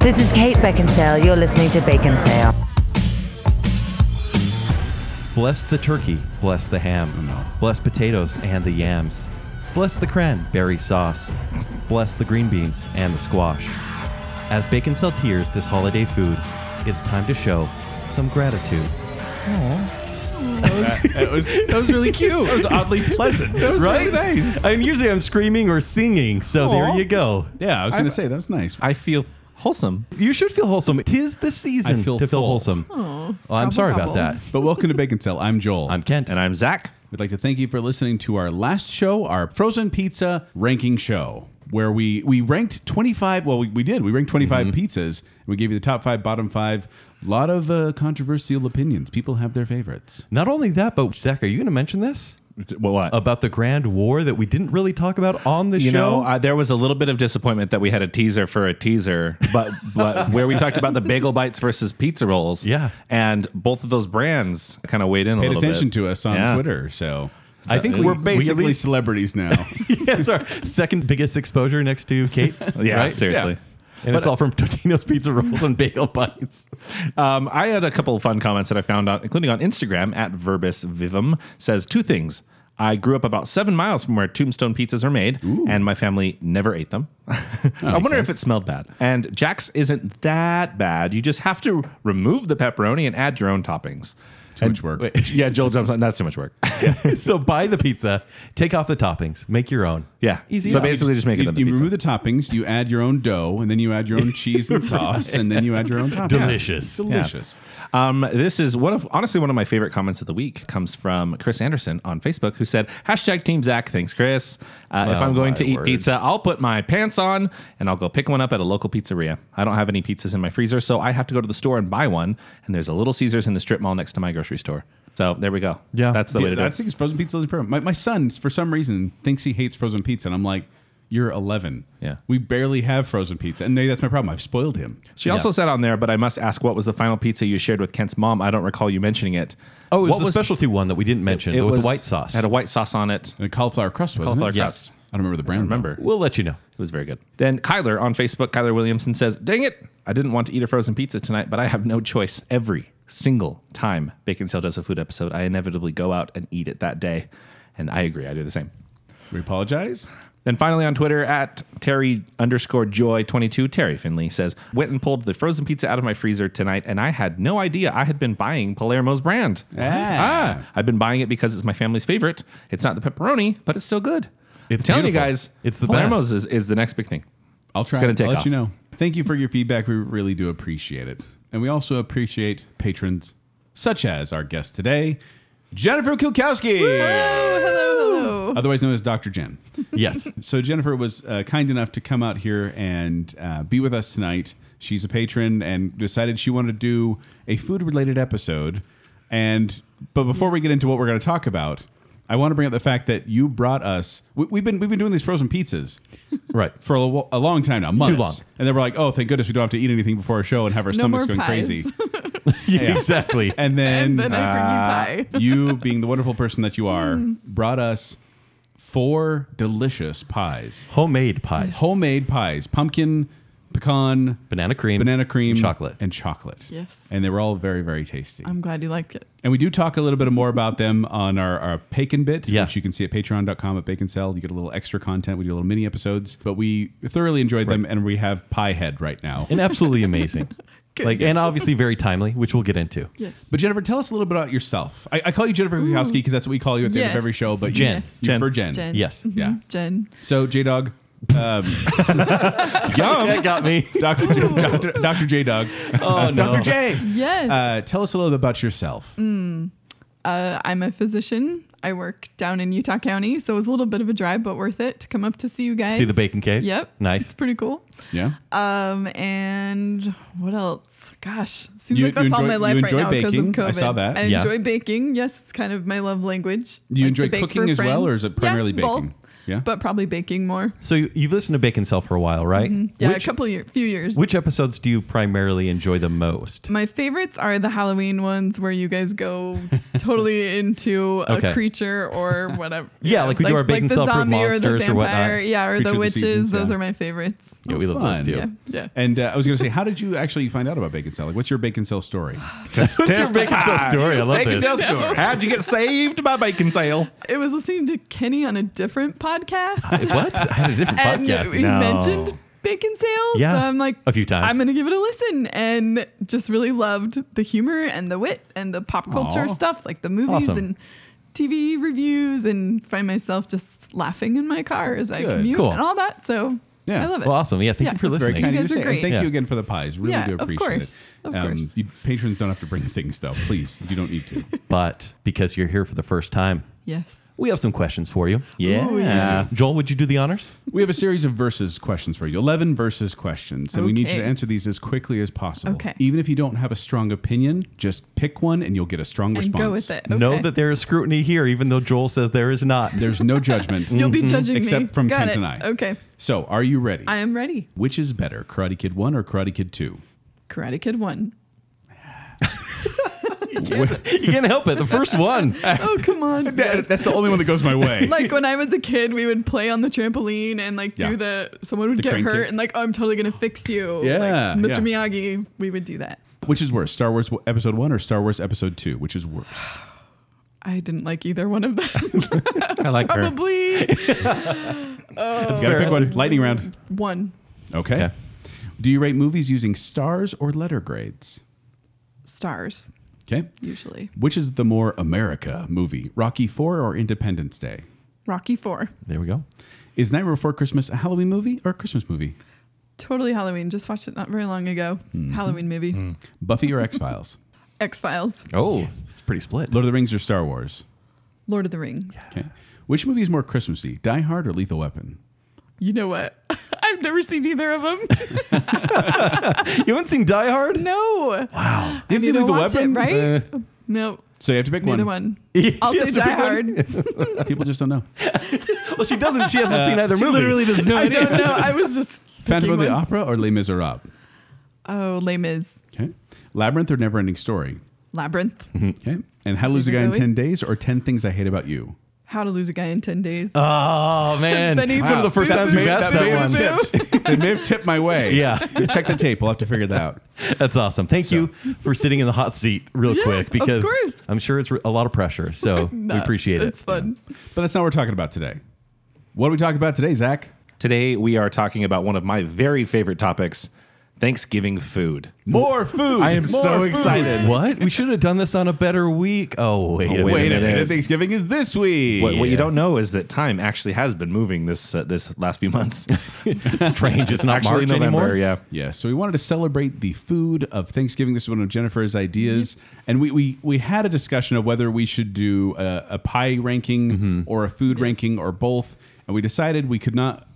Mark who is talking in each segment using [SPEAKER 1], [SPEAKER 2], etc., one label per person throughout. [SPEAKER 1] This is Kate Beckinsale. You're listening to Bacon Sale.
[SPEAKER 2] Bless the turkey, bless the ham, bless potatoes and the yams, bless the cranberry sauce, bless the green beans and the squash. As Bacon Cell tears this holiday food, it's time to show some gratitude.
[SPEAKER 3] That was, that was really cute. That was oddly pleasant. That was
[SPEAKER 2] Right?
[SPEAKER 3] really nice.
[SPEAKER 2] And usually I'm screaming or singing, so there
[SPEAKER 3] Aw.
[SPEAKER 2] you go.
[SPEAKER 3] yeah, I was going to say that was nice.
[SPEAKER 4] I feel wholesome.
[SPEAKER 2] You should feel wholesome. Tis the season
[SPEAKER 4] I feel
[SPEAKER 2] to feel
[SPEAKER 4] full.
[SPEAKER 2] wholesome. Well, I'm sorry about that.
[SPEAKER 3] But welcome to Bacon Cell. I'm Joel.
[SPEAKER 2] I'm Kent.
[SPEAKER 4] And I'm Zach.
[SPEAKER 3] We'd like to thank you for listening to our last show, our frozen pizza ranking show, where we we ranked 25. Well, we, we did. We ranked 25 pizzas. And we gave you the top five, bottom five. A lot of uh, controversial opinions. People have their favorites.
[SPEAKER 2] Not only that, but Zach, are you going to mention this?
[SPEAKER 4] Well, what?
[SPEAKER 2] About the Grand War that we didn't really talk about on the
[SPEAKER 4] you
[SPEAKER 2] show?
[SPEAKER 4] know, uh, there was a little bit of disappointment that we had a teaser for a teaser, but but where we talked about the bagel bites versus pizza rolls.
[SPEAKER 2] Yeah.
[SPEAKER 4] and both of those brands kind of weighed in a
[SPEAKER 3] Paid
[SPEAKER 4] little
[SPEAKER 3] attention
[SPEAKER 4] bit.
[SPEAKER 3] to us on
[SPEAKER 4] Yeah.
[SPEAKER 3] Twitter. So
[SPEAKER 2] I think we-
[SPEAKER 3] we're
[SPEAKER 2] we at
[SPEAKER 3] basically
[SPEAKER 2] least-
[SPEAKER 3] celebrities now.
[SPEAKER 2] Yes, our second biggest exposure next to Kate.
[SPEAKER 4] Yeah,
[SPEAKER 2] right?
[SPEAKER 4] seriously.
[SPEAKER 2] And it's all from Totino's Pizza Rolls and Bagel Bites.
[SPEAKER 4] Um, I had a couple of fun comments that I found out, including on Instagram at Verbis Vivum says two things. I grew up about seven miles from where tombstone pizzas are made, and my family never ate them. I wonder if it smelled bad. And Jack's isn't that bad. You just have to remove the pepperoni and add your own toppings.
[SPEAKER 3] Too much work.
[SPEAKER 4] yeah, Joel jumps on. That's too much work.
[SPEAKER 2] so buy the pizza, take off the toppings, make your own.
[SPEAKER 4] Yeah.
[SPEAKER 2] Easy.
[SPEAKER 4] So
[SPEAKER 2] enough.
[SPEAKER 4] basically, just make it
[SPEAKER 3] You,
[SPEAKER 4] into
[SPEAKER 3] you
[SPEAKER 4] pizza.
[SPEAKER 3] remove the toppings, you add your own dough, and then you add your own cheese and sauce, and then you add your own toppings.
[SPEAKER 2] Delicious.
[SPEAKER 3] It's delicious.
[SPEAKER 4] Um, this is one of honestly one of my favorite comments of the week comes from Chris Anderson on Facebook who said hashtag Team Zach. Thanks, Chris. Uh, if I'm going
[SPEAKER 2] Oh my
[SPEAKER 4] to eat
[SPEAKER 2] word.
[SPEAKER 4] pizza, I'll put my pants on and I'll go pick one up at a local pizzeria. I don't have any pizzas in my freezer, so I have to go to the store and buy one. And there's a Little Caesars in the strip mall next to my grocery store. So there we go.
[SPEAKER 2] Yeah.
[SPEAKER 4] that's the way
[SPEAKER 3] Yeah,
[SPEAKER 4] to do
[SPEAKER 3] I
[SPEAKER 4] it.
[SPEAKER 3] think it's frozen pizza is perfect. My, my son, for some reason, thinks he hates frozen pizza, and I'm like, "You're 11.
[SPEAKER 4] Yeah.
[SPEAKER 3] we barely have frozen pizza, and maybe that's my problem. I've spoiled him.
[SPEAKER 4] She also said on there, but I must ask, what was the final pizza you shared with Kent's mom? I don't recall you mentioning it.
[SPEAKER 2] Oh, it was
[SPEAKER 4] What
[SPEAKER 2] the specialty one that we didn't mention with the white sauce.
[SPEAKER 4] Had a white sauce on it.
[SPEAKER 3] And a cauliflower crust was
[SPEAKER 4] Cauliflower
[SPEAKER 3] it?
[SPEAKER 4] crust.
[SPEAKER 3] I don't remember the brand. though.
[SPEAKER 4] Remember?
[SPEAKER 2] we'll let you know.
[SPEAKER 4] It was very good. Then Kyler on Facebook, Kyler Williamson says, Dang it, I didn't want to eat a frozen pizza tonight, but I have no choice. Every single time Bacon Sale does a food episode, I inevitably go out and eat it that day. And I agree, I do the same.
[SPEAKER 3] We apologize.
[SPEAKER 4] Then finally on Twitter at Terry underscore joy 22, Terry Finley says, Went and pulled the frozen pizza out of my freezer tonight, and I had no idea I had been buying Palermo's brand. Ah, I've been buying it because it's my family's favorite. It's not the pepperoni, but it's still good.
[SPEAKER 2] It's
[SPEAKER 4] telling
[SPEAKER 2] beautiful.
[SPEAKER 4] you guys,
[SPEAKER 2] It's the
[SPEAKER 4] Palermo's
[SPEAKER 2] best.
[SPEAKER 4] Is, is the next big thing.
[SPEAKER 3] I'll try.
[SPEAKER 4] gonna
[SPEAKER 3] it.
[SPEAKER 4] take
[SPEAKER 3] I'll let
[SPEAKER 4] off.
[SPEAKER 3] you know. Thank you for your feedback. We really do appreciate it, and we also appreciate patrons such as our guest today, Jennifer Kilkowski. Otherwise known as Dr. Jen.
[SPEAKER 2] Yes.
[SPEAKER 3] So Jennifer was uh, kind enough to come out here and uh, be with us tonight. She's a patron and decided she wanted to do a food-related episode. And but before we get into what we're going to talk about, I want to bring up the fact that you brought us. We, we've been we've been doing these frozen pizzas
[SPEAKER 2] right.
[SPEAKER 3] for a, lo- a long time now, months.
[SPEAKER 2] long.
[SPEAKER 3] And then we're like, oh, thank goodness we don't have to eat anything before our show and have our
[SPEAKER 5] No
[SPEAKER 3] stomachs
[SPEAKER 5] more
[SPEAKER 3] going
[SPEAKER 5] pies.
[SPEAKER 3] crazy.
[SPEAKER 2] Yeah, exactly.
[SPEAKER 3] And then, uh,
[SPEAKER 5] And then I bring you pie.
[SPEAKER 3] you being the wonderful person that you are, brought us four delicious pies.
[SPEAKER 2] Homemade pies.
[SPEAKER 3] homemade pies pumpkin pecan
[SPEAKER 2] Banana cream.
[SPEAKER 3] banana cream
[SPEAKER 2] Chocolate.
[SPEAKER 3] and chocolate
[SPEAKER 5] Yes.
[SPEAKER 3] and they were all very very tasty
[SPEAKER 5] I'm glad you liked it.
[SPEAKER 3] and we do talk a little bit more about them on our, our bacon bit
[SPEAKER 2] Yeah.
[SPEAKER 3] which you can see at patreon.com at bacon cell you get a little extra content we do little mini episodes but we thoroughly enjoyed them and we have pie head right now
[SPEAKER 2] and absolutely amazing.
[SPEAKER 5] Good.
[SPEAKER 2] like and obviously very timely, which we'll get into.
[SPEAKER 5] Yes.
[SPEAKER 3] but Jennifer, tell us a little bit about yourself. I, I call you Jennifer Kukowski because that's what we call you at the end
[SPEAKER 5] Yes.
[SPEAKER 3] of every show. But you-
[SPEAKER 2] Jen.
[SPEAKER 3] you,
[SPEAKER 4] Jen.
[SPEAKER 3] for Jen.
[SPEAKER 5] Jen.
[SPEAKER 2] Yes.
[SPEAKER 5] Mhm.
[SPEAKER 3] Yeah.
[SPEAKER 5] Jen.
[SPEAKER 3] So J Dog,
[SPEAKER 2] Oh,
[SPEAKER 3] um,
[SPEAKER 2] That got me.
[SPEAKER 3] Doctor Doctor Doctor J Dog,
[SPEAKER 2] Oh no.
[SPEAKER 3] Doctor J.
[SPEAKER 5] Yes.
[SPEAKER 3] Uh, tell us a little bit about yourself.
[SPEAKER 5] Mm. Uh, I'm a physician. I work down in Utah County, so it was a little bit of a drive, but worth it to come up to see you guys.
[SPEAKER 2] See the bacon cave?
[SPEAKER 5] Yep. It's
[SPEAKER 2] Nice.
[SPEAKER 5] pretty cool.
[SPEAKER 3] Yeah.
[SPEAKER 5] Um, and what else? Gosh, seems
[SPEAKER 3] You-
[SPEAKER 5] like that's
[SPEAKER 3] you
[SPEAKER 5] all
[SPEAKER 3] enjoy-
[SPEAKER 5] my life
[SPEAKER 3] you
[SPEAKER 5] right
[SPEAKER 3] enjoy
[SPEAKER 5] now because of
[SPEAKER 3] baking.
[SPEAKER 5] COVID.
[SPEAKER 3] I saw that.
[SPEAKER 5] I
[SPEAKER 2] Yeah.
[SPEAKER 5] enjoy baking. Yes, it's kind of my love language.
[SPEAKER 3] Do you
[SPEAKER 5] Like to
[SPEAKER 3] enjoy
[SPEAKER 5] bake for
[SPEAKER 3] cooking as well, or
[SPEAKER 5] friends.
[SPEAKER 3] is it primarily
[SPEAKER 5] yeah, both.
[SPEAKER 3] baking? Yeah.
[SPEAKER 5] but probably baking more.
[SPEAKER 2] So you- you've listened to Bacon Cell for a while, right?
[SPEAKER 5] Mm-hmm. Yeah,
[SPEAKER 2] Which,
[SPEAKER 5] a couple year, few years.
[SPEAKER 2] which episodes do you primarily enjoy the most?
[SPEAKER 5] My favorites are the Halloween ones where you guys go totally into a
[SPEAKER 2] Okay.
[SPEAKER 5] creature or whatever.
[SPEAKER 2] Yeah, like we do our bacon
[SPEAKER 5] the
[SPEAKER 2] cell-proof
[SPEAKER 5] zombie or the
[SPEAKER 2] monsters or whatnot.
[SPEAKER 5] vampire. yeah, or
[SPEAKER 3] Creature of
[SPEAKER 5] the
[SPEAKER 3] the
[SPEAKER 5] witches.
[SPEAKER 3] seasons,
[SPEAKER 5] Those
[SPEAKER 3] yeah.
[SPEAKER 5] are my favorites.
[SPEAKER 2] yeah, we love those
[SPEAKER 3] fun.
[SPEAKER 2] too.
[SPEAKER 5] Yeah, yeah.
[SPEAKER 3] And uh, I was going to say, how did you actually find out about Bacon Cell? Like, what's your Bacon Cell story?
[SPEAKER 2] What's your Bacon Cell story? I love
[SPEAKER 4] Bacon
[SPEAKER 2] this.
[SPEAKER 4] sale story. How'd you get saved by bacon sale?
[SPEAKER 5] It was listening to Kenny on a different podcast,
[SPEAKER 2] What? I had a different
[SPEAKER 5] and
[SPEAKER 2] podcast.
[SPEAKER 5] we
[SPEAKER 4] no.
[SPEAKER 5] mentioned bacon sales.
[SPEAKER 2] Yeah,
[SPEAKER 5] so I'm like
[SPEAKER 2] a few times.
[SPEAKER 5] I'm gonna give it a listen, and just really loved the humor and the wit and the pop culture
[SPEAKER 3] Aw.
[SPEAKER 5] stuff, like the movies
[SPEAKER 2] Awesome.
[SPEAKER 5] and TV reviews, and find myself just laughing in my car as I
[SPEAKER 3] Good.
[SPEAKER 5] commute
[SPEAKER 2] Cool.
[SPEAKER 5] and all that. So
[SPEAKER 3] Yeah.
[SPEAKER 5] I love it.
[SPEAKER 2] Well, awesome. Yeah, thank
[SPEAKER 5] Yeah,
[SPEAKER 2] you for
[SPEAKER 5] that's
[SPEAKER 3] Very
[SPEAKER 2] listening.
[SPEAKER 3] kind
[SPEAKER 5] You
[SPEAKER 3] of you to
[SPEAKER 5] guys are
[SPEAKER 3] say. And
[SPEAKER 5] great.
[SPEAKER 3] thank
[SPEAKER 2] Yeah.
[SPEAKER 3] you again for the pies. Really
[SPEAKER 5] Yeah,
[SPEAKER 3] do
[SPEAKER 5] of
[SPEAKER 3] appreciate
[SPEAKER 5] course.
[SPEAKER 3] it. Um,
[SPEAKER 5] Of course.
[SPEAKER 3] you- patrons don't have to bring things, though. Please, you don't need to.
[SPEAKER 2] But because you're here for the first time,
[SPEAKER 5] yes.
[SPEAKER 2] we have some questions for you.
[SPEAKER 4] Yeah.
[SPEAKER 2] Joel, would you do the honors?
[SPEAKER 3] We have a series of verses questions for you 11 verses questions. And we need you to
[SPEAKER 5] Okay.
[SPEAKER 3] answer these as quickly as possible.
[SPEAKER 5] Okay.
[SPEAKER 3] Even if you don't have a strong opinion, just pick one and you'll get a strong
[SPEAKER 5] And
[SPEAKER 3] response.
[SPEAKER 5] go with it.
[SPEAKER 2] Know
[SPEAKER 5] Okay.
[SPEAKER 2] that there is scrutiny here, even though Joel says there is not.
[SPEAKER 3] There's no judgment.
[SPEAKER 5] You'll
[SPEAKER 2] Mm-hmm.
[SPEAKER 5] be judging me.
[SPEAKER 3] Except from
[SPEAKER 5] Got
[SPEAKER 3] Kent
[SPEAKER 5] it.
[SPEAKER 3] and I.
[SPEAKER 5] Okay.
[SPEAKER 3] So, are you ready?
[SPEAKER 5] I am ready.
[SPEAKER 3] Which is better, Karate Kid 1 or Karate Kid 2?
[SPEAKER 5] Karate Kid 1.
[SPEAKER 2] you can't help it. The first one.
[SPEAKER 5] Oh, come on. Yes.
[SPEAKER 3] That's the only one that goes my way.
[SPEAKER 5] Like when I was a kid, we would play on the trampoline and like
[SPEAKER 3] Yeah.
[SPEAKER 5] do the someone would
[SPEAKER 3] The
[SPEAKER 5] get
[SPEAKER 3] crank
[SPEAKER 5] hurt
[SPEAKER 3] kick.
[SPEAKER 5] and like oh, I'm totally gonna fix you.
[SPEAKER 3] Yeah,
[SPEAKER 5] like, Mr.
[SPEAKER 3] yeah.
[SPEAKER 5] Miyagi, we would do that.
[SPEAKER 3] Which is worse, Star Wars Episode 1 or Star Wars Episode 2? Which is worse?
[SPEAKER 5] Oh, I didn't like either one of them.
[SPEAKER 2] I like her.
[SPEAKER 5] Probably
[SPEAKER 3] That's gotta
[SPEAKER 2] fair.
[SPEAKER 3] pick one. Lightning round.
[SPEAKER 5] one
[SPEAKER 3] Okay.
[SPEAKER 2] Okay.
[SPEAKER 3] Do you rate movies using stars or letter grades?
[SPEAKER 5] stars
[SPEAKER 3] Okay.
[SPEAKER 5] usually.
[SPEAKER 3] Which is the more America movie, Rocky Four or Independence Day?
[SPEAKER 5] Rocky Four,
[SPEAKER 2] There we go.
[SPEAKER 3] Is Nightmare Before Christmas a Halloween movie or a Christmas movie?
[SPEAKER 5] totally Halloween. Just watched it not very long ago.
[SPEAKER 3] Mm-hmm.
[SPEAKER 5] Halloween movie.
[SPEAKER 3] Mm. Buffy or X Files?
[SPEAKER 5] X Files,
[SPEAKER 2] Oh, it's pretty split.
[SPEAKER 3] Lord of the Rings or Star Wars?
[SPEAKER 5] Lord of the Rings.
[SPEAKER 3] Okay. Which movie is more Christmassy, Die Hard or Lethal Weapon?
[SPEAKER 5] You know what? I've never seen either of them.
[SPEAKER 2] You haven't seen Die Hard?
[SPEAKER 5] no.
[SPEAKER 3] You
[SPEAKER 5] I
[SPEAKER 3] haven't
[SPEAKER 5] need
[SPEAKER 3] seen
[SPEAKER 5] to
[SPEAKER 3] Lethal
[SPEAKER 5] watch it,
[SPEAKER 3] Weapon?
[SPEAKER 5] right?
[SPEAKER 2] Eh.
[SPEAKER 5] No,
[SPEAKER 3] So you have to pick
[SPEAKER 5] neither
[SPEAKER 3] one.
[SPEAKER 5] one.
[SPEAKER 2] She
[SPEAKER 5] I'll
[SPEAKER 2] has
[SPEAKER 5] say
[SPEAKER 2] to pick
[SPEAKER 5] Die
[SPEAKER 2] one.
[SPEAKER 5] Hard.
[SPEAKER 3] People just don't know.
[SPEAKER 2] Well, she doesn't. She hasn't seen either
[SPEAKER 4] She
[SPEAKER 2] movie.
[SPEAKER 4] literally does no
[SPEAKER 5] I
[SPEAKER 4] idea.
[SPEAKER 5] don't know. I was just
[SPEAKER 3] Phantom
[SPEAKER 5] picking
[SPEAKER 3] of the
[SPEAKER 5] one.
[SPEAKER 3] Opera or Les Miserables?
[SPEAKER 5] Oh, Les Mis,
[SPEAKER 3] Okay. Labyrinth or Never Ending Story?
[SPEAKER 5] Labyrinth,
[SPEAKER 3] Okay. And How to Lose a
[SPEAKER 5] David
[SPEAKER 3] Guy in 10
[SPEAKER 5] Bowie?
[SPEAKER 3] Days or 10 Things I Hate About You?
[SPEAKER 5] How to Lose a Guy in Ten Days.
[SPEAKER 2] Oh man,
[SPEAKER 5] Benny
[SPEAKER 2] it's one of the
[SPEAKER 5] Boo
[SPEAKER 2] first
[SPEAKER 5] Boo
[SPEAKER 2] times we've
[SPEAKER 5] Boo
[SPEAKER 2] asked
[SPEAKER 5] Boo
[SPEAKER 2] that
[SPEAKER 5] Boo
[SPEAKER 2] one.
[SPEAKER 5] Boo.
[SPEAKER 3] it may have tipped my way.
[SPEAKER 2] Yeah.
[SPEAKER 3] Check the tape. We'll have to figure that out.
[SPEAKER 2] That's awesome. Thank you for sitting in the hot seat real
[SPEAKER 5] Yeah,
[SPEAKER 2] quick
[SPEAKER 5] of
[SPEAKER 2] because
[SPEAKER 5] course.
[SPEAKER 2] I'm sure it's a lot of pressure. So
[SPEAKER 5] No,
[SPEAKER 2] we appreciate it.
[SPEAKER 5] It's fun.
[SPEAKER 3] But that's not what we're talking about today. What are we talking about today, Zach?
[SPEAKER 4] Today we are talking about one of my very favorite topics, Thanksgiving food.
[SPEAKER 3] More food.
[SPEAKER 4] I am
[SPEAKER 3] More
[SPEAKER 4] so
[SPEAKER 3] food.
[SPEAKER 4] excited.
[SPEAKER 2] What? We should have done this on a better week. Oh wait, a
[SPEAKER 4] wait a
[SPEAKER 2] minute.
[SPEAKER 3] Wait a
[SPEAKER 4] It
[SPEAKER 3] minute.
[SPEAKER 4] is.
[SPEAKER 3] Thanksgiving is this week.
[SPEAKER 4] What, what
[SPEAKER 2] Yeah.
[SPEAKER 4] you don't know is that time actually has been moving this uh, this last few months.
[SPEAKER 2] It's strange. It's not
[SPEAKER 4] actually,
[SPEAKER 2] March
[SPEAKER 4] November.
[SPEAKER 2] anymore.
[SPEAKER 4] Yeah.
[SPEAKER 3] Yeah, so we wanted to celebrate the food of Thanksgiving. This is one of Jennifer's ideas,
[SPEAKER 2] Mm-hmm.
[SPEAKER 3] and we we, we had a discussion of whether we should do a, a pie ranking
[SPEAKER 2] Mm-hmm.
[SPEAKER 3] or a food ranking or both, and we decided we could not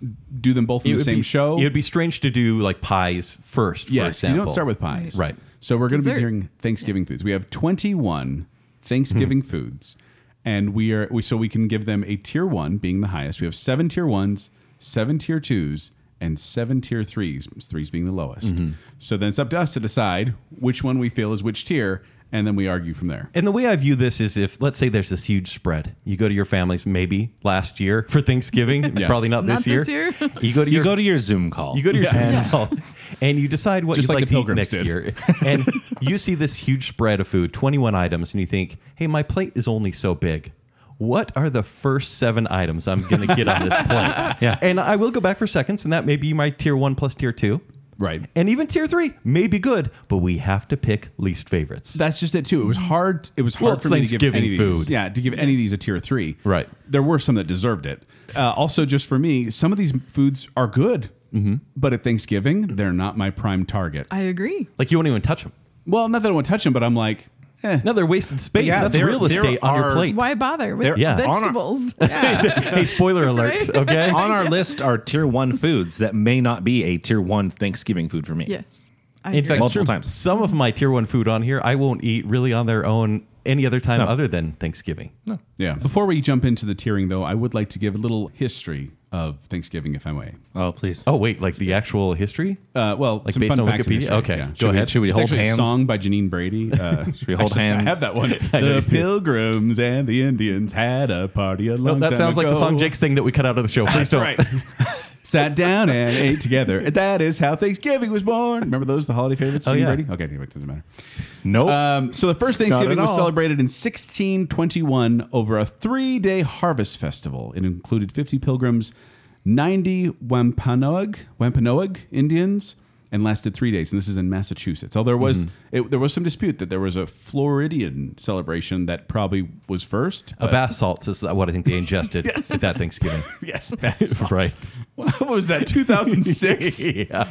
[SPEAKER 3] do them both in the
[SPEAKER 2] would
[SPEAKER 3] same
[SPEAKER 2] be,
[SPEAKER 3] show.
[SPEAKER 2] It would be strange to do like pies first. for
[SPEAKER 3] yes, you
[SPEAKER 2] example.
[SPEAKER 3] don't start with pies,
[SPEAKER 2] Right.
[SPEAKER 3] So we're going to be
[SPEAKER 5] dessert.
[SPEAKER 3] doing Thanksgiving foods. We have twenty one Thanksgiving
[SPEAKER 2] Hmm.
[SPEAKER 3] foods, and we are we so we can give them a tier one being the highest. We have seven tier ones, seven tier twos. And seven tier threes, threes being the lowest.
[SPEAKER 2] Mm-hmm.
[SPEAKER 3] So then it's up to us to decide which one we feel is which tier, and then we argue from there.
[SPEAKER 2] And the way I view this is if, let's say, there's this huge spread. You go to your families maybe last year for Thanksgiving,
[SPEAKER 3] Yeah.
[SPEAKER 2] probably not,
[SPEAKER 5] Not
[SPEAKER 2] this year.
[SPEAKER 5] this year.
[SPEAKER 2] You go to
[SPEAKER 4] You
[SPEAKER 2] your
[SPEAKER 4] go to your Zoom call.
[SPEAKER 2] you go to your
[SPEAKER 3] Yeah.
[SPEAKER 2] yeah. and you decide what
[SPEAKER 3] Just
[SPEAKER 2] you'd
[SPEAKER 3] like
[SPEAKER 2] like,
[SPEAKER 3] the
[SPEAKER 2] to eat
[SPEAKER 3] pilgrims
[SPEAKER 2] next
[SPEAKER 3] did.
[SPEAKER 2] year. And you see this huge spread of food, 21 items, and you think, hey, my plate is only so big. What are the first seven items I'm going to get on this plate?
[SPEAKER 4] Yeah.
[SPEAKER 2] And I will go back for seconds, and that may be my tier one plus tier two.
[SPEAKER 3] Right.
[SPEAKER 2] And even tier three may be good, but we have to pick least favorites.
[SPEAKER 3] That's just it too. It was hard. It was hard
[SPEAKER 2] Well, it's
[SPEAKER 3] for me to give
[SPEAKER 2] Thanksgiving
[SPEAKER 3] any of these-
[SPEAKER 2] food.
[SPEAKER 3] Yeah, to give any of these a tier three.
[SPEAKER 2] Right.
[SPEAKER 3] There were some that deserved it. Uh, also, just for me, some of these foods are good, but at Thanksgiving, they're not my prime target.
[SPEAKER 5] I agree.
[SPEAKER 2] like you won't even touch them.
[SPEAKER 3] well, not that I won't touch them, but I'm like, eh.
[SPEAKER 2] Another wasted space.
[SPEAKER 4] Yeah,
[SPEAKER 2] That's
[SPEAKER 4] there-
[SPEAKER 2] real
[SPEAKER 4] there
[SPEAKER 2] estate on your
[SPEAKER 4] are-
[SPEAKER 2] plate.
[SPEAKER 5] Why bother with
[SPEAKER 4] There-
[SPEAKER 2] Yeah.
[SPEAKER 5] vegetables? Yeah.
[SPEAKER 2] hey, spoiler alert.
[SPEAKER 5] Right?
[SPEAKER 2] Okay.
[SPEAKER 4] on our list are tier one foods that may not be a tier one Thanksgiving food for me.
[SPEAKER 5] yes. I
[SPEAKER 2] In
[SPEAKER 5] agree.
[SPEAKER 2] fact,
[SPEAKER 4] Multiple times.
[SPEAKER 2] some of my tier one food on here I won't eat really on their own any other time other than Thanksgiving.
[SPEAKER 4] No.
[SPEAKER 3] Yeah. Before we jump into the tiering, though, I would like to give a little history of Thanksgiving, if I may.
[SPEAKER 4] Oh, please.
[SPEAKER 2] Oh wait, like the actual history?
[SPEAKER 3] Uh, well,
[SPEAKER 2] Like
[SPEAKER 3] some
[SPEAKER 2] based
[SPEAKER 3] fun
[SPEAKER 2] on
[SPEAKER 3] facts and
[SPEAKER 2] Wikipedia?
[SPEAKER 3] history,
[SPEAKER 2] Okay,
[SPEAKER 3] yeah.
[SPEAKER 2] go
[SPEAKER 3] Should we-
[SPEAKER 2] ahead.
[SPEAKER 4] Should we
[SPEAKER 3] it's
[SPEAKER 4] hold
[SPEAKER 3] actually
[SPEAKER 4] hands?
[SPEAKER 3] A song by Janine Brady. Uh,
[SPEAKER 4] Should we hold
[SPEAKER 3] actually,
[SPEAKER 4] hands?
[SPEAKER 3] I have that one. the Pilgrims and the Indians had a party a long
[SPEAKER 2] No,
[SPEAKER 3] time
[SPEAKER 2] that sounds like the
[SPEAKER 3] ago.
[SPEAKER 2] song Jake sang that we cut out of the show. Please
[SPEAKER 3] That's
[SPEAKER 2] don't.
[SPEAKER 3] right. Sat down and ate together. And that is how Thanksgiving was born. Remember those, the holiday favorites?
[SPEAKER 2] Oh,
[SPEAKER 3] Janine
[SPEAKER 2] yeah.
[SPEAKER 3] Brady? Okay, anyway, it doesn't matter.
[SPEAKER 4] Nope.
[SPEAKER 3] Um, so the first Thanksgiving
[SPEAKER 4] at
[SPEAKER 3] was
[SPEAKER 4] all.
[SPEAKER 3] celebrated in 1621 over a three-day harvest festival. It included 50 pilgrims, 90 Wampanoag, Wampanoag Indians, and lasted three days. And this is in Massachusetts. Although there was
[SPEAKER 2] Mm-hmm.
[SPEAKER 3] it, there was some dispute that there was a Floridian celebration that probably was first.
[SPEAKER 2] A
[SPEAKER 3] but-
[SPEAKER 2] bath salts is what I think they ingested at that Thanksgiving.
[SPEAKER 3] yes,
[SPEAKER 2] right.
[SPEAKER 3] what was that? 2006.
[SPEAKER 2] Yeah.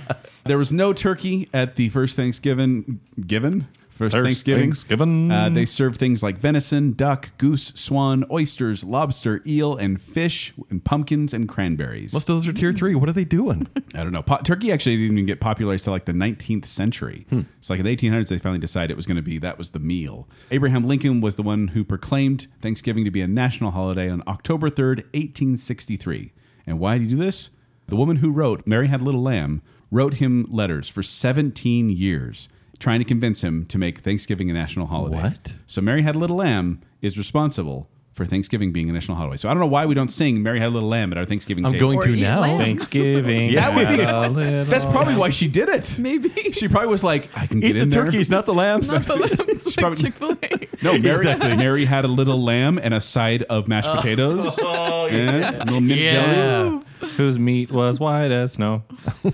[SPEAKER 3] There was no turkey at the first Thanksgiving given. First
[SPEAKER 4] First
[SPEAKER 3] Thanksgiving.
[SPEAKER 4] Thanksgiving.
[SPEAKER 3] Uh, they served things like venison, duck, goose, swan, oysters, lobster, eel, and fish, and pumpkins and cranberries.
[SPEAKER 2] Most of those are tier three. What are they doing?
[SPEAKER 3] I don't know. Po- turkey actually didn't even get popularized till like the 19th century.
[SPEAKER 2] Hmm.
[SPEAKER 3] It's like in the 1800s they finally decided it was going to be that was the meal. Abraham Lincoln was the one who proclaimed Thanksgiving to be a national holiday on October 3rd, 1863. And why did he do this? The woman who wrote Mary Had a Little Lamb wrote him letters for 17 years trying to convince him to make Thanksgiving a national holiday.
[SPEAKER 2] What?
[SPEAKER 3] So Mary Had a Little Lamb is responsible for Thanksgiving being a national holiday. So I don't know why we don't sing Mary Had a Little Lamb at our Thanksgiving
[SPEAKER 2] I'm
[SPEAKER 3] table.
[SPEAKER 2] going
[SPEAKER 5] Or
[SPEAKER 2] to
[SPEAKER 5] eat
[SPEAKER 2] now.
[SPEAKER 5] lamb.
[SPEAKER 4] Thanksgiving. Uh,
[SPEAKER 2] That would be-
[SPEAKER 4] had a little-
[SPEAKER 3] That's probably why she did it.
[SPEAKER 5] Maybe.
[SPEAKER 3] She probably was like, Oh, I can
[SPEAKER 2] Eat
[SPEAKER 3] get
[SPEAKER 2] the
[SPEAKER 3] in there.
[SPEAKER 2] turkeys, not the lambs.
[SPEAKER 5] Not the lambs, like
[SPEAKER 3] probably-
[SPEAKER 5] Chick-fil-A.
[SPEAKER 3] No, Mary,
[SPEAKER 2] Exactly.
[SPEAKER 3] Mary had a little lamb and a side of mashed potatoes. Oh, yeah. A little mint jelly.
[SPEAKER 4] Whose meat was white as snow?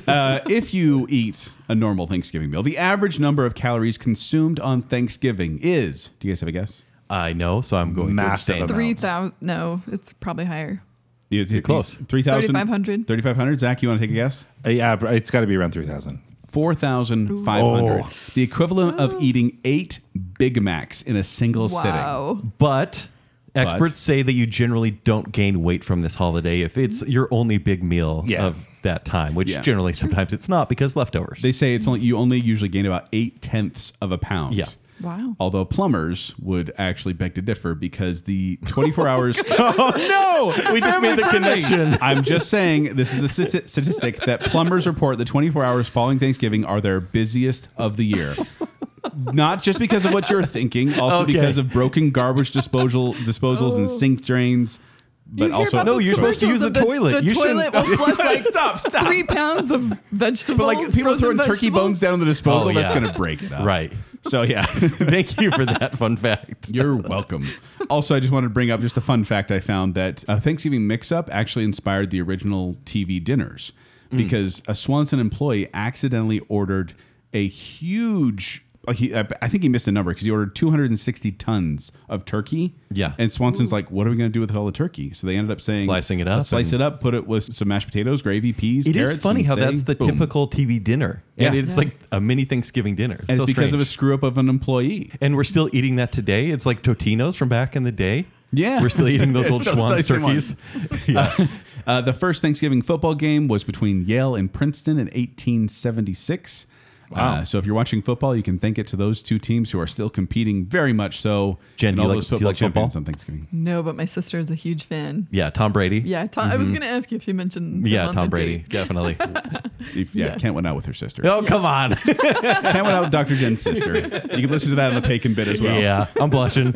[SPEAKER 3] Uh, if you eat a normal Thanksgiving meal, the average number of calories consumed on Thanksgiving is, do you guys have a guess?
[SPEAKER 2] I know, so I'm going
[SPEAKER 4] Massive
[SPEAKER 2] to abstain.
[SPEAKER 4] amount.
[SPEAKER 5] Three thousand. No, it's probably higher.
[SPEAKER 3] You're
[SPEAKER 2] close.
[SPEAKER 3] 3,000?
[SPEAKER 5] 3,500.
[SPEAKER 3] 3,500. Zach, you want to take a guess?
[SPEAKER 4] Uh, yeah, but it's got to be around 3,000.
[SPEAKER 3] 4,500.
[SPEAKER 4] Oh.
[SPEAKER 3] The equivalent of eating eight Big Macs in a single sitting.
[SPEAKER 5] Oh. Wow.
[SPEAKER 2] But experts say that you generally don't gain weight from this holiday if it's your only big meal
[SPEAKER 4] Yeah.
[SPEAKER 2] of that time, which
[SPEAKER 3] Mm-hmm. Yeah.
[SPEAKER 2] generally sometimes it's not because leftovers.
[SPEAKER 3] They say it's only you only usually gain about eight tenths of a pound.
[SPEAKER 2] Yeah.
[SPEAKER 5] Wow.
[SPEAKER 3] Although plumbers would actually beg to differ because the 24 hours.
[SPEAKER 2] no, we just made the connection.
[SPEAKER 3] I'm just saying this is a stati- statistic that plumbers report the 24 hours following Thanksgiving are their busiest of the year. Not just because of what you're thinking, also
[SPEAKER 2] Okay.
[SPEAKER 3] because of broken garbage disposal disposals and sink drains, but
[SPEAKER 5] Oh. You hear
[SPEAKER 3] also
[SPEAKER 5] about
[SPEAKER 2] No,
[SPEAKER 5] those
[SPEAKER 2] you're supposed to
[SPEAKER 5] commercials
[SPEAKER 2] use
[SPEAKER 5] of
[SPEAKER 2] a
[SPEAKER 5] the-
[SPEAKER 2] toilet.
[SPEAKER 5] The
[SPEAKER 2] You
[SPEAKER 5] toilet will flush like
[SPEAKER 3] Stop, stop.
[SPEAKER 5] three pounds of vegetables.
[SPEAKER 3] But like people
[SPEAKER 5] frozen
[SPEAKER 3] throwing turkey
[SPEAKER 5] vegetables.
[SPEAKER 3] bones down the disposal,
[SPEAKER 2] Oh,
[SPEAKER 3] that's
[SPEAKER 2] yeah.
[SPEAKER 3] gonna break it up.
[SPEAKER 2] Right.
[SPEAKER 3] So yeah.
[SPEAKER 2] Thank you for that fun fact.
[SPEAKER 3] You're welcome. Also, I just wanted to bring up just a fun fact I found that a Thanksgiving mix up actually inspired the original TV dinners
[SPEAKER 2] Mm.
[SPEAKER 3] because a Swanson employee accidentally ordered a huge. Like he, uh, I I think he missed a number because he ordered 260 tons of turkey.
[SPEAKER 2] Yeah.
[SPEAKER 3] and Swanson's like, "What are we going to do with all the turkey?" So they ended up saying,
[SPEAKER 2] Slicing it up
[SPEAKER 3] "Let's slice
[SPEAKER 2] and-
[SPEAKER 3] it up, put it with some mashed potatoes, gravy, peas."
[SPEAKER 2] It
[SPEAKER 3] carrots,
[SPEAKER 2] is funny
[SPEAKER 3] and
[SPEAKER 2] how
[SPEAKER 3] say,
[SPEAKER 2] that's the
[SPEAKER 3] boom."
[SPEAKER 2] typical TV dinner, and
[SPEAKER 3] Yeah.
[SPEAKER 2] it's like a mini Thanksgiving dinner.
[SPEAKER 3] And
[SPEAKER 2] so
[SPEAKER 3] it's because of a
[SPEAKER 2] strange.
[SPEAKER 3] screw up of an employee.
[SPEAKER 2] and we're still eating that today. It's like Totino's from back in the day.
[SPEAKER 3] Yeah.
[SPEAKER 2] we're still eating those old
[SPEAKER 3] Those
[SPEAKER 2] Schwann's
[SPEAKER 3] slicing
[SPEAKER 2] turkeys. yeah,
[SPEAKER 3] Uh, the first Thanksgiving football game was between Yale and Princeton in 1876.
[SPEAKER 4] Wow.
[SPEAKER 3] Uh, so if you're watching football, you can thank it to those two teams who are still competing very much so.
[SPEAKER 2] Jen,
[SPEAKER 3] in
[SPEAKER 2] do you
[SPEAKER 3] all
[SPEAKER 2] like-
[SPEAKER 3] those
[SPEAKER 2] do you
[SPEAKER 3] football
[SPEAKER 2] like football?
[SPEAKER 3] champions on Thanksgiving.
[SPEAKER 5] No, but my sister is a huge fan.
[SPEAKER 2] yeah. Tom Brady.
[SPEAKER 5] Yeah, Tom, I was going to ask you if you mentioned. them
[SPEAKER 2] Yeah,
[SPEAKER 5] on
[SPEAKER 2] Tom
[SPEAKER 5] the
[SPEAKER 2] Brady,
[SPEAKER 5] date.
[SPEAKER 2] definitely.
[SPEAKER 3] If, yeah, Kent went out with her sister.
[SPEAKER 2] oh, come on.
[SPEAKER 3] Kent went out with Dr. Jen's sister. You can listen to that on the Pakin bit as well.
[SPEAKER 2] yeah, I'm blushing.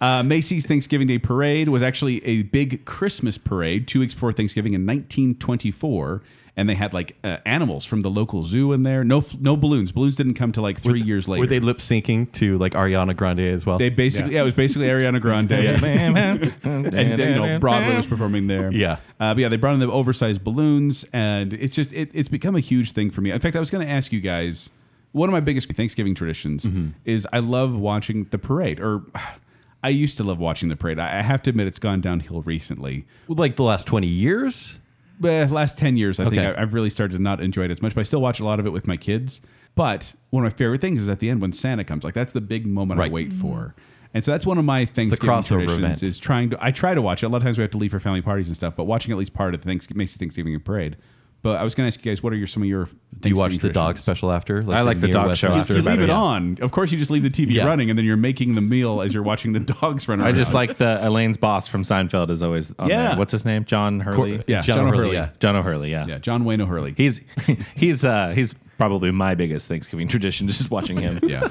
[SPEAKER 3] Uh, Macy's Thanksgiving Day Parade was actually a big Christmas parade two weeks before Thanksgiving in 1924. And they had like uh, animals from the local zoo in there. No, f- no balloons. Balloons didn't come till like three years later.
[SPEAKER 2] Were they lip syncing to like Ariana Grande as well?
[SPEAKER 3] They basically, yeah. it was basically Ariana Grande. And you know, Broadway was performing there.
[SPEAKER 2] Yeah.
[SPEAKER 3] Uh, but yeah, they brought in the oversized balloons, and it's just, it, it's become a huge thing for me. In fact, I was going to ask you guys one of my biggest Thanksgiving traditions
[SPEAKER 2] Mm-hmm.
[SPEAKER 3] is I love watching the parade, or I used to love watching the parade. I, I have to admit, it's gone downhill recently.
[SPEAKER 2] like the last 20 years?
[SPEAKER 3] Eh, last 10 years, I
[SPEAKER 2] Okay.
[SPEAKER 3] think I, I've really started to not enjoy it as much, but I still watch a lot of it with my kids. But one of my favorite things is at the end when Santa comes. Like, that's the big moment
[SPEAKER 2] Right.
[SPEAKER 3] I
[SPEAKER 5] Mm-hmm.
[SPEAKER 3] wait for. And so that's one of my Thanksgiving
[SPEAKER 2] crossover
[SPEAKER 3] traditions
[SPEAKER 2] event.
[SPEAKER 3] is trying to, I try to watch it. A lot of times we have to leave for family parties and stuff, but watching at least part of the Thanksgiving, Macy's Thanksgiving Parade. But I was going to ask you guys, what are your some of your
[SPEAKER 2] Do you watch the
[SPEAKER 3] Thanksgiving
[SPEAKER 2] dog
[SPEAKER 3] traditions?
[SPEAKER 2] special after?
[SPEAKER 4] I like the
[SPEAKER 2] Mia
[SPEAKER 4] dog
[SPEAKER 2] West
[SPEAKER 4] show
[SPEAKER 2] West
[SPEAKER 4] after
[SPEAKER 3] You
[SPEAKER 2] West
[SPEAKER 3] leave
[SPEAKER 4] better,
[SPEAKER 3] it
[SPEAKER 4] yeah.
[SPEAKER 3] on. Of course, you just leave the TV
[SPEAKER 2] Yeah.
[SPEAKER 3] running, and then you're making the meal as you're watching the dogs run around.
[SPEAKER 4] I just like the Elaine's boss from Seinfeld is always on
[SPEAKER 3] Yeah.
[SPEAKER 4] there. What's his name? John Hurley.
[SPEAKER 3] yeah,
[SPEAKER 2] John
[SPEAKER 3] John
[SPEAKER 2] O'Hurley,
[SPEAKER 3] O'Hurley.
[SPEAKER 2] yeah.
[SPEAKER 4] John O'Hurley. Yeah.
[SPEAKER 3] Yeah, John Wayne O'Hurley.
[SPEAKER 4] He's he's uh he's probably my biggest Thanksgiving tradition. Just watching him.
[SPEAKER 3] yeah, yeah.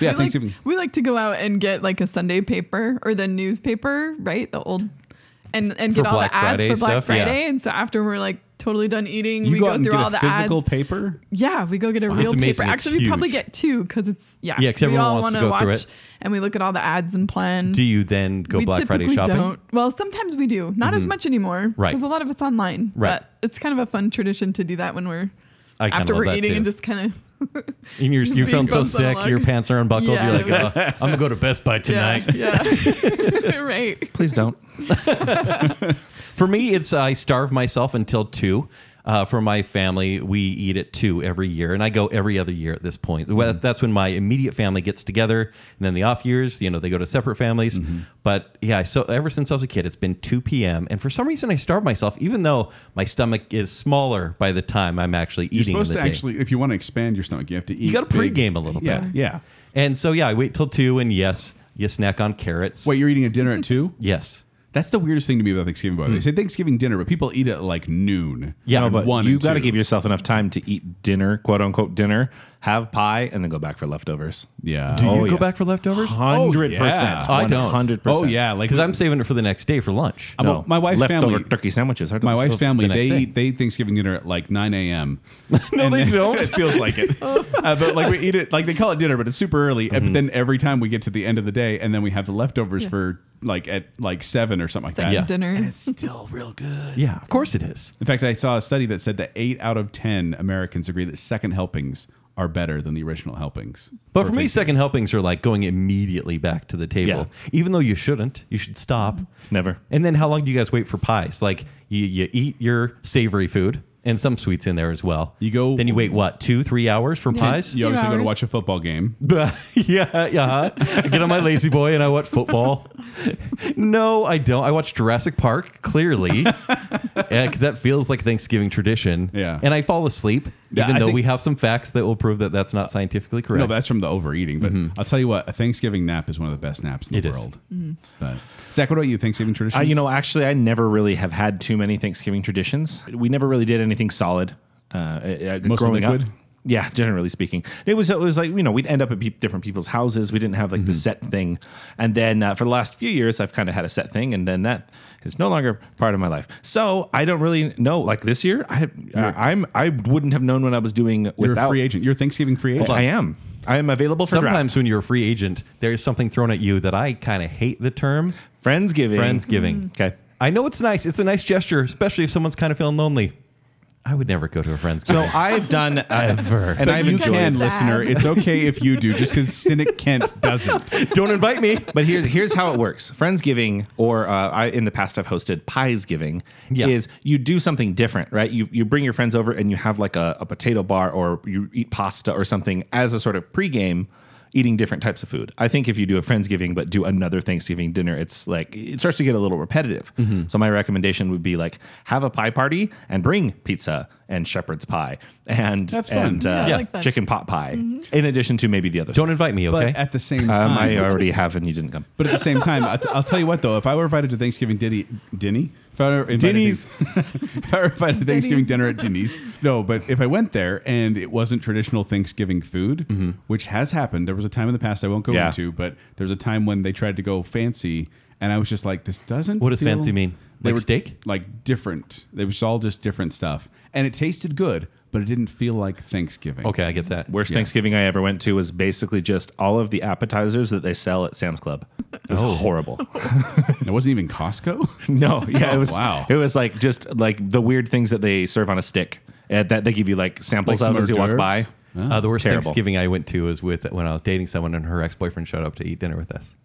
[SPEAKER 5] we, like,
[SPEAKER 3] Thanksgiving.
[SPEAKER 5] we like to go out and get like a Sunday paper or the newspaper, right? The old and and
[SPEAKER 2] For
[SPEAKER 5] get all
[SPEAKER 2] Black
[SPEAKER 5] the ads
[SPEAKER 2] Friday
[SPEAKER 5] for Black
[SPEAKER 2] stuff, yeah.
[SPEAKER 5] Friday. And so after we're like totally done eating,
[SPEAKER 3] you
[SPEAKER 5] we
[SPEAKER 3] go
[SPEAKER 5] go,
[SPEAKER 3] out and
[SPEAKER 5] through
[SPEAKER 3] get
[SPEAKER 5] all
[SPEAKER 3] a
[SPEAKER 5] the
[SPEAKER 3] physical
[SPEAKER 5] ads.
[SPEAKER 3] paper.
[SPEAKER 5] Yeah, we go get a real paper.
[SPEAKER 2] amazing. It's
[SPEAKER 5] Actually, we probably
[SPEAKER 2] huge.
[SPEAKER 5] get two because it's yeah.
[SPEAKER 2] Yeah, 'cause
[SPEAKER 5] we
[SPEAKER 2] everyone
[SPEAKER 5] all
[SPEAKER 2] wants to
[SPEAKER 5] wanna
[SPEAKER 2] go through
[SPEAKER 5] watch
[SPEAKER 2] it.
[SPEAKER 5] and we look at all the ads and plan.
[SPEAKER 2] Do you then go
[SPEAKER 5] we
[SPEAKER 2] Black Friday
[SPEAKER 5] typically
[SPEAKER 2] shopping? Mm-hmm.
[SPEAKER 5] Don't. Well, sometimes we do. Not as much anymore.
[SPEAKER 2] Right.
[SPEAKER 5] Because a lot of it's online.
[SPEAKER 2] Right.
[SPEAKER 5] But it's kind of a fun tradition to do that when we're
[SPEAKER 2] I kinda
[SPEAKER 5] after
[SPEAKER 2] love
[SPEAKER 5] we're
[SPEAKER 2] that
[SPEAKER 5] eating
[SPEAKER 2] too.
[SPEAKER 5] and just kind of
[SPEAKER 2] And you're, you're
[SPEAKER 5] being
[SPEAKER 2] feeling so
[SPEAKER 5] drunk
[SPEAKER 2] sick,
[SPEAKER 5] monologue.
[SPEAKER 2] your pants are unbuckled.
[SPEAKER 5] Yeah,
[SPEAKER 2] you're like,
[SPEAKER 5] it was-
[SPEAKER 2] "Uh, I'm gonna go to Best Buy tonight.
[SPEAKER 5] Yeah. yeah. right.
[SPEAKER 4] Please don't.
[SPEAKER 2] For me, it's I starve myself until two. Uh, for my family, we eat at two every year, and I go every other year at this point. Well, That's when my immediate family gets together, and then the off years, you know, they go to separate families. But yeah, so ever since I was a kid, it's been two p.m. And for some reason, I starve myself, even though my stomach is smaller by the time I'm actually
[SPEAKER 3] You're
[SPEAKER 2] eating.
[SPEAKER 3] supposed
[SPEAKER 2] in
[SPEAKER 3] to
[SPEAKER 2] the day.
[SPEAKER 3] actually, if you want to expand your stomach, you have to eat.
[SPEAKER 2] gotta
[SPEAKER 3] big-
[SPEAKER 2] pregame a little bit.
[SPEAKER 3] Yeah, yeah.
[SPEAKER 2] And so yeah, I wait till two, and yes, you snack on carrots.
[SPEAKER 3] Wait, you're eating a dinner at two?
[SPEAKER 2] yes.
[SPEAKER 3] That's the weirdest thing to me about Thanksgiving. By the way, they say Thanksgiving dinner, but people eat it at like noon.
[SPEAKER 2] Hmm. Yeah,
[SPEAKER 3] And
[SPEAKER 2] no,
[SPEAKER 4] But
[SPEAKER 3] one
[SPEAKER 4] you
[SPEAKER 3] and
[SPEAKER 4] got to
[SPEAKER 3] two.
[SPEAKER 4] give yourself enough time to eat dinner, quote unquote dinner, have pie, and then go back for leftovers.
[SPEAKER 3] Yeah.
[SPEAKER 2] Do you
[SPEAKER 4] Oh,
[SPEAKER 2] go
[SPEAKER 4] yeah.
[SPEAKER 2] back for leftovers?
[SPEAKER 4] Hundred
[SPEAKER 3] yeah.
[SPEAKER 4] percent.
[SPEAKER 2] I don't.
[SPEAKER 4] Hundred percent.
[SPEAKER 3] oh yeah, like
[SPEAKER 2] Because I'm saving it for the next day for lunch.
[SPEAKER 3] I'm- well, my wife's
[SPEAKER 4] leftover
[SPEAKER 3] family-
[SPEAKER 4] turkey sandwiches. are
[SPEAKER 3] my
[SPEAKER 4] delicious.
[SPEAKER 3] wife's family.
[SPEAKER 2] the next
[SPEAKER 3] They
[SPEAKER 2] day.
[SPEAKER 3] eat they eat Thanksgiving dinner at like 9 a.m. no, they don't. It feels like it. Uh, but like we eat it, like they call it dinner, but it's super early.
[SPEAKER 2] Mm-hmm.
[SPEAKER 3] And- But then every time we get to the end of the day, and then we have the leftovers
[SPEAKER 5] Yeah.
[SPEAKER 3] for like at like seven or something like
[SPEAKER 5] Second
[SPEAKER 3] that.
[SPEAKER 2] Yeah.
[SPEAKER 5] dinner.
[SPEAKER 3] Still real good.
[SPEAKER 2] Yeah, of course it is.
[SPEAKER 3] In fact, I saw a study that said that eight out of ten Americans agree that second helpings are better than the original helpings.
[SPEAKER 2] But for me, second helpings are like going immediately back to the table, even though you shouldn't. You should stop.
[SPEAKER 4] Never.
[SPEAKER 2] And then how long do you guys wait for pies? Like you, you eat your savory food and some sweets in there as well.
[SPEAKER 3] You go-
[SPEAKER 2] Then you wait what two, three hours for pies?
[SPEAKER 3] You obviously go to
[SPEAKER 5] hours.
[SPEAKER 3] watch a football game.
[SPEAKER 2] yeah, yeah. I get on my lazy boy and I watch football. no, I don't. I watch Jurassic Park clearly, because that feels like Thanksgiving tradition.
[SPEAKER 3] Yeah.
[SPEAKER 2] and I fall asleep,
[SPEAKER 3] Yeah,
[SPEAKER 2] even
[SPEAKER 3] I
[SPEAKER 2] though
[SPEAKER 3] think-
[SPEAKER 2] we have some facts that will prove that that's not scientifically correct.
[SPEAKER 3] No, but that's from the overeating. But
[SPEAKER 4] Mm-hmm.
[SPEAKER 3] I'll tell you what, a Thanksgiving nap is one of the best naps in the
[SPEAKER 2] It is.
[SPEAKER 3] world. But Zach, what about you? Thanksgiving tradition?
[SPEAKER 4] Uh, you know, actually, I never really have had too many Thanksgiving traditions. We never really did anything solid. Uh, uh,
[SPEAKER 3] Mostly
[SPEAKER 4] growing
[SPEAKER 3] liquid?
[SPEAKER 4] up. Yeah, generally speaking, it was it was like you know we'd end up at pe- different people's houses. We didn't have like the
[SPEAKER 3] Mm-hmm.
[SPEAKER 4] set thing, and then uh, for the last few years, I've kind of had a set thing, and then that is no longer part of my life. So I don't really know. Like this year, I uh, I'm I wouldn't have known what I was doing
[SPEAKER 3] you're a
[SPEAKER 4] without.
[SPEAKER 3] free agent. You're a Thanksgiving free agent.
[SPEAKER 4] I am. I am available for
[SPEAKER 2] Sometimes
[SPEAKER 4] Sometimes
[SPEAKER 2] when you're a free agent, there is something thrown at you that I kind of hate the term
[SPEAKER 4] draft. Friendsgiving.
[SPEAKER 5] Mm.
[SPEAKER 2] friendsgiving.
[SPEAKER 4] Okay.
[SPEAKER 2] I know it's nice. It's a nice gesture, especially if someone's kind of feeling lonely. I would never go to a friendsgiving.
[SPEAKER 4] So I've done uh,
[SPEAKER 2] Ever.
[SPEAKER 4] and
[SPEAKER 3] But
[SPEAKER 4] I've
[SPEAKER 3] you
[SPEAKER 4] enjoyed.
[SPEAKER 3] can,
[SPEAKER 5] it.
[SPEAKER 3] listener.
[SPEAKER 5] Sad.
[SPEAKER 3] It's okay if you do, just because Cynic Kent doesn't.
[SPEAKER 2] Don't invite me.
[SPEAKER 4] But here's here's how it works. Friendsgiving, or uh, I, in the past I've hosted Piesgiving,
[SPEAKER 2] Yeah.
[SPEAKER 4] is you do something different, right? You you bring your friends over and you have like a, a potato bar or you eat pasta or something as a sort of pregame, eating different types of food. I think if you do a Friendsgiving but do another Thanksgiving dinner, it's like it starts to get a little repetitive.
[SPEAKER 2] Mm-hmm.
[SPEAKER 4] So my recommendation would be like have a pie party and bring pizza and shepherd's pie and
[SPEAKER 3] That's fun.
[SPEAKER 4] and uh,
[SPEAKER 5] Yeah, I like that. Mm-hmm.
[SPEAKER 4] chicken pot pie in addition to maybe the other.
[SPEAKER 2] Don't invite me,
[SPEAKER 3] But
[SPEAKER 2] okay?
[SPEAKER 3] at the same time,
[SPEAKER 4] um, I already have and you didn't come.
[SPEAKER 3] but at the same time, I will tell you what though. If I were invited to Thanksgiving Diddy, Dinny, if I were invited
[SPEAKER 4] Denny's.
[SPEAKER 3] if I were invited to Thanksgiving
[SPEAKER 5] Denny's.
[SPEAKER 3] dinner at Denny's, no. But if I went there and it wasn't traditional Thanksgiving food,
[SPEAKER 2] Mm-hmm.
[SPEAKER 3] which has happened, there was a time in the past I won't go
[SPEAKER 4] Yeah.
[SPEAKER 3] into, but there was a time when they tried to go fancy, and I was just like, this doesn't.
[SPEAKER 2] What does
[SPEAKER 3] feel-
[SPEAKER 2] fancy mean?
[SPEAKER 3] They
[SPEAKER 2] Like
[SPEAKER 3] were
[SPEAKER 2] steak?
[SPEAKER 3] Like different. It was all just different stuff, and it tasted good, but it didn't feel like Thanksgiving.
[SPEAKER 2] okay, I get that.
[SPEAKER 4] Worst
[SPEAKER 3] Yeah.
[SPEAKER 4] Thanksgiving I ever went to was basically just all of the appetizers that they sell at Sam's Club. It was horrible.
[SPEAKER 3] It wasn't even Costco.
[SPEAKER 4] no, yeah,
[SPEAKER 3] Oh,
[SPEAKER 4] it was.
[SPEAKER 3] wow.
[SPEAKER 4] It was like just like the weird things that they serve on a stick uh, that they give you like samples
[SPEAKER 3] Like some
[SPEAKER 4] of as you
[SPEAKER 3] hors
[SPEAKER 4] walk by.
[SPEAKER 3] d'oeuvres?
[SPEAKER 2] Uh, the worst
[SPEAKER 4] Terrible.
[SPEAKER 2] Thanksgiving I went to was with when I was dating someone and her ex boyfriend showed up to eat dinner with us.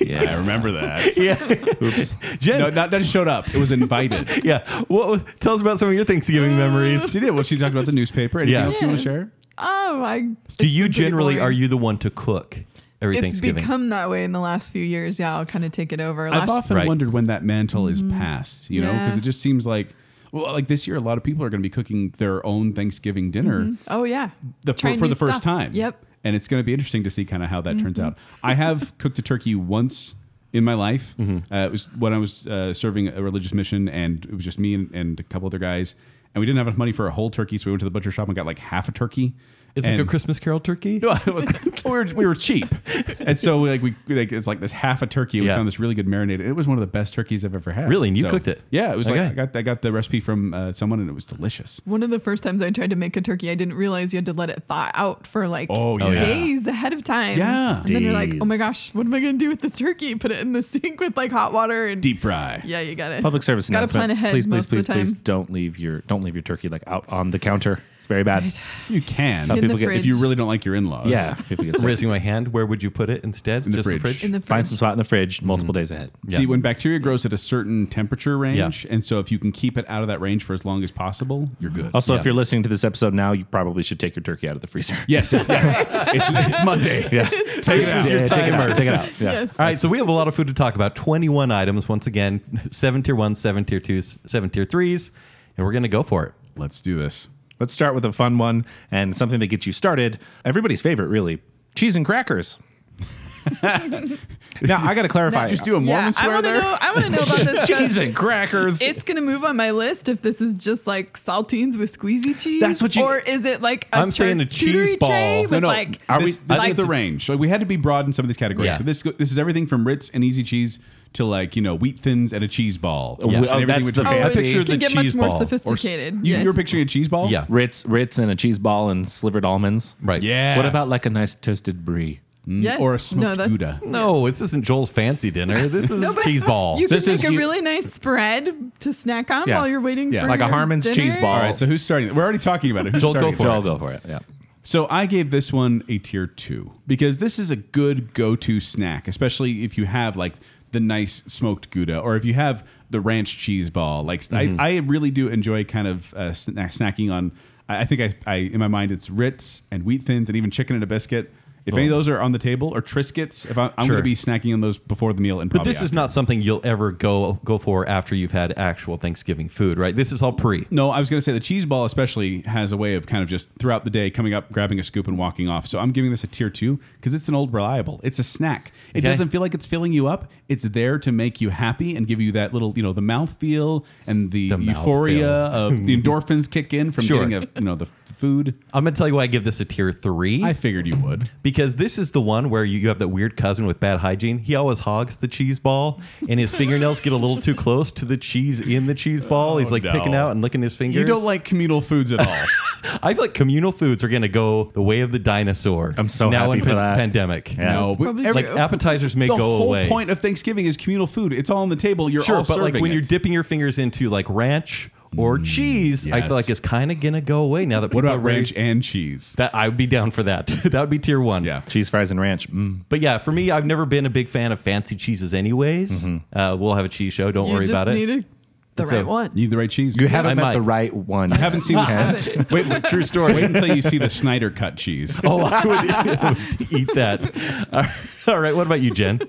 [SPEAKER 3] Yeah, I remember that.
[SPEAKER 4] Oops.
[SPEAKER 2] Jen,
[SPEAKER 3] No, not that showed up. It was invited.
[SPEAKER 2] yeah, what was, tell us about some of your
[SPEAKER 5] Uh,
[SPEAKER 2] Thanksgiving memories.
[SPEAKER 3] she did. Well, she talked about the newspaper. Anything
[SPEAKER 2] Yeah.
[SPEAKER 3] else you want to
[SPEAKER 5] Yeah.
[SPEAKER 3] share?
[SPEAKER 5] Oh, I.
[SPEAKER 2] Do you generally are you the one to cook every
[SPEAKER 5] It's
[SPEAKER 2] Thanksgiving?
[SPEAKER 5] become that way in the last few years. Yeah, I'll kind of take it over.
[SPEAKER 3] I've
[SPEAKER 5] Last-
[SPEAKER 3] often
[SPEAKER 2] Right.
[SPEAKER 3] wondered when that mantle is passed. You know,
[SPEAKER 5] Mm-hmm. Yeah.
[SPEAKER 3] because it just seems like Well, like this year, a lot of people are going to be cooking their own Thanksgiving dinner
[SPEAKER 5] Oh yeah.
[SPEAKER 3] the,
[SPEAKER 5] Try
[SPEAKER 3] for, for
[SPEAKER 5] new
[SPEAKER 3] the first
[SPEAKER 5] stuff.
[SPEAKER 3] time.
[SPEAKER 5] Yep. Mm-hmm.
[SPEAKER 3] And it's going to be interesting to see kind of how that turns out. I have cooked a turkey once in my life.
[SPEAKER 2] Mm-hmm.
[SPEAKER 3] Uh, it was when I was uh, serving a religious mission, and it was just me and, and a couple other guys. And we didn't have enough money for a whole turkey, so we went to the butcher shop and got like half a turkey.
[SPEAKER 2] It's
[SPEAKER 3] and
[SPEAKER 2] like a Christmas Carol turkey.
[SPEAKER 3] no, it was- we were, we were cheap, and so we, like we we, like it's like this half a turkey. We
[SPEAKER 2] Yeah.
[SPEAKER 3] found this really good marinade. and It was one of the best turkeys I've ever had.
[SPEAKER 2] Really? And you
[SPEAKER 3] So-
[SPEAKER 2] cooked it?
[SPEAKER 3] Yeah, it was
[SPEAKER 2] Okay.
[SPEAKER 3] like I got I got the recipe from uh, someone, and it was delicious.
[SPEAKER 5] One of the first times I tried to make a turkey, I didn't realize you had to let it thaw out for like
[SPEAKER 3] Oh, yeah.
[SPEAKER 5] days ahead of time.
[SPEAKER 3] Yeah.
[SPEAKER 5] And then you're like, oh my
[SPEAKER 4] Days.
[SPEAKER 5] gosh, what am I going to do with this turkey? Put it in the sink with like hot water and
[SPEAKER 3] Deep fry.
[SPEAKER 5] Yeah, you got it.
[SPEAKER 4] Public service
[SPEAKER 5] Got to
[SPEAKER 4] announcement.
[SPEAKER 5] plan ahead
[SPEAKER 4] please, please,
[SPEAKER 5] most
[SPEAKER 4] please,
[SPEAKER 5] of the time.
[SPEAKER 4] please don't leave your don't leave your turkey like out on the counter. It's very bad.
[SPEAKER 3] You can.
[SPEAKER 4] Some
[SPEAKER 5] In the
[SPEAKER 4] people get-
[SPEAKER 5] fridge.
[SPEAKER 3] if you really don't like your in-laws.
[SPEAKER 4] Yeah, people get sick.
[SPEAKER 2] Raising my hand, where would you put it instead?
[SPEAKER 3] the
[SPEAKER 2] Just the
[SPEAKER 3] fridge.
[SPEAKER 2] fridge.
[SPEAKER 5] in the
[SPEAKER 4] Find
[SPEAKER 5] fridge.
[SPEAKER 4] some spot in the fridge multiple days ahead.
[SPEAKER 3] See,
[SPEAKER 2] Yeah.
[SPEAKER 3] when bacteria grows at a certain temperature range, and so if you can keep it out of that range for as long as possible, you're good.
[SPEAKER 4] Also,
[SPEAKER 2] Yeah.
[SPEAKER 4] if you're listening to this episode now, you probably should take your turkey out of the freezer.
[SPEAKER 3] yes, yes. it's, it's Monday.
[SPEAKER 4] Yeah. take
[SPEAKER 2] This is your
[SPEAKER 4] Yeah, Take it
[SPEAKER 2] timer.
[SPEAKER 4] out. Take it out. Yeah.
[SPEAKER 5] Yes.
[SPEAKER 2] All right, so we have a lot of food to talk about. 21 items, once again, seven tier ones, seven tier twos, seven tier threes, and we're going to go for it.
[SPEAKER 3] Let's do this.
[SPEAKER 4] Let's start with a fun one and something that gets you started. Everybody's favorite, really, cheese and crackers. now I got to clarify.
[SPEAKER 3] Just do a Mormon
[SPEAKER 5] I
[SPEAKER 3] swear
[SPEAKER 5] wanna
[SPEAKER 3] there.
[SPEAKER 5] know. I want to know about this. 'cause
[SPEAKER 4] cheese and crackers.
[SPEAKER 5] It's gonna move on my list if this is just like saltines with squeezy cheese.
[SPEAKER 4] That's what you-
[SPEAKER 5] Or is it like a
[SPEAKER 2] I'm saying a cheese
[SPEAKER 5] charcuterie tray
[SPEAKER 2] ball.
[SPEAKER 5] with
[SPEAKER 3] No, no.
[SPEAKER 5] like
[SPEAKER 3] are we,
[SPEAKER 2] this-
[SPEAKER 3] this
[SPEAKER 2] I think
[SPEAKER 3] is the
[SPEAKER 2] it's-
[SPEAKER 3] range. Like we had to be broad in some of these categories.
[SPEAKER 2] Yeah.
[SPEAKER 3] So this go- this is everything from Ritz and Easy Cheese to like you know wheat thins and a cheese ball.
[SPEAKER 4] Oh,
[SPEAKER 3] And
[SPEAKER 4] oh, that's
[SPEAKER 3] with
[SPEAKER 4] the
[SPEAKER 3] the
[SPEAKER 5] Oh,
[SPEAKER 4] I
[SPEAKER 5] it
[SPEAKER 4] fancy- pictured
[SPEAKER 5] can
[SPEAKER 2] the
[SPEAKER 5] get much
[SPEAKER 2] cheese
[SPEAKER 5] more
[SPEAKER 2] ball.
[SPEAKER 3] Or s-
[SPEAKER 5] sophisticated.
[SPEAKER 3] you,
[SPEAKER 5] yes.
[SPEAKER 3] you were picturing a cheese ball.
[SPEAKER 2] Yeah.
[SPEAKER 4] Ritz, Ritz, and a cheese ball and slivered almonds.
[SPEAKER 2] Right.
[SPEAKER 3] Yeah.
[SPEAKER 4] What about like a nice toasted brie?
[SPEAKER 5] Yes.
[SPEAKER 3] Or a
[SPEAKER 5] No,
[SPEAKER 3] smoked
[SPEAKER 5] that's-
[SPEAKER 3] Gouda.
[SPEAKER 2] No, this isn't Joel's fancy dinner. This is
[SPEAKER 5] No, but
[SPEAKER 2] cheese ball.
[SPEAKER 5] You
[SPEAKER 4] This
[SPEAKER 5] can
[SPEAKER 4] is
[SPEAKER 5] make a
[SPEAKER 4] you-
[SPEAKER 5] really nice spread to snack on
[SPEAKER 4] Yeah.
[SPEAKER 5] while you're waiting
[SPEAKER 3] Yeah.
[SPEAKER 5] for
[SPEAKER 4] Like a
[SPEAKER 5] your
[SPEAKER 4] Harmon's
[SPEAKER 5] dinner.
[SPEAKER 4] cheese ball.
[SPEAKER 3] All right. So who's starting? We're already talking about it. Who's
[SPEAKER 2] Joel, go
[SPEAKER 3] starting
[SPEAKER 2] for it.
[SPEAKER 4] Joel, go for it. Yeah.
[SPEAKER 3] So I gave this one a tier two because this is a good go to snack, especially if you have like the nice smoked Gouda or if you have the ranch cheese ball. Like
[SPEAKER 2] Mm-hmm.
[SPEAKER 3] I, I really do enjoy kind of uh, snack, snacking on. I I think I, I in my mind it's Ritz and wheat thins and even chicken and a biscuit. If any of those are on the table or Triscuits, if I, I'm
[SPEAKER 2] Sure.
[SPEAKER 3] going to be snacking on those before the meal and
[SPEAKER 2] But
[SPEAKER 3] probably
[SPEAKER 2] this is
[SPEAKER 3] after.
[SPEAKER 2] not something you'll ever go go for after you've had actual Thanksgiving food, right? This is all pre.
[SPEAKER 3] No, I was going to say the cheese ball especially has a way of kind of just throughout the day coming up, grabbing a scoop and walking off. So I'm giving this a tier two because it's an old reliable. It's a snack. It
[SPEAKER 2] Okay.
[SPEAKER 3] doesn't feel like it's filling you up. It's there to make you happy and give you that little, you know, the mouth feel and the,
[SPEAKER 2] The mouth
[SPEAKER 3] euphoria
[SPEAKER 2] feel.
[SPEAKER 3] of the endorphins kick in from
[SPEAKER 2] Sure.
[SPEAKER 3] getting a, you know, the f- food.
[SPEAKER 2] I'm going to tell you why I give this a tier three.
[SPEAKER 3] I figured you would.
[SPEAKER 2] because this is the one where you have that weird cousin with bad hygiene. He always hogs the cheese ball, and his fingernails get a little too close to the cheese in the cheese ball. He's like
[SPEAKER 4] no.
[SPEAKER 2] picking out and licking his fingers.
[SPEAKER 3] You don't like communal foods at all.
[SPEAKER 2] I feel like communal foods are going to go the way of the dinosaur.
[SPEAKER 4] I'm so
[SPEAKER 2] now
[SPEAKER 4] happy
[SPEAKER 2] in
[SPEAKER 4] for
[SPEAKER 2] pan-
[SPEAKER 4] that.
[SPEAKER 2] pandemic.
[SPEAKER 4] Yeah.
[SPEAKER 3] no, but
[SPEAKER 5] probably
[SPEAKER 3] every-
[SPEAKER 2] Like
[SPEAKER 5] True.
[SPEAKER 2] appetizers may
[SPEAKER 3] the
[SPEAKER 2] go
[SPEAKER 3] whole
[SPEAKER 2] away.
[SPEAKER 3] point of Thanksgiving is communal food. It's all on the table. You're
[SPEAKER 2] sure,
[SPEAKER 3] all
[SPEAKER 2] but like
[SPEAKER 3] serving
[SPEAKER 2] when
[SPEAKER 3] it. Mm,
[SPEAKER 2] you're dipping your fingers into like ranch or cheese, I
[SPEAKER 3] yes.
[SPEAKER 2] feel like it's kind of going to go away now that
[SPEAKER 3] What
[SPEAKER 2] people
[SPEAKER 3] about
[SPEAKER 2] are ready-
[SPEAKER 3] ranch and cheese?
[SPEAKER 2] That I would be down for that. that would be tier one.
[SPEAKER 3] Yeah.
[SPEAKER 4] Cheese fries and ranch. Mm.
[SPEAKER 2] But yeah, for me, I've never been a big fan of fancy cheeses, anyways.
[SPEAKER 3] Mm-hmm.
[SPEAKER 2] Uh, we'll have a cheese show. Don't
[SPEAKER 5] You
[SPEAKER 2] worry
[SPEAKER 5] just
[SPEAKER 2] about it.
[SPEAKER 5] needed the
[SPEAKER 2] It's
[SPEAKER 5] right
[SPEAKER 2] a-
[SPEAKER 5] one.
[SPEAKER 3] You need the right cheese.
[SPEAKER 4] You haven't
[SPEAKER 2] I
[SPEAKER 4] met
[SPEAKER 2] might.
[SPEAKER 4] the right one.
[SPEAKER 3] I haven't seen this.
[SPEAKER 5] Have it.
[SPEAKER 3] Wait, wait, true story. Wait until you see the Snyder cut cheese.
[SPEAKER 2] Oh, I would, I would eat that. All right. All right. What about you, Jen?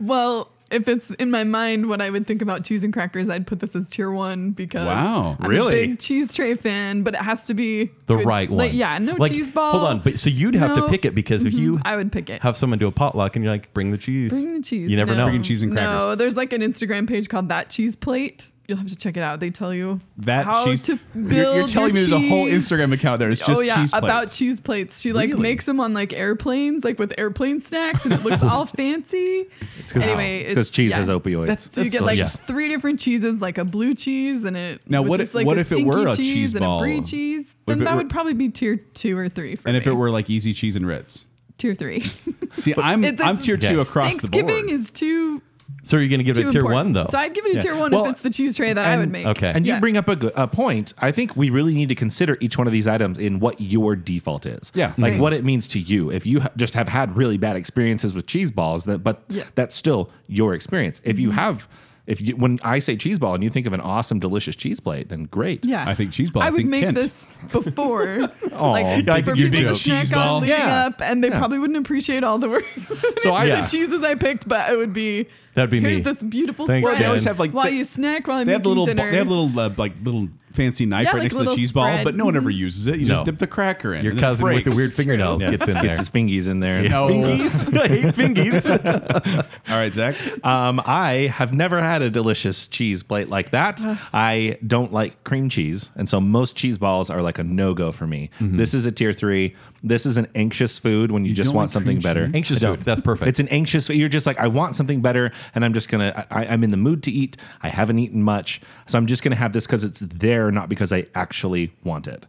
[SPEAKER 5] Well, if it's in my mind what I would think about cheese and crackers, I'd put this as tier one because
[SPEAKER 3] Wow,
[SPEAKER 5] I'm
[SPEAKER 4] really?
[SPEAKER 5] a big cheese tray fan, but it has to be
[SPEAKER 2] The
[SPEAKER 5] good-
[SPEAKER 2] right
[SPEAKER 5] like,
[SPEAKER 2] one.
[SPEAKER 5] yeah, no
[SPEAKER 2] Like,
[SPEAKER 5] cheese ball.
[SPEAKER 2] Hold on. But so you'd have to
[SPEAKER 5] No. Mm-hmm.
[SPEAKER 2] pick it because if you
[SPEAKER 5] I would pick it.
[SPEAKER 2] have someone do a potluck and you're like, bring the cheese.
[SPEAKER 5] Bring the cheese.
[SPEAKER 2] You never
[SPEAKER 5] no.
[SPEAKER 2] know.
[SPEAKER 3] Bringing cheese and
[SPEAKER 5] No,
[SPEAKER 3] crackers.
[SPEAKER 5] there's like an Instagram page called That Cheese Plate. You'll have to check it out. They tell you
[SPEAKER 3] That
[SPEAKER 5] how
[SPEAKER 3] cheese.
[SPEAKER 5] to build.
[SPEAKER 3] you're, you're telling me
[SPEAKER 5] your
[SPEAKER 3] there's a whole
[SPEAKER 5] cheese.
[SPEAKER 3] Instagram account there. It's just
[SPEAKER 5] oh yeah,
[SPEAKER 3] cheese plates.
[SPEAKER 5] about cheese plates. She like
[SPEAKER 3] Really?
[SPEAKER 5] makes them on like airplanes, like with airplane snacks, and it looks all fancy. It's
[SPEAKER 4] 'Cause-
[SPEAKER 5] anyway,
[SPEAKER 4] it's because cheese
[SPEAKER 5] yeah.
[SPEAKER 4] has opioids.
[SPEAKER 3] That's-
[SPEAKER 5] So you get
[SPEAKER 2] delicious.
[SPEAKER 5] like three different cheeses, like a blue cheese and a
[SPEAKER 3] Now,
[SPEAKER 5] which
[SPEAKER 3] what
[SPEAKER 5] is,
[SPEAKER 3] if-
[SPEAKER 5] like
[SPEAKER 3] what
[SPEAKER 5] a
[SPEAKER 3] if it were
[SPEAKER 5] stinky
[SPEAKER 3] a cheese
[SPEAKER 5] cheese and a
[SPEAKER 3] ball?
[SPEAKER 5] brie cheese?
[SPEAKER 3] What if
[SPEAKER 5] Then
[SPEAKER 3] it
[SPEAKER 5] that
[SPEAKER 3] were-
[SPEAKER 5] would probably be tier two or three for
[SPEAKER 3] and if
[SPEAKER 5] me.
[SPEAKER 3] it were like easy cheese and Ritz.
[SPEAKER 5] tier three,
[SPEAKER 3] See, I'm
[SPEAKER 5] It's-
[SPEAKER 3] I'm tier
[SPEAKER 2] Okay.
[SPEAKER 3] two across the board.
[SPEAKER 5] Thanksgiving is too
[SPEAKER 2] so you're going to give it
[SPEAKER 5] too
[SPEAKER 2] a tier
[SPEAKER 5] important.
[SPEAKER 2] one, though.
[SPEAKER 5] So I'd give it a tier one
[SPEAKER 4] Well,
[SPEAKER 5] if it's the cheese tray that I would
[SPEAKER 4] and-
[SPEAKER 5] make.
[SPEAKER 2] okay.
[SPEAKER 4] And you
[SPEAKER 5] Yeah.
[SPEAKER 4] bring up a, good, a point. I think we really need to consider each one of these items in what your default is.
[SPEAKER 3] Yeah.
[SPEAKER 4] Like
[SPEAKER 5] Right.
[SPEAKER 4] what it means to you. If you ha- just have had really bad experiences with cheese balls, that, but
[SPEAKER 5] Yeah. Mm-hmm.
[SPEAKER 4] that's still your experience. If you have If you, when I say cheese ball and you think of an awesome, delicious cheese plate, then great.
[SPEAKER 5] Yeah.
[SPEAKER 3] I think cheese ball. I
[SPEAKER 5] I would
[SPEAKER 3] think
[SPEAKER 5] make
[SPEAKER 3] Kent.
[SPEAKER 5] this before.
[SPEAKER 4] Aw.
[SPEAKER 5] like,
[SPEAKER 4] Yeah, I
[SPEAKER 5] for
[SPEAKER 4] think you
[SPEAKER 5] people
[SPEAKER 4] do.
[SPEAKER 5] to
[SPEAKER 3] Cheese
[SPEAKER 5] snack
[SPEAKER 3] ball.
[SPEAKER 5] on leading
[SPEAKER 4] Yeah.
[SPEAKER 5] up, and they
[SPEAKER 4] Yeah.
[SPEAKER 5] probably wouldn't appreciate all the work.
[SPEAKER 4] So I-
[SPEAKER 2] Yeah.
[SPEAKER 5] the cheeses I picked, but it would be
[SPEAKER 2] That'd be
[SPEAKER 5] here's
[SPEAKER 2] me.
[SPEAKER 5] this beautiful
[SPEAKER 2] Thanks,
[SPEAKER 5] spread.
[SPEAKER 2] Jen. They always
[SPEAKER 3] have, like,
[SPEAKER 5] while
[SPEAKER 3] the-
[SPEAKER 5] you snack while I'm
[SPEAKER 3] They have
[SPEAKER 5] making
[SPEAKER 3] the little,
[SPEAKER 5] dinner.
[SPEAKER 3] they have little uh, like little fancy knife
[SPEAKER 5] Yeah,
[SPEAKER 3] right
[SPEAKER 5] like
[SPEAKER 3] next to the
[SPEAKER 5] little
[SPEAKER 3] cheese ball,
[SPEAKER 5] spread.
[SPEAKER 3] but no one ever uses it. You just
[SPEAKER 2] No.
[SPEAKER 3] dip the cracker in.
[SPEAKER 2] Your
[SPEAKER 3] and it
[SPEAKER 2] cousin with the
[SPEAKER 3] breaks.
[SPEAKER 2] weird fingernails gets in there.
[SPEAKER 4] Gets his fingies in there.
[SPEAKER 2] No. Fingies? I hate fingies.
[SPEAKER 3] All right, Zach.
[SPEAKER 4] Um, I have never had a delicious cheese plate like that. I don't like cream cheese, and so most cheese balls are like a no go for me. This is a tier three. This is an anxious food when you, just
[SPEAKER 3] Mm-hmm. don't
[SPEAKER 4] want
[SPEAKER 3] like
[SPEAKER 4] something
[SPEAKER 3] cream
[SPEAKER 4] better.
[SPEAKER 3] cheese?
[SPEAKER 2] Anxious
[SPEAKER 4] I don't.
[SPEAKER 2] food. That's perfect.
[SPEAKER 4] It's an anxious. You're just like I want something better, and I'm just gonna. I, I'm in the mood to eat. I haven't eaten much, so I'm just gonna have this because it's there, not because I actually want it.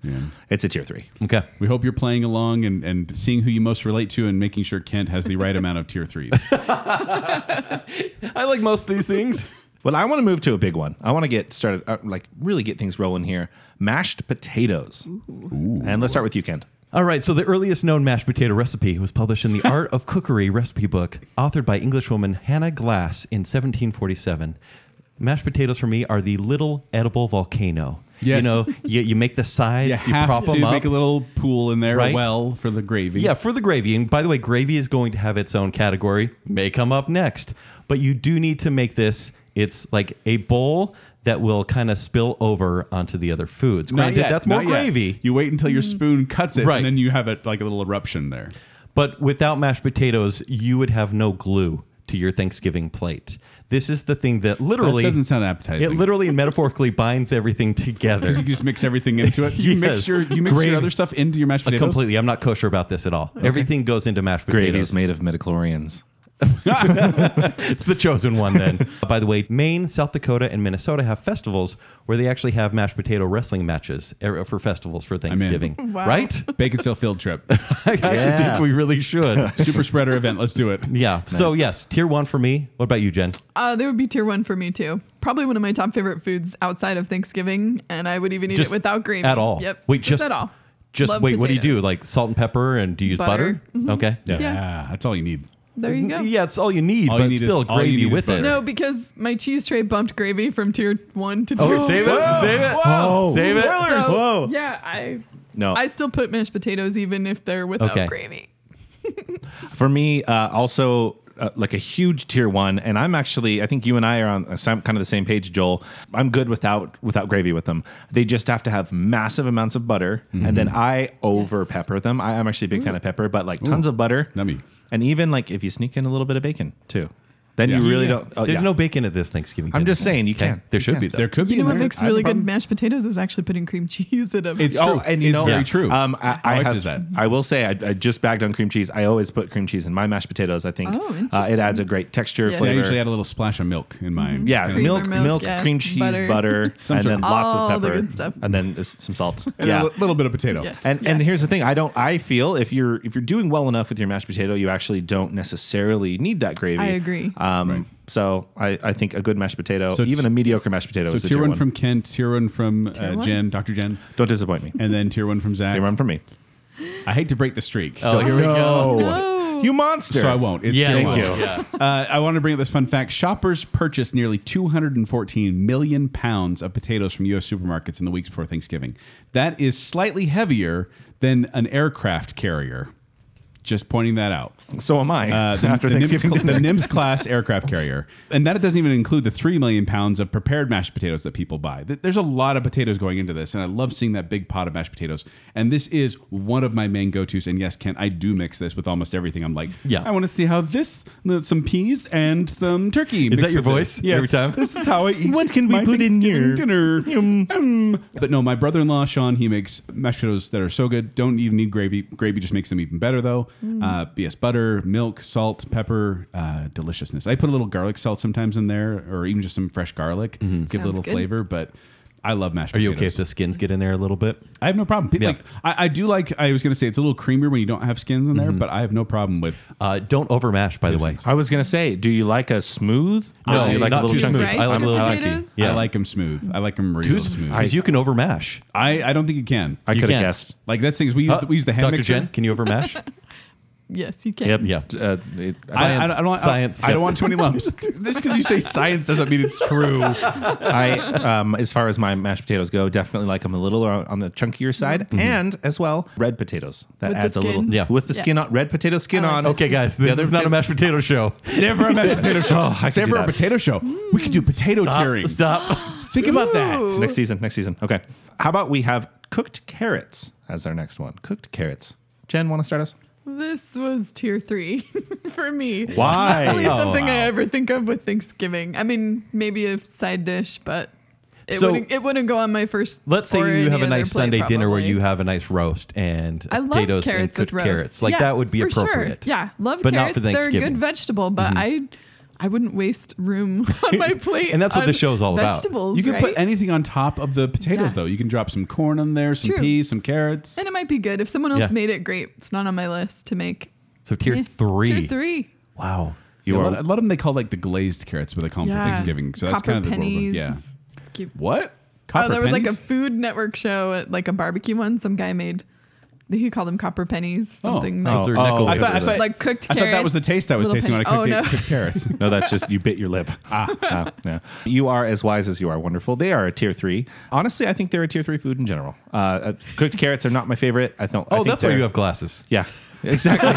[SPEAKER 4] It's a tier three.
[SPEAKER 2] okay.
[SPEAKER 3] We hope you're playing along and, and seeing who you most relate to and making sure Kent has the right amount of tier threes.
[SPEAKER 2] I like most of these things.
[SPEAKER 4] Well, I want to move to a big one. I want to get started, uh, like really get things rolling here. Mashed potatoes, and let's start with you, Kent.
[SPEAKER 2] All right, so the earliest known mashed potato recipe was published in the Art of Cookery recipe book, authored by Englishwoman Hannah Glass in 1747. Mashed potatoes for me are the little edible volcano. You
[SPEAKER 3] Yes.
[SPEAKER 2] know, you, you make the
[SPEAKER 3] You
[SPEAKER 2] sides, you,
[SPEAKER 3] have
[SPEAKER 2] prop
[SPEAKER 3] to
[SPEAKER 2] them up.
[SPEAKER 3] make a little pool in there, a
[SPEAKER 2] Right?
[SPEAKER 3] well for the gravy.
[SPEAKER 2] Yeah, for the gravy. And by the way, gravy is going to have its own category, may come up next. But you do need to make this, it's like a bowl that will kind of spill over onto the other foods.
[SPEAKER 3] Not
[SPEAKER 2] Granted,
[SPEAKER 3] yet,
[SPEAKER 2] that's more
[SPEAKER 3] not yet.
[SPEAKER 2] gravy.
[SPEAKER 3] You wait until
[SPEAKER 5] Mm.
[SPEAKER 3] your spoon cuts it,
[SPEAKER 2] Right.
[SPEAKER 3] and then you have it like a little eruption there.
[SPEAKER 2] But without mashed potatoes, you would have no glue to your Thanksgiving plate. This is the thing that literally
[SPEAKER 3] that doesn't sound appetizing.
[SPEAKER 2] it literally and metaphorically binds everything
[SPEAKER 3] you
[SPEAKER 2] together. Uh,
[SPEAKER 3] just mix everything into it. You
[SPEAKER 2] Yes.
[SPEAKER 3] mix your you mix
[SPEAKER 2] Gravy.
[SPEAKER 3] your other stuff into your mashed potatoes.
[SPEAKER 2] Completely. I'm not kosher about this at all. Everything goes into mashed potatoes.
[SPEAKER 4] Gravy's made of midichlorians.
[SPEAKER 2] It's the chosen one then. Uh, By the way, Maine, South Dakota, and Minnesota have festivals where they actually have mashed potato wrestling matches er, for festivals for Thanksgiving.
[SPEAKER 5] Wow.
[SPEAKER 2] Right?
[SPEAKER 3] Bacon sale field trip,
[SPEAKER 2] I actually
[SPEAKER 4] Yeah.
[SPEAKER 2] think we really should.
[SPEAKER 3] super spreader event. Let's do it.
[SPEAKER 2] Yeah. So yes, tier one for me. What about you, Jen?
[SPEAKER 5] Uh, they would be tier one for me too. Probably one of my top favorite foods outside of Thanksgiving, and I would even eat
[SPEAKER 2] Just
[SPEAKER 5] it without gravy
[SPEAKER 2] at all?
[SPEAKER 5] Yep.
[SPEAKER 2] Wait, just-
[SPEAKER 5] at all.
[SPEAKER 2] Just
[SPEAKER 5] Love
[SPEAKER 2] wait, what do you do?
[SPEAKER 5] potatoes.
[SPEAKER 2] Like salt and pepper and do you use butter?
[SPEAKER 5] Butter.
[SPEAKER 2] Okay. Mm,
[SPEAKER 5] Yeah.
[SPEAKER 3] Yeah, that's all you need.
[SPEAKER 5] There you go.
[SPEAKER 2] Yeah, it's all you need,
[SPEAKER 3] All
[SPEAKER 2] but
[SPEAKER 3] you need is-
[SPEAKER 2] still
[SPEAKER 3] all you need
[SPEAKER 2] gravy
[SPEAKER 3] is
[SPEAKER 2] with it.
[SPEAKER 3] butter.
[SPEAKER 5] No, because my cheese tray bumped gravy from tier one to tier
[SPEAKER 2] Oh,
[SPEAKER 5] two.
[SPEAKER 2] save it. Save it.
[SPEAKER 4] Whoa.
[SPEAKER 2] Save it.
[SPEAKER 5] So,
[SPEAKER 4] Whoa.
[SPEAKER 5] Yeah, I
[SPEAKER 4] No,
[SPEAKER 5] I still put mashed potatoes even if they're without
[SPEAKER 2] Okay.
[SPEAKER 5] gravy.
[SPEAKER 4] for me, uh, also uh, like a huge tier one, and I'm actually, I think you and I are on uh, some, kind of the same page, Joel. I'm good without without gravy with them. They just have to have massive amounts of butter, and
[SPEAKER 2] Mm-hmm.
[SPEAKER 4] then I over pepper them. I, am actually a big fan of pepper, but like tons of butter,
[SPEAKER 3] Nummy.
[SPEAKER 4] and even like if you sneak in a little bit of bacon too, then
[SPEAKER 3] Yeah.
[SPEAKER 4] you really
[SPEAKER 3] Yeah.
[SPEAKER 4] don't. oh,
[SPEAKER 2] There's
[SPEAKER 4] yeah.
[SPEAKER 2] no bacon at this Thanksgiving.
[SPEAKER 4] I'm
[SPEAKER 2] dinner.
[SPEAKER 4] just saying, you can.
[SPEAKER 2] There
[SPEAKER 4] You
[SPEAKER 2] should
[SPEAKER 4] can.
[SPEAKER 2] be though.
[SPEAKER 3] There could be.
[SPEAKER 5] You know
[SPEAKER 3] in
[SPEAKER 5] what
[SPEAKER 3] there.
[SPEAKER 5] makes
[SPEAKER 3] I have a
[SPEAKER 5] really good
[SPEAKER 3] problem.
[SPEAKER 5] mashed potatoes is actually putting cream cheese in them.
[SPEAKER 3] It's true.
[SPEAKER 4] Oh, and you
[SPEAKER 3] it's
[SPEAKER 4] know,
[SPEAKER 3] very true.
[SPEAKER 4] Um, I, I,
[SPEAKER 3] My wife
[SPEAKER 4] have,
[SPEAKER 3] does that.
[SPEAKER 4] I will say, I, I just bagged on cream cheese. I always put cream cheese in my mashed potatoes. I think
[SPEAKER 5] Oh,
[SPEAKER 4] uh, it
[SPEAKER 5] interesting.
[SPEAKER 4] adds a great texture,
[SPEAKER 5] Yeah.
[SPEAKER 3] I
[SPEAKER 4] flavor.
[SPEAKER 3] usually add a little splash of milk in mine.
[SPEAKER 4] yeah,
[SPEAKER 3] Kinda-
[SPEAKER 5] Mm-hmm. Cream
[SPEAKER 4] milk,
[SPEAKER 5] or
[SPEAKER 4] milk,
[SPEAKER 5] milk, yeah,
[SPEAKER 4] cream cheese, butter,
[SPEAKER 5] butter.
[SPEAKER 3] Some
[SPEAKER 4] and
[SPEAKER 3] sort
[SPEAKER 4] then
[SPEAKER 3] of-
[SPEAKER 4] lots of
[SPEAKER 5] All the
[SPEAKER 4] pepper,
[SPEAKER 5] good stuff.
[SPEAKER 4] and then there's some salt.
[SPEAKER 3] and a
[SPEAKER 4] yeah.
[SPEAKER 3] li- little bit of potato.
[SPEAKER 5] Yeah.
[SPEAKER 4] And, and here's the thing I don't I feel if you're if you're doing well enough with your mashed potato you actually don't necessarily need that gravy.
[SPEAKER 5] I agree.
[SPEAKER 4] Um, so I, I think a good mashed potato
[SPEAKER 3] So
[SPEAKER 4] even
[SPEAKER 3] t-
[SPEAKER 4] a mediocre mashed potato
[SPEAKER 3] So
[SPEAKER 4] is a
[SPEAKER 3] tier
[SPEAKER 4] tier
[SPEAKER 3] one from Kent, tier one from
[SPEAKER 5] Tier
[SPEAKER 3] uh,
[SPEAKER 5] one?
[SPEAKER 3] Jen, Dr. Jen,
[SPEAKER 4] don't disappoint me.
[SPEAKER 3] and then tier one from Zach.
[SPEAKER 4] Tier one from me.
[SPEAKER 3] I hate to break the streak.
[SPEAKER 2] Oh, here we go.
[SPEAKER 5] No.
[SPEAKER 4] You monster.
[SPEAKER 3] So I won't. It's
[SPEAKER 2] Yeah,
[SPEAKER 3] tier
[SPEAKER 2] thank
[SPEAKER 3] one.
[SPEAKER 2] you. Yeah.
[SPEAKER 3] Uh, I want to bring up this fun fact. Shoppers purchased nearly 214 million pounds of potatoes from U.S. supermarkets in the weeks before Thanksgiving. That is slightly heavier than an aircraft carrier. Just pointing that out.
[SPEAKER 4] So am I.
[SPEAKER 3] Uh, the,
[SPEAKER 4] after
[SPEAKER 3] the NIMS,
[SPEAKER 4] Thanksgiving.
[SPEAKER 3] the NIMS class aircraft carrier. And that doesn't even include the 3 million pounds of prepared mashed potatoes that people buy. Th- There's a lot of potatoes going into this, and I love seeing that big pot of mashed potatoes. And this is one of my main go tos. And yes, Kent, I do mix this with almost everything. I'm like,
[SPEAKER 2] Yeah.
[SPEAKER 3] I want to see how this, uh, some peas and some turkey.
[SPEAKER 2] Is that
[SPEAKER 3] mixed
[SPEAKER 2] your
[SPEAKER 3] with
[SPEAKER 2] voice
[SPEAKER 3] this. Yes.
[SPEAKER 2] every time?
[SPEAKER 3] This is how I eat.
[SPEAKER 4] What can we
[SPEAKER 3] my
[SPEAKER 4] put in
[SPEAKER 3] Thanksgiving
[SPEAKER 4] here?
[SPEAKER 3] Dinner. Um, But no, my brother-in-law Sean, he makes mashed potatoes that are so good. Don't even need gravy. Gravy just makes them even better, though.
[SPEAKER 5] Mm.
[SPEAKER 3] Uh, yes, butter, milk, salt, pepper, uh, deliciousness. I put a little garlic salt sometimes in there, or even just some fresh garlic, give a
[SPEAKER 5] Sounds
[SPEAKER 3] little
[SPEAKER 5] good.
[SPEAKER 3] flavor. But I love mashed.
[SPEAKER 2] Mm-hmm. Are you
[SPEAKER 3] potatoes.
[SPEAKER 2] okay if the skins get in there a little bit?
[SPEAKER 3] I have no problem. Pe-
[SPEAKER 2] Yeah.
[SPEAKER 3] Like, I, I do like. I was going to say it's a little creamier when you don't have skins in there,
[SPEAKER 2] Mm-hmm.
[SPEAKER 3] but I have no problem with.
[SPEAKER 2] Uh, don't overmash, by the way.
[SPEAKER 4] I was gonna say, do you like a smooth?
[SPEAKER 2] No,
[SPEAKER 4] or do you like
[SPEAKER 2] not
[SPEAKER 4] a little
[SPEAKER 2] too
[SPEAKER 4] chunky?
[SPEAKER 2] smooth.
[SPEAKER 5] Rice
[SPEAKER 2] I like a
[SPEAKER 5] and
[SPEAKER 2] little chunky.
[SPEAKER 5] potatoes?
[SPEAKER 2] Yeah,
[SPEAKER 3] I like them smooth. I like them real
[SPEAKER 2] too
[SPEAKER 3] smooth.
[SPEAKER 2] smooth because you can overmash.
[SPEAKER 3] I, I don't think you can.
[SPEAKER 4] I
[SPEAKER 2] You
[SPEAKER 4] could have
[SPEAKER 2] can't.
[SPEAKER 4] guessed.
[SPEAKER 3] like that's things we use. we use the hand
[SPEAKER 2] Dr.
[SPEAKER 3] mixer.
[SPEAKER 2] Jen, can you overmash?
[SPEAKER 5] Yes, you can.
[SPEAKER 4] Yep.
[SPEAKER 2] Yeah.
[SPEAKER 4] Uh, it, I,
[SPEAKER 3] I, I, don't- I don't want,
[SPEAKER 2] Science.
[SPEAKER 3] I, I don't
[SPEAKER 2] Yep.
[SPEAKER 3] want 20 lumps. Just because you say science doesn't mean it's true.
[SPEAKER 4] I, um, as far as my mashed potatoes go, definitely like them a little or on the chunkier side, and as well red potatoes. That
[SPEAKER 5] With the
[SPEAKER 4] adds a little.
[SPEAKER 5] skin.
[SPEAKER 2] Mm-hmm. Yeah.
[SPEAKER 4] With the
[SPEAKER 5] Yeah.
[SPEAKER 4] skin on, red potato skin
[SPEAKER 5] I like
[SPEAKER 4] on.
[SPEAKER 5] that.
[SPEAKER 2] Okay, guys,
[SPEAKER 4] The
[SPEAKER 2] this
[SPEAKER 4] other
[SPEAKER 2] is not a
[SPEAKER 4] kid-
[SPEAKER 2] mashed potato show.
[SPEAKER 3] Save for a mashed potato show.
[SPEAKER 4] Oh, I
[SPEAKER 3] Save
[SPEAKER 4] can do
[SPEAKER 3] for a
[SPEAKER 4] that.
[SPEAKER 3] potato show. We could do potato tearing.
[SPEAKER 2] Stop.
[SPEAKER 3] Think about that.
[SPEAKER 5] Ooh.
[SPEAKER 4] Next season. Next season. Okay. How about we have cooked carrots as our next one? Cooked carrots. Jen, want to start us?
[SPEAKER 5] This was tier three for me.
[SPEAKER 4] Why?
[SPEAKER 5] Probably
[SPEAKER 2] Oh,
[SPEAKER 5] something I
[SPEAKER 2] wow.
[SPEAKER 5] ever think of with Thanksgiving. I mean, maybe a side dish, but it
[SPEAKER 2] So-
[SPEAKER 5] wouldn't it wouldn't go on my first.
[SPEAKER 2] Let's say
[SPEAKER 5] or
[SPEAKER 2] you
[SPEAKER 5] any
[SPEAKER 2] have a
[SPEAKER 5] other
[SPEAKER 2] nice
[SPEAKER 5] plate,
[SPEAKER 2] Sunday dinner where
[SPEAKER 5] probably.
[SPEAKER 2] you have a nice roast and
[SPEAKER 5] I love
[SPEAKER 2] potatoes and
[SPEAKER 5] carrots
[SPEAKER 2] cooked
[SPEAKER 5] with roast.
[SPEAKER 2] carrots. Like
[SPEAKER 5] Yeah,
[SPEAKER 2] that would be
[SPEAKER 5] for
[SPEAKER 2] appropriate.
[SPEAKER 5] Sure. Yeah, love
[SPEAKER 2] But not
[SPEAKER 5] carrots.
[SPEAKER 2] for
[SPEAKER 5] They're a
[SPEAKER 2] Thanksgiving. Mm-hmm.
[SPEAKER 5] good vegetable, but I. I wouldn't waste room on my plate.
[SPEAKER 2] And that's what
[SPEAKER 5] on
[SPEAKER 2] this show's all about.
[SPEAKER 5] vegetables,
[SPEAKER 3] You can put
[SPEAKER 5] right?
[SPEAKER 3] anything on top of the potatoes,
[SPEAKER 5] Yeah.
[SPEAKER 3] though. You can drop some corn on there, some
[SPEAKER 5] True.
[SPEAKER 3] peas, some carrots.
[SPEAKER 5] And it might be good. If someone else
[SPEAKER 2] Yeah.
[SPEAKER 5] made it, great. It's not on my list to make.
[SPEAKER 2] So tier
[SPEAKER 5] Yeah.
[SPEAKER 2] three.
[SPEAKER 5] Tier three.
[SPEAKER 2] Wow.
[SPEAKER 4] You
[SPEAKER 3] a,
[SPEAKER 4] are
[SPEAKER 3] lot, a lot of them they call like the glazed carrots, but they call them for Thanksgiving. So that's
[SPEAKER 5] Copper
[SPEAKER 3] kind of the world. we're-
[SPEAKER 5] pennies.
[SPEAKER 3] Yeah.
[SPEAKER 5] It's cute.
[SPEAKER 3] What?
[SPEAKER 5] oh, there was like
[SPEAKER 3] pennies?
[SPEAKER 5] a Food Network show at like a barbecue one. Some guy made. He called them copper pennies. or Something
[SPEAKER 2] Oh,
[SPEAKER 5] like,
[SPEAKER 2] those are
[SPEAKER 4] oh.
[SPEAKER 2] nickel
[SPEAKER 4] I
[SPEAKER 3] thought-
[SPEAKER 2] wafers.
[SPEAKER 3] I thought-
[SPEAKER 5] like cooked
[SPEAKER 3] I
[SPEAKER 5] carrots.
[SPEAKER 3] thought that was the taste I was
[SPEAKER 5] little
[SPEAKER 3] tasting when I cooked,
[SPEAKER 5] penny- Oh
[SPEAKER 3] the-
[SPEAKER 5] no.
[SPEAKER 3] cooked carrots.
[SPEAKER 4] No, that's just you bit your lip. ah, ah, yeah. You are as wise as you are wonderful. They are a tier three. Honestly, I think they're a tier three food in general. Uh, uh, cooked carrots are not my favorite. I don't.
[SPEAKER 2] Oh,
[SPEAKER 4] I think
[SPEAKER 2] that's why
[SPEAKER 4] they're-
[SPEAKER 2] you have glasses.
[SPEAKER 4] Yeah, exactly.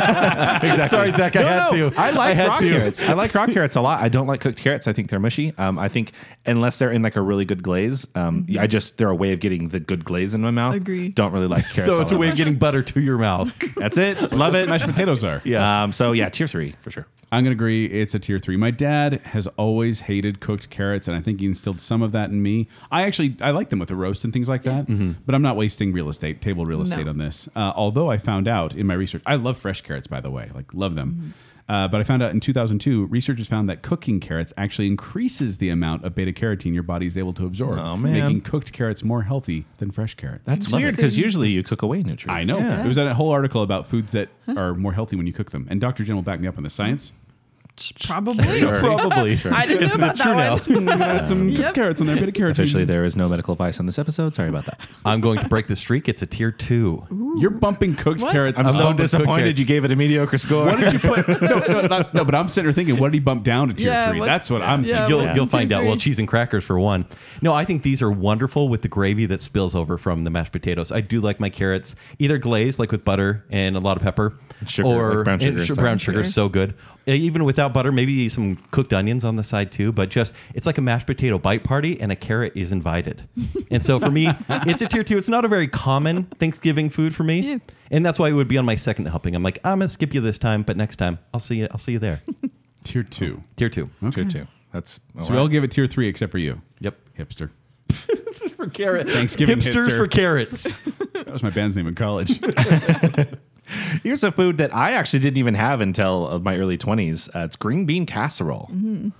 [SPEAKER 4] exactly.
[SPEAKER 2] Sorry, Zach, I had to.
[SPEAKER 4] I like
[SPEAKER 2] had
[SPEAKER 4] raw
[SPEAKER 2] to.
[SPEAKER 4] carrots. I like raw carrots a lot. I don't like cooked carrots. I think they're mushy. Um, I think unless they're in like a really good glaze, um, I just they're a way of getting the good glaze in my mouth.
[SPEAKER 5] Mm-hmm. Agree.
[SPEAKER 4] Don't really like carrots.
[SPEAKER 2] So it's
[SPEAKER 4] all
[SPEAKER 2] a
[SPEAKER 4] that
[SPEAKER 2] way of
[SPEAKER 4] much.
[SPEAKER 2] getting butter to your mouth.
[SPEAKER 4] That's it. Love it.
[SPEAKER 3] Mashed potatoes are.
[SPEAKER 2] Yeah.
[SPEAKER 4] Um, so yeah, tier three for sure.
[SPEAKER 3] I'm gonna agree. It's a tier three. My dad has always hated cooked carrots, and I think he instilled some of that in me. I actually I like them with a roast and things like that,
[SPEAKER 4] Mm-hmm.
[SPEAKER 3] but I'm not wasting real estate, table real estate on this. Uh, although I found out in my research, I love fresh carrots, by the way, like love
[SPEAKER 4] Mm-hmm.
[SPEAKER 3] them. Uh, but I found out in 2002, researchers found that cooking carrots actually increases the amount of beta carotene your body is able to absorb,
[SPEAKER 4] Oh, man.
[SPEAKER 3] making cooked carrots more healthy than fresh carrots.
[SPEAKER 4] That's weird because usually you cook away nutrients.
[SPEAKER 3] I know.
[SPEAKER 4] Yeah.
[SPEAKER 3] There was a whole article about foods that are more healthy when you cook them, and Dr. Jen will back me up on the science.
[SPEAKER 5] Probably.
[SPEAKER 2] Probably.
[SPEAKER 5] I didn't
[SPEAKER 2] It's-
[SPEAKER 5] know about
[SPEAKER 2] it's
[SPEAKER 5] that
[SPEAKER 2] true now.
[SPEAKER 5] one.
[SPEAKER 3] Add some
[SPEAKER 5] Yep.
[SPEAKER 3] carrots on there, bit of carrots.
[SPEAKER 4] Officially, there is no medical advice on this episode. Sorry about that.
[SPEAKER 2] I'm going to break the streak. It's a tier two.
[SPEAKER 3] You're bumping cooked
[SPEAKER 5] What?
[SPEAKER 3] carrots.
[SPEAKER 2] so
[SPEAKER 3] bumping cooked carrots.
[SPEAKER 4] you gave it a mediocre score.
[SPEAKER 3] What did you put? No, no, not, no, but I'm sitting here thinking, what did he bump down to tier
[SPEAKER 5] Yeah,
[SPEAKER 3] three?
[SPEAKER 5] what-
[SPEAKER 3] That's what I'm
[SPEAKER 5] yeah.
[SPEAKER 3] thinking.
[SPEAKER 2] You'll,
[SPEAKER 5] Yeah.
[SPEAKER 2] you'll
[SPEAKER 5] Two,
[SPEAKER 2] find out. Well,
[SPEAKER 5] three.
[SPEAKER 2] cheese and crackers for one. No, I think these are wonderful with the gravy that spills over from the mashed potatoes. I do like my carrots either glazed, like with butter and a lot of pepper,
[SPEAKER 4] Sugar,
[SPEAKER 2] or
[SPEAKER 4] like brown
[SPEAKER 2] and
[SPEAKER 4] sugar,
[SPEAKER 2] su-
[SPEAKER 4] sorry.
[SPEAKER 2] brown sugar is so good. Uh, Even without butter, maybe some cooked onions on the side too. But just it's like a mashed potato bite party, and a carrot is invited. and so for me, it's a tier two. It's not a very common Thanksgiving food for me,
[SPEAKER 5] Yeah.
[SPEAKER 2] and that's why it would be on my second helping. I'm like, I'm gonna skip you this time, but next time I'll see you. I'll see you there.
[SPEAKER 3] Tier two.
[SPEAKER 2] tier two.
[SPEAKER 3] Okay.
[SPEAKER 4] Two. That's
[SPEAKER 3] So we all give it tier three except for you.
[SPEAKER 2] Yep.
[SPEAKER 3] Hipster.
[SPEAKER 2] For carrot.
[SPEAKER 3] Thanksgiving
[SPEAKER 2] hipsters
[SPEAKER 3] hipster.
[SPEAKER 2] for carrots.
[SPEAKER 3] That was my band's name in college.
[SPEAKER 4] Here's a food that I actually didn't even have until uh, my early 20s. Uh, it's green bean casserole.
[SPEAKER 3] Mm-hmm.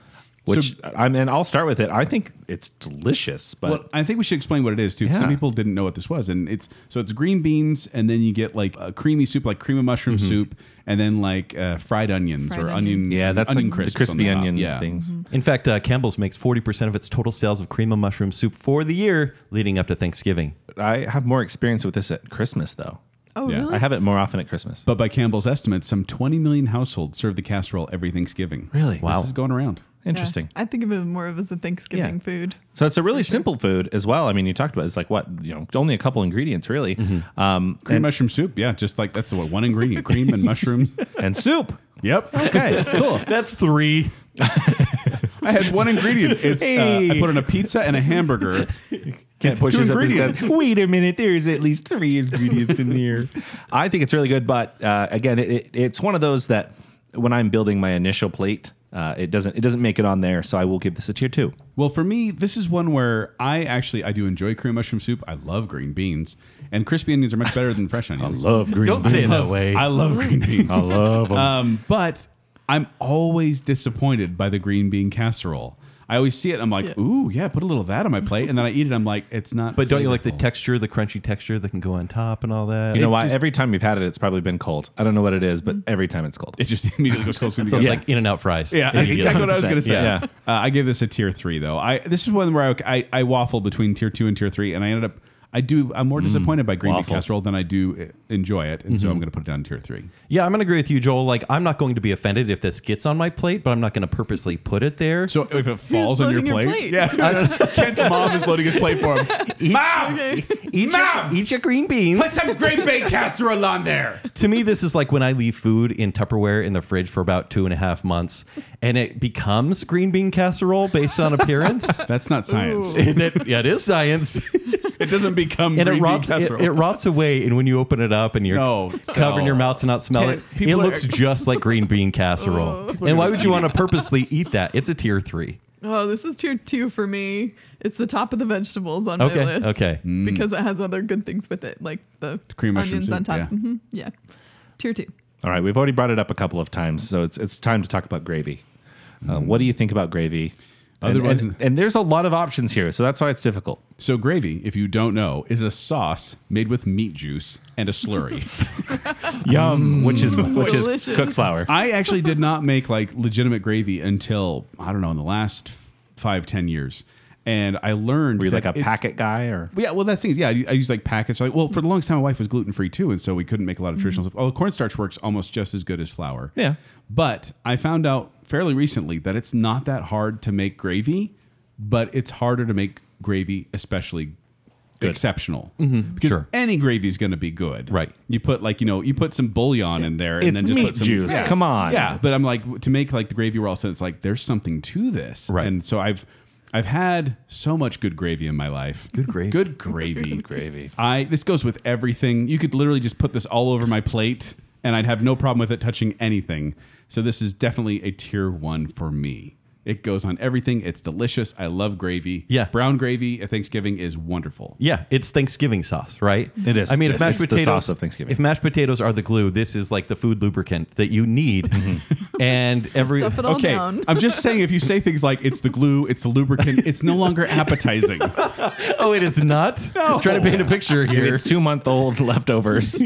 [SPEAKER 4] Which I mean, I'll start with it. I think it's delicious, but
[SPEAKER 3] well, I think we should explain what it is too. 'cause Some
[SPEAKER 4] Yeah.
[SPEAKER 3] people didn't know what this was, and it's so it's green beans, and then you get like a creamy soup, like cream of mushroom soup, and then like uh, fried onions
[SPEAKER 5] Fried
[SPEAKER 3] or
[SPEAKER 5] onions.
[SPEAKER 3] onion.
[SPEAKER 4] yeah, that's
[SPEAKER 3] onion
[SPEAKER 4] like the
[SPEAKER 3] crisps on
[SPEAKER 4] crispy
[SPEAKER 3] top.
[SPEAKER 4] onion
[SPEAKER 3] Yeah.
[SPEAKER 4] things.
[SPEAKER 2] In fact, uh, Campbell's makes 40% of its total sales of cream of mushroom soup for the year leading up to Thanksgiving.
[SPEAKER 4] I have more experience with this at Christmas, though.
[SPEAKER 5] Oh
[SPEAKER 3] Yeah.
[SPEAKER 5] really?
[SPEAKER 4] I have it more often at Christmas.
[SPEAKER 3] But by Campbell's estimates, some 20 million households serve the casserole every Thanksgiving.
[SPEAKER 4] Really?
[SPEAKER 3] This
[SPEAKER 4] Wow.
[SPEAKER 3] is going around.
[SPEAKER 5] Yeah.
[SPEAKER 4] Interesting.
[SPEAKER 5] I think of it more of as a Thanksgiving
[SPEAKER 4] Yeah.
[SPEAKER 5] food.
[SPEAKER 4] So it's a really simple food as well. I mean, you talked about it's like what you know, only a couple ingredients really,
[SPEAKER 3] Mm-hmm.
[SPEAKER 4] um,
[SPEAKER 3] Cream
[SPEAKER 4] and,
[SPEAKER 3] mushroom soup. Yeah, just like that's the one- one ingredient cream and mushroom.
[SPEAKER 4] and soup.
[SPEAKER 3] Yep.
[SPEAKER 4] Okay, cool.
[SPEAKER 2] That's three.
[SPEAKER 3] I had one ingredient. It's uh, I
[SPEAKER 4] Hey.
[SPEAKER 3] put in a pizza and a hamburger.
[SPEAKER 4] Can't push
[SPEAKER 3] Two
[SPEAKER 4] this up his
[SPEAKER 3] ingredients.
[SPEAKER 4] guts. Wait a minute, there's at least three ingredients in here. I think it's really good, but uh, again, it, it, it's one of those that when I'm building my initial plate, uh, it doesn't it doesn't make it on there. So I will give this a tier two.
[SPEAKER 3] Well, for me, this is one where I actually I do enjoy cream mushroom soup. I love green beans, and crispy onions are much better than fresh onions.
[SPEAKER 4] Love green.
[SPEAKER 2] Don't say it that way.
[SPEAKER 3] I love green beans.
[SPEAKER 4] love them.
[SPEAKER 3] Um, but I'm always disappointed by the green bean casserole. I always see it. and I'm like,
[SPEAKER 5] Yeah.
[SPEAKER 3] ooh, yeah, put a little of that on my plate, and then I eat it. I'm like, it's not.
[SPEAKER 2] But don't you like the
[SPEAKER 3] flavorful.
[SPEAKER 2] texture, the crunchy texture that can go on top and all that?
[SPEAKER 4] you know
[SPEAKER 3] it
[SPEAKER 4] why?
[SPEAKER 3] just-
[SPEAKER 4] every time we've had it, it's probably been cold. I don't know what it is, but every time it's cold.
[SPEAKER 3] It just immediately goes cold.
[SPEAKER 2] Sounds
[SPEAKER 4] Yeah.
[SPEAKER 2] like In and Out fries.
[SPEAKER 3] Yeah, that's
[SPEAKER 2] Immediately.
[SPEAKER 3] exactly what I was going to say.
[SPEAKER 4] Yeah.
[SPEAKER 3] Uh, I gave this a tier three though. I this is one where I, I I waffled between tier two and tier three, and I ended up I do. I'm
[SPEAKER 2] Mm.
[SPEAKER 3] more disappointed by green bean
[SPEAKER 4] Waffles.
[SPEAKER 3] casserole than I do uh, enjoy it, and so
[SPEAKER 2] Mm-hmm.
[SPEAKER 3] I'm going to put it down tier three.
[SPEAKER 2] Yeah, I'm gonna agree with you, Joel. Like, I'm not going to be offended if this gets on my plate, but I'm not gonna purposely put it there.
[SPEAKER 3] So if it falls on your
[SPEAKER 5] loading your
[SPEAKER 3] plate,
[SPEAKER 5] plate?
[SPEAKER 3] yeah, Kent's mom is loading his plate for him. Mom,
[SPEAKER 5] Okay.
[SPEAKER 2] eat,
[SPEAKER 3] Mom!
[SPEAKER 2] your, eat your green beans.
[SPEAKER 3] put some great big casserole on there.
[SPEAKER 2] to me, this is like when I leave food in Tupperware in the fridge for about two and a half months, and it becomes green bean casserole based on appearance.
[SPEAKER 3] That's not science.
[SPEAKER 5] Ooh.
[SPEAKER 2] that, yeah, it is science,
[SPEAKER 3] It doesn't become
[SPEAKER 2] and
[SPEAKER 3] green
[SPEAKER 2] it
[SPEAKER 3] bean
[SPEAKER 2] rots. It,
[SPEAKER 3] casserole.
[SPEAKER 2] it rots away, and when you open it up and you're
[SPEAKER 3] No,
[SPEAKER 2] covering
[SPEAKER 3] no.
[SPEAKER 2] your mouth to not smell
[SPEAKER 3] Can't-
[SPEAKER 2] it, it
[SPEAKER 3] people are-
[SPEAKER 2] looks just like green bean casserole. and why would you want to purposely eat that? It's a tier three.
[SPEAKER 5] Oh, this is tier two for me. It's the top of the vegetables on
[SPEAKER 2] Okay,
[SPEAKER 5] my list.
[SPEAKER 2] okay.
[SPEAKER 5] Because it has other good things with it, like the
[SPEAKER 3] Mm. cream mushroom
[SPEAKER 5] onions on
[SPEAKER 3] soup,
[SPEAKER 5] top.
[SPEAKER 3] yeah.
[SPEAKER 5] Mhm, yeah. Tier two.
[SPEAKER 4] All right, we've already brought it up a couple of times, so it's it's time to talk about gravy. Uh, what do you think about gravy? And,
[SPEAKER 3] Otherwise-
[SPEAKER 4] and- and there's a lot of options here, so that's why it's difficult.
[SPEAKER 3] So gravy, if you don't know, is a sauce made with meat juice and a slurry.
[SPEAKER 4] Yum, which is which is
[SPEAKER 5] Mm. Delicious.
[SPEAKER 4] cooked flour.
[SPEAKER 3] I actually did not make like legitimate gravy until I don't know in the last f- five ten years, and I learned
[SPEAKER 4] Were you like
[SPEAKER 3] that
[SPEAKER 4] a
[SPEAKER 3] it's-
[SPEAKER 4] packet guy or?
[SPEAKER 3] Well, yeah, well, that's things. Yeah, I, I use like packets. Like, well, for the longest time, my wife was gluten free too, and so we couldn't make a lot of traditional stuff. Although cornstarch works almost just as good as flour.
[SPEAKER 4] Mm-hmm. Yeah.
[SPEAKER 3] But I found out fairly recently that it's not that hard to make gravy, but it's harder to make gravy, especially exceptional.
[SPEAKER 4] Mm-hmm.
[SPEAKER 3] Because
[SPEAKER 2] Sure.
[SPEAKER 3] any gravy is going to be good.
[SPEAKER 2] Right.
[SPEAKER 3] You put like, you know, you put some bouillon in there and
[SPEAKER 4] It's
[SPEAKER 3] then just
[SPEAKER 4] meat
[SPEAKER 3] put some
[SPEAKER 4] juice. Come on.
[SPEAKER 3] Yeah. But I'm like, to make like the gravy we're all sudden, it's like, there's something to this.
[SPEAKER 2] Right.
[SPEAKER 3] And so I've, I've had so much good gravy in my life.
[SPEAKER 2] Good gravy.
[SPEAKER 3] Good gravy.
[SPEAKER 4] gravy.
[SPEAKER 3] I this goes with everything. You could literally just put this all over my plate and I'd have no problem with it touching anything. So this is definitely a tier 1 for me. It goes on everything. It's delicious. I love gravy.
[SPEAKER 2] Yeah.
[SPEAKER 3] Brown gravy at Thanksgiving is wonderful.
[SPEAKER 2] Yeah, it's Thanksgiving sauce, right?
[SPEAKER 4] It is.
[SPEAKER 2] I mean, if
[SPEAKER 4] Yes,
[SPEAKER 2] mashed
[SPEAKER 4] it's the
[SPEAKER 2] potatoes
[SPEAKER 4] sauce of Thanksgiving.
[SPEAKER 2] If mashed potatoes are the glue, this is like the food lubricant that you need.
[SPEAKER 4] Mm-hmm.
[SPEAKER 2] and every
[SPEAKER 5] Stuff it all
[SPEAKER 3] Okay.
[SPEAKER 5] down.
[SPEAKER 3] I'm just saying if you say things like it's the glue, it's the lubricant, it's no longer appetizing.
[SPEAKER 2] oh, wait, it's not. I'm trying to paint a picture here.
[SPEAKER 4] It's two month old leftovers.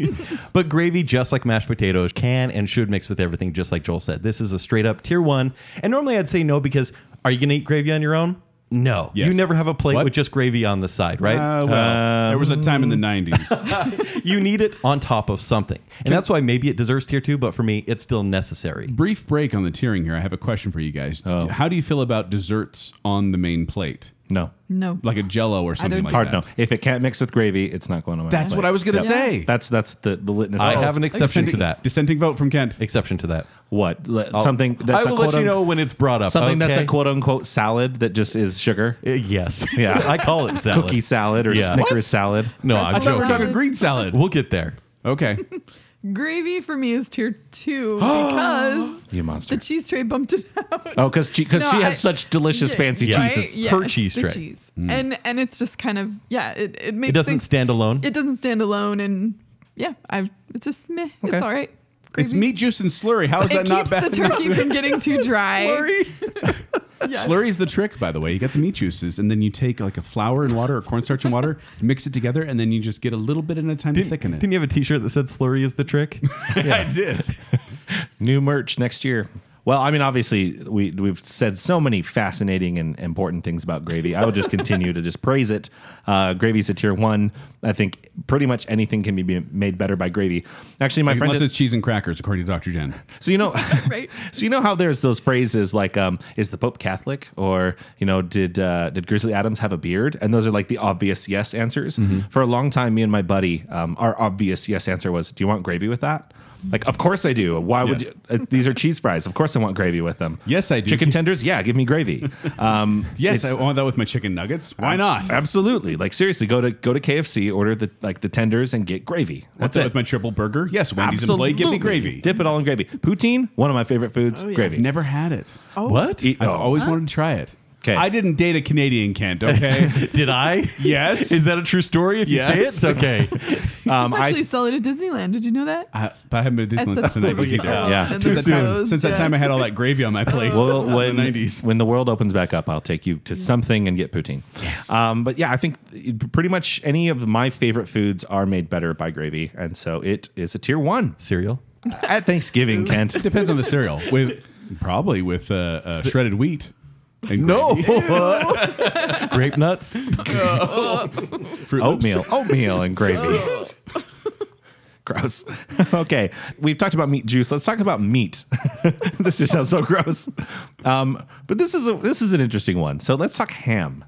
[SPEAKER 2] But gravy, just like mashed potatoes, can and should mix with everything, just like Joel said. This is a straight up tier one. And normally I'd say no because are you going to eat gravy on your own? No.
[SPEAKER 3] Yes.
[SPEAKER 2] You never have a plate
[SPEAKER 3] What?
[SPEAKER 2] with just gravy on the side, right?
[SPEAKER 3] Uh, well, there was a time in the 90s.
[SPEAKER 2] you need it on top of something. And that's why maybe it deserves tier two, but for me, it's still necessary.
[SPEAKER 3] Brief break on the tiering here. I have a question for you guys. How do you feel about desserts on the main plate?
[SPEAKER 4] no,
[SPEAKER 5] No.
[SPEAKER 3] Like a jello or something
[SPEAKER 5] don't-
[SPEAKER 3] like
[SPEAKER 4] hard
[SPEAKER 3] that.
[SPEAKER 4] no. If it can't mix with gravy, it's not going on my
[SPEAKER 3] That's
[SPEAKER 4] plate.
[SPEAKER 3] what I was going to
[SPEAKER 4] Yeah.
[SPEAKER 3] say.
[SPEAKER 4] That's that's the the litmus.
[SPEAKER 2] I
[SPEAKER 4] test.
[SPEAKER 2] have an exception to
[SPEAKER 3] Dissenting-
[SPEAKER 2] that.
[SPEAKER 3] Dissenting vote from Kent.
[SPEAKER 2] Exception to that.
[SPEAKER 4] what Le- something that's
[SPEAKER 2] I will
[SPEAKER 4] a
[SPEAKER 2] let
[SPEAKER 4] quote
[SPEAKER 2] you
[SPEAKER 4] un-
[SPEAKER 2] know when it's brought up.
[SPEAKER 4] something that's
[SPEAKER 2] okay?
[SPEAKER 4] a quote unquote salad that just is sugar,
[SPEAKER 2] Uh, yes.
[SPEAKER 4] Yeah.
[SPEAKER 2] I call it salad.
[SPEAKER 4] cookie salad or
[SPEAKER 2] Yeah.
[SPEAKER 4] Snickers salad.
[SPEAKER 2] No,
[SPEAKER 5] I
[SPEAKER 2] I'm
[SPEAKER 5] thought we were
[SPEAKER 2] joking.
[SPEAKER 5] talking green
[SPEAKER 2] salad. We'll get there.
[SPEAKER 3] Okay.
[SPEAKER 5] Gravy for me is tier two because
[SPEAKER 4] You monster.
[SPEAKER 5] the cheese tray bumped it out.
[SPEAKER 4] Oh, because she, cause
[SPEAKER 5] No,
[SPEAKER 4] she has
[SPEAKER 5] I-
[SPEAKER 4] such delicious
[SPEAKER 5] Yeah,
[SPEAKER 4] fancy
[SPEAKER 2] Yeah.
[SPEAKER 5] right?
[SPEAKER 4] cheeses.
[SPEAKER 5] Yeah,
[SPEAKER 2] Her cheese
[SPEAKER 5] the
[SPEAKER 2] tray.
[SPEAKER 5] cheese.
[SPEAKER 3] Mm.
[SPEAKER 5] And and it's just kind of yeah, it, it makes
[SPEAKER 2] It doesn't
[SPEAKER 5] things-
[SPEAKER 2] stand alone.
[SPEAKER 5] it doesn't stand alone and yeah, I've it's just meh.
[SPEAKER 4] Okay.
[SPEAKER 5] It's all right.
[SPEAKER 3] it's
[SPEAKER 5] Gravy.
[SPEAKER 3] meat juice and slurry. How is
[SPEAKER 5] It
[SPEAKER 3] that not
[SPEAKER 5] keeps
[SPEAKER 3] bad?
[SPEAKER 5] the turkey from getting too dry.
[SPEAKER 2] Slurry.
[SPEAKER 5] Yeah.
[SPEAKER 3] Slurry is the trick, by the way. You get the meat juices, and then you take like a flour and water or cornstarch and water, mix it together, and then you just get a little bit at a time to
[SPEAKER 2] Didn't,
[SPEAKER 3] thicken it.
[SPEAKER 2] didn't you have a T-shirt that said "Slurry is the trick"?
[SPEAKER 4] I did. New merch next year. Well, I mean, obviously, we we've said so many fascinating and important things about gravy. I will just continue to just praise it. Uh, gravy's a tier one. I think pretty much anything can be be made better by gravy. Actually, my friend,
[SPEAKER 3] Unless
[SPEAKER 4] did-
[SPEAKER 3] it's cheese and crackers, according to Dr. Jen.
[SPEAKER 4] so you know,
[SPEAKER 5] Right.
[SPEAKER 4] So you know how there's those phrases like, um, "Is the Pope Catholic?" or you know, "Did uh, did Grizzly Adams have a beard?" And those are like the obvious yes answers.
[SPEAKER 3] Mm-hmm.
[SPEAKER 4] For a long time, me and my buddy, um, our obvious yes answer was, "Do you want gravy with that?" Like, of course I do. Why would
[SPEAKER 3] Yes.
[SPEAKER 4] you? Uh, these are cheese fries? Of course I want gravy with them.
[SPEAKER 3] Yes, I do.
[SPEAKER 4] Chicken tenders, yeah, give me gravy. Um,
[SPEAKER 3] Yes,
[SPEAKER 4] it's-
[SPEAKER 3] I want that with my chicken nuggets. Why not?
[SPEAKER 4] Absolutely. Like seriously, go to go to KFC, order the like the tenders, and get gravy. That's
[SPEAKER 3] What's that
[SPEAKER 4] it.
[SPEAKER 3] with my triple burger? Yes, Wendy's and Play. Give me gravy.
[SPEAKER 4] Dip it all in gravy. Poutine, one of my favorite foods.
[SPEAKER 5] Oh, yes.
[SPEAKER 4] Gravy.
[SPEAKER 3] Never had it.
[SPEAKER 5] Oh.
[SPEAKER 2] What
[SPEAKER 4] Eat-
[SPEAKER 3] I've
[SPEAKER 4] Oh.
[SPEAKER 3] always wanted to try it.
[SPEAKER 4] 'Kay.
[SPEAKER 3] I didn't date a Canadian, Kent, okay?
[SPEAKER 2] did I?
[SPEAKER 3] yes.
[SPEAKER 2] Is that a true story? If you
[SPEAKER 3] Yes.
[SPEAKER 2] say it, it's okay.
[SPEAKER 4] Um,
[SPEAKER 5] It's
[SPEAKER 4] I-
[SPEAKER 5] actually solid at Disneyland. Did you know that?
[SPEAKER 3] I, Uh, but I haven't been to
[SPEAKER 5] At
[SPEAKER 3] Disneyland since the
[SPEAKER 5] September
[SPEAKER 3] 90s either.
[SPEAKER 5] twelfth,
[SPEAKER 4] Yeah.
[SPEAKER 5] and
[SPEAKER 3] Since,
[SPEAKER 5] then
[SPEAKER 3] that time,
[SPEAKER 5] closed,
[SPEAKER 3] since that
[SPEAKER 5] yeah. Oh.
[SPEAKER 3] time I had all that gravy on my plate.
[SPEAKER 4] Well,
[SPEAKER 3] in
[SPEAKER 4] when
[SPEAKER 3] the 90s.
[SPEAKER 4] when the world opens back up, I'll take you to something and get poutine. Yes. Um, but yeah, I think pretty much any of my favorite foods are made better by gravy, and so it is a tier one
[SPEAKER 2] Cereal.
[SPEAKER 4] at Thanksgiving. Kent,
[SPEAKER 3] Depends on the cereal. With probably with uh, uh, shredded wheat. and
[SPEAKER 2] No.
[SPEAKER 3] gravy.
[SPEAKER 2] Grape nuts.
[SPEAKER 3] Fruit Loops.
[SPEAKER 4] oatmeal, oatmeal, and gravy. gross. okay, we've talked about meat juice. Let's talk about meat. this just sounds so gross. Um, but this is a, this is an interesting one. So let's talk ham.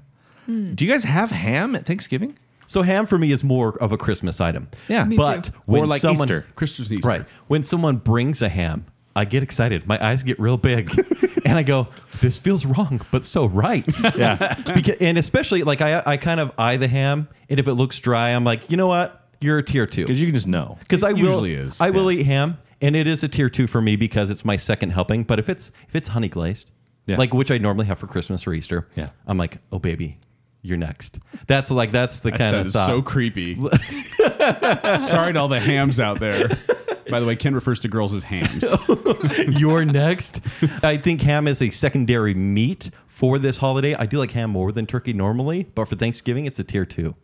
[SPEAKER 4] Do you guys have ham at Thanksgiving?
[SPEAKER 2] So ham for me is more of a Christmas item.
[SPEAKER 4] Yeah. Me
[SPEAKER 2] but
[SPEAKER 5] too.
[SPEAKER 2] when
[SPEAKER 4] Or like
[SPEAKER 2] someone,
[SPEAKER 4] Easter.
[SPEAKER 3] Christmas and Easter.
[SPEAKER 2] Right. When someone brings a ham, I get excited. My eyes get real big, and I go, "This feels wrong, but so right."
[SPEAKER 4] Yeah.
[SPEAKER 2] Beca- and especially like I, I kind of eye the ham, and if it looks dry, I'm like, you know what, you're a tier two.
[SPEAKER 4] Because you can just know.
[SPEAKER 2] because I
[SPEAKER 3] It
[SPEAKER 2] will,
[SPEAKER 3] usually is,
[SPEAKER 2] I will eat ham, and it is a tier two for me because it's my second helping. But if it's if it's honey glazed,
[SPEAKER 4] Yeah.
[SPEAKER 2] like which I normally have for Christmas or Easter,
[SPEAKER 4] Yeah.
[SPEAKER 2] I'm like, oh baby, you're next. That's like that's the
[SPEAKER 3] That
[SPEAKER 2] kind of
[SPEAKER 3] sounds
[SPEAKER 2] thought.
[SPEAKER 3] so creepy. Sorry to all the hams out there. By the way, Ken refers to girls as hams.
[SPEAKER 4] Oh,
[SPEAKER 2] You're next. I think ham is a secondary meat for this holiday. I do like ham more than turkey normally, but for Thanksgiving, it's a tier two.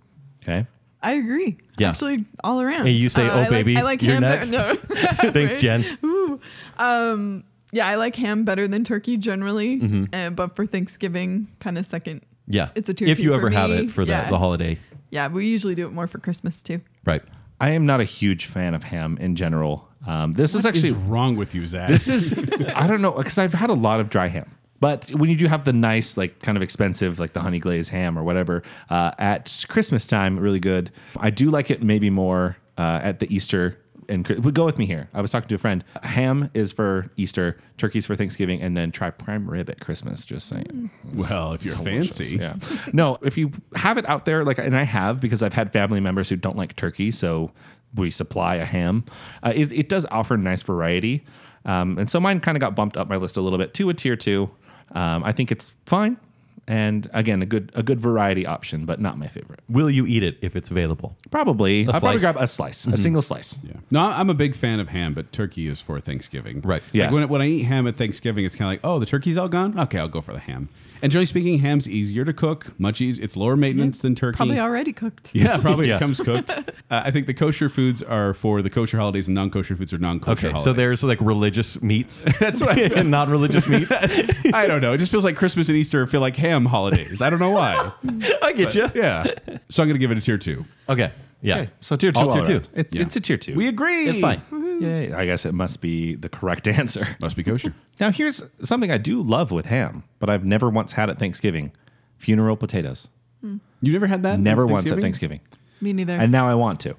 [SPEAKER 4] Okay.
[SPEAKER 5] I agree.
[SPEAKER 2] Yeah.
[SPEAKER 5] Actually, all around.
[SPEAKER 2] And you say, "Oh,
[SPEAKER 5] Uh, I like-
[SPEAKER 2] baby,
[SPEAKER 5] I like
[SPEAKER 2] you're
[SPEAKER 5] ham
[SPEAKER 2] next."
[SPEAKER 5] Better. No.
[SPEAKER 2] Thanks,
[SPEAKER 5] Right?
[SPEAKER 2] Jen.
[SPEAKER 5] Yeah, I like ham better than turkey generally, uh, but for Thanksgiving, kind of second.
[SPEAKER 2] Mm-hmm. Yeah,
[SPEAKER 5] It's a tier
[SPEAKER 2] If
[SPEAKER 5] two
[SPEAKER 2] you
[SPEAKER 5] for
[SPEAKER 2] ever have
[SPEAKER 5] me.
[SPEAKER 2] it for the,
[SPEAKER 5] Yeah.
[SPEAKER 2] the holiday,
[SPEAKER 5] Yeah, we usually do it more for Christmas too.
[SPEAKER 2] right?
[SPEAKER 4] I am not a huge fan of ham in general. Um, this is
[SPEAKER 3] What
[SPEAKER 4] actually
[SPEAKER 3] is wrong with you, Zach?
[SPEAKER 4] This is I don't know because I've had a lot of dry ham, but when you do have the nice, like kind of expensive, like the honey glazed ham or whatever uh, at Christmas time, really good. I do like it maybe more uh, at the Easter. And Chri- but go with me here. I was talking to a friend. Ham is for Easter, turkey's for Thanksgiving, and then try prime rib at Christmas. Just saying.
[SPEAKER 3] well, if you're
[SPEAKER 4] Delicious,
[SPEAKER 3] fancy.
[SPEAKER 4] Yeah. no, if you have it out there, like, and I have because I've had family members who don't like turkey, so we supply a ham. Uh, it, it does offer nice variety. Um, and so mine kind of got bumped up my list a little bit to a tier two. Um, I think it's fine. And again, a good a good variety option, but not my favorite.
[SPEAKER 2] Will you eat it if it's available?
[SPEAKER 4] Probably, I'll probably
[SPEAKER 2] slice. Mm-hmm.
[SPEAKER 4] grab a slice, a single slice.
[SPEAKER 3] Yeah. No, I'm a big fan of ham, but turkey is for Thanksgiving.
[SPEAKER 2] Right.
[SPEAKER 4] Yeah.
[SPEAKER 3] Like when, when I eat ham at Thanksgiving, it's kind of like, oh, the turkey's all gone? Okay, I'll go for the ham. And generally speaking, ham's easier to cook, much easier. It's lower maintenance than turkey.
[SPEAKER 5] Probably already cooked.
[SPEAKER 3] Yeah, probably
[SPEAKER 2] Yeah.
[SPEAKER 3] it comes cooked. Uh, I think the kosher foods are for the kosher holidays, and non kosher foods are non kosher
[SPEAKER 2] Okay,
[SPEAKER 3] holidays.
[SPEAKER 2] so there's like religious meats. That's what I non-religious meats.
[SPEAKER 3] I don't know. It just feels like Christmas and Easter feel like ham holidays. I don't know why.
[SPEAKER 2] I get you.
[SPEAKER 3] yeah. So I'm going to give it a tier two.
[SPEAKER 2] Okay. Yeah.
[SPEAKER 4] Okay, so tier two,
[SPEAKER 2] All tier
[SPEAKER 4] around.
[SPEAKER 2] two.
[SPEAKER 4] It's
[SPEAKER 3] Yeah.
[SPEAKER 4] it's a tier two.
[SPEAKER 3] We agree.
[SPEAKER 2] It's fine.
[SPEAKER 4] Yay. I guess it must be the correct answer.
[SPEAKER 3] Must be kosher.
[SPEAKER 4] Now, here's something I do love with ham, but I've never once had at Thanksgiving funeral potatoes.
[SPEAKER 3] You never had that?
[SPEAKER 4] Never once at Thanksgiving.
[SPEAKER 5] Me neither.
[SPEAKER 4] And now I want to.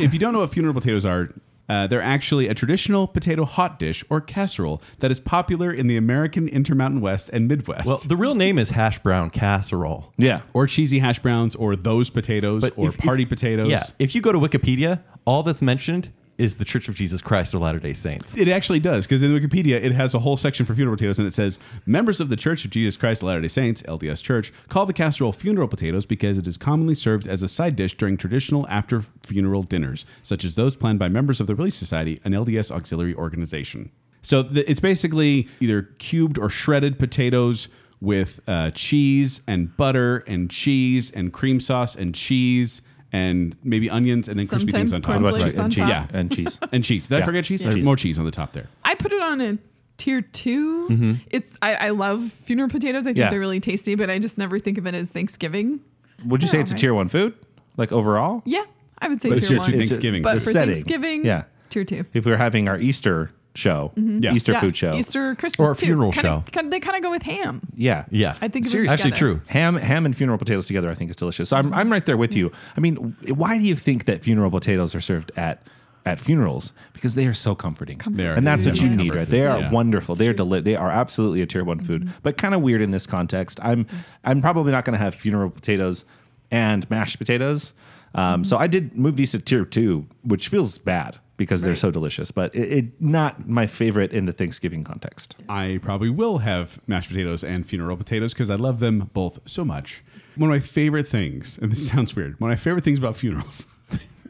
[SPEAKER 3] if you don't know what funeral potatoes are, uh, they're actually a traditional potato hot dish or casserole that is popular in the American Intermountain West and Midwest.
[SPEAKER 2] Well, the real name is hash brown casserole.
[SPEAKER 4] Yeah.
[SPEAKER 3] or cheesy hash browns, or those potatoes, or
[SPEAKER 2] if- if-
[SPEAKER 3] party potatoes.
[SPEAKER 2] Yeah. If you go to Wikipedia, all that's mentioned is the Church of Jesus Christ of Latter-day Saints.
[SPEAKER 3] It actually does, because in Wikipedia, it has a whole section for funeral potatoes, and it says members of the Church of Jesus Christ of Latter day Saints, LDS Church, call the casserole funeral potatoes because it is commonly served as a side dish during traditional after funeral dinners, such as those planned by members of the Relief Society, an LDS auxiliary organization. So th- it's basically either cubed or shredded potatoes with uh, cheese and butter and cheese and cream sauce and cheese and maybe onions and then crispy
[SPEAKER 5] Sometimes
[SPEAKER 3] things on top.
[SPEAKER 5] corn
[SPEAKER 4] What
[SPEAKER 5] Flakes
[SPEAKER 4] about you? And
[SPEAKER 5] on
[SPEAKER 4] cheese.
[SPEAKER 5] top.
[SPEAKER 4] And cheese.
[SPEAKER 3] And cheese. Did I
[SPEAKER 4] Yeah.
[SPEAKER 3] forget cheese? There's
[SPEAKER 4] Cheese.
[SPEAKER 3] More cheese on the top there.
[SPEAKER 5] I put it on a tier 2
[SPEAKER 2] Mm-hmm.
[SPEAKER 5] It's I, I love funeral potatoes. I think
[SPEAKER 4] Yeah.
[SPEAKER 5] they're really tasty, but I just never think of it as Thanksgiving.
[SPEAKER 4] Would you say
[SPEAKER 5] Yeah,
[SPEAKER 4] it's a
[SPEAKER 5] right.
[SPEAKER 4] tier one food? Like overall?
[SPEAKER 5] Yeah, I would say
[SPEAKER 4] But it's
[SPEAKER 5] tier
[SPEAKER 4] just
[SPEAKER 5] one.
[SPEAKER 3] it's- Thanksgiving.
[SPEAKER 5] but
[SPEAKER 4] the
[SPEAKER 5] for Thanksgiving,
[SPEAKER 4] Yeah.
[SPEAKER 5] tier two.
[SPEAKER 4] If we were having our Easter show,
[SPEAKER 3] Yeah.
[SPEAKER 4] Easter
[SPEAKER 5] Mm-hmm. Yeah,
[SPEAKER 4] food show.
[SPEAKER 5] Easter, Christmas,
[SPEAKER 2] Or a funeral
[SPEAKER 5] kinda,
[SPEAKER 2] show.
[SPEAKER 5] kinda- they kind of go with ham.
[SPEAKER 4] Yeah.
[SPEAKER 2] Yeah.
[SPEAKER 5] I think of it
[SPEAKER 4] Seriously.
[SPEAKER 2] actually
[SPEAKER 5] together.
[SPEAKER 2] true.
[SPEAKER 4] Ham, ham, and funeral potatoes together, I think, is delicious. So I'm, I'm right there
[SPEAKER 5] Mm-hmm.
[SPEAKER 4] with you. I mean, w- why do you think that funeral potatoes are served at at funerals? Because they are so comforting,
[SPEAKER 5] Comfort
[SPEAKER 3] They are
[SPEAKER 4] and that's what you
[SPEAKER 5] Yes.
[SPEAKER 4] need, right? They are
[SPEAKER 3] Yeah.
[SPEAKER 4] wonderful. They are deli- They are absolutely a tier one food,
[SPEAKER 5] Mm-hmm.
[SPEAKER 4] but kind of weird in this context. I'm I'm probably not going to have funeral potatoes and mashed potatoes.
[SPEAKER 5] Mm-hmm.
[SPEAKER 4] Um, So I did move these to tier two, which feels bad because they're
[SPEAKER 5] Right.
[SPEAKER 4] so delicious, but it, it not my favorite in the Thanksgiving context.
[SPEAKER 3] I probably will have mashed potatoes and funeral potatoes because I love them both so much. One of my favorite things, and this sounds weird, one of my favorite things about funerals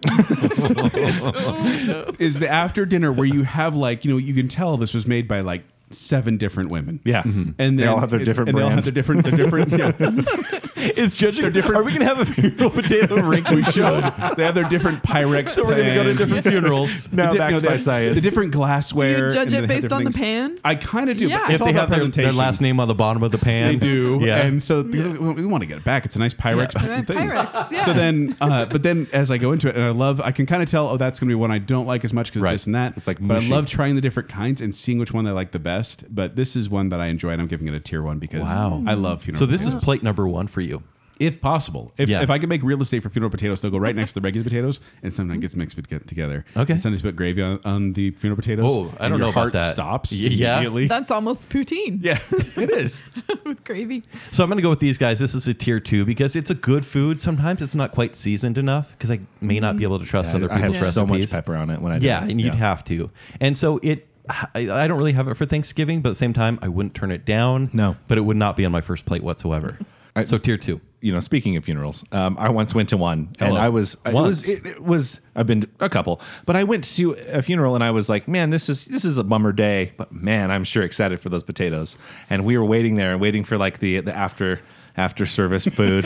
[SPEAKER 5] Oh,
[SPEAKER 3] is, is the after dinner where you have like, you know, you can tell this was made by like seven different women.
[SPEAKER 4] Yeah.
[SPEAKER 5] Mm-hmm.
[SPEAKER 4] Mhm. They all have their different
[SPEAKER 3] and They all have
[SPEAKER 4] brands.
[SPEAKER 3] their different. Their different. Yeah.
[SPEAKER 2] It's judging. Different. Are we gonna have a funeral potato rink?
[SPEAKER 3] we should. They have their different Pyrex.
[SPEAKER 2] so we're gonna go to
[SPEAKER 3] pans.
[SPEAKER 2] different funerals.
[SPEAKER 4] Now
[SPEAKER 3] The di-
[SPEAKER 4] backed
[SPEAKER 3] no, they
[SPEAKER 4] by
[SPEAKER 3] have
[SPEAKER 4] science.
[SPEAKER 3] The different glassware.
[SPEAKER 5] Do you judge
[SPEAKER 3] and
[SPEAKER 5] it
[SPEAKER 3] they have
[SPEAKER 5] based on
[SPEAKER 3] different
[SPEAKER 5] the
[SPEAKER 3] things.
[SPEAKER 5] pan?
[SPEAKER 3] I kind of do.
[SPEAKER 5] Yeah.
[SPEAKER 3] But
[SPEAKER 5] If
[SPEAKER 3] it's
[SPEAKER 2] If
[SPEAKER 3] all
[SPEAKER 2] they
[SPEAKER 3] about
[SPEAKER 2] have their, their
[SPEAKER 3] presentation.
[SPEAKER 2] last name on the bottom of the
[SPEAKER 3] They
[SPEAKER 2] pan.
[SPEAKER 3] do.
[SPEAKER 2] Yeah.
[SPEAKER 3] And so because we, we want to get it back. It's a nice Pyrex thing.
[SPEAKER 5] Pyrex, yeah.
[SPEAKER 3] So then, uh, but then as I go into it, and I love, I can kind of tell, oh, that's going to be one I don't like as much because
[SPEAKER 2] Right.
[SPEAKER 3] this and that.
[SPEAKER 2] It's like
[SPEAKER 3] but I
[SPEAKER 2] mushy.
[SPEAKER 3] love trying the different kinds and seeing which one I like the best. But this is one that I enjoy, and I'm giving it a tier one because
[SPEAKER 2] Wow.
[SPEAKER 3] I love funeral.
[SPEAKER 2] so this is plate number one for you.
[SPEAKER 3] if possible. If,
[SPEAKER 2] Yeah.
[SPEAKER 3] if I could make real estate for funeral potatoes, they'll go right next to the regular potatoes, and sometimes gets mixed with- get together.
[SPEAKER 2] Okay.
[SPEAKER 3] And sometimes put gravy on, on the funeral potatoes.
[SPEAKER 2] Oh, I
[SPEAKER 3] and
[SPEAKER 2] don't
[SPEAKER 3] your
[SPEAKER 2] know about
[SPEAKER 3] heart
[SPEAKER 2] that.
[SPEAKER 3] Stops.
[SPEAKER 2] Y- yeah.
[SPEAKER 3] Immediately.
[SPEAKER 5] That's almost poutine
[SPEAKER 3] yeah, it is.
[SPEAKER 5] with gravy.
[SPEAKER 2] So I'm going to go with these guys. This is a tier two because it's a good food. Sometimes it's not quite seasoned enough because I may not be able to trust other
[SPEAKER 4] I
[SPEAKER 2] people's
[SPEAKER 4] have
[SPEAKER 2] recipes.
[SPEAKER 4] so much pepper on it when I do
[SPEAKER 2] Yeah,
[SPEAKER 4] it.
[SPEAKER 2] and you'd have to. And so it, I, I don't really have it for Thanksgiving, but at the same time, I wouldn't turn it down.
[SPEAKER 4] No.
[SPEAKER 2] but it would not be on my first plate whatsoever.
[SPEAKER 4] I-
[SPEAKER 2] so tier two.
[SPEAKER 4] you know, speaking of funerals, um, I once went to one, and
[SPEAKER 2] Hello.
[SPEAKER 4] I was, I-
[SPEAKER 2] Once.
[SPEAKER 4] It, was it, it was I've been to a couple, but I went to a funeral, and I was like, man, this is this is a bummer day, but man, I'm sure excited for those potatoes. And we were waiting there and waiting for like the the after after service food,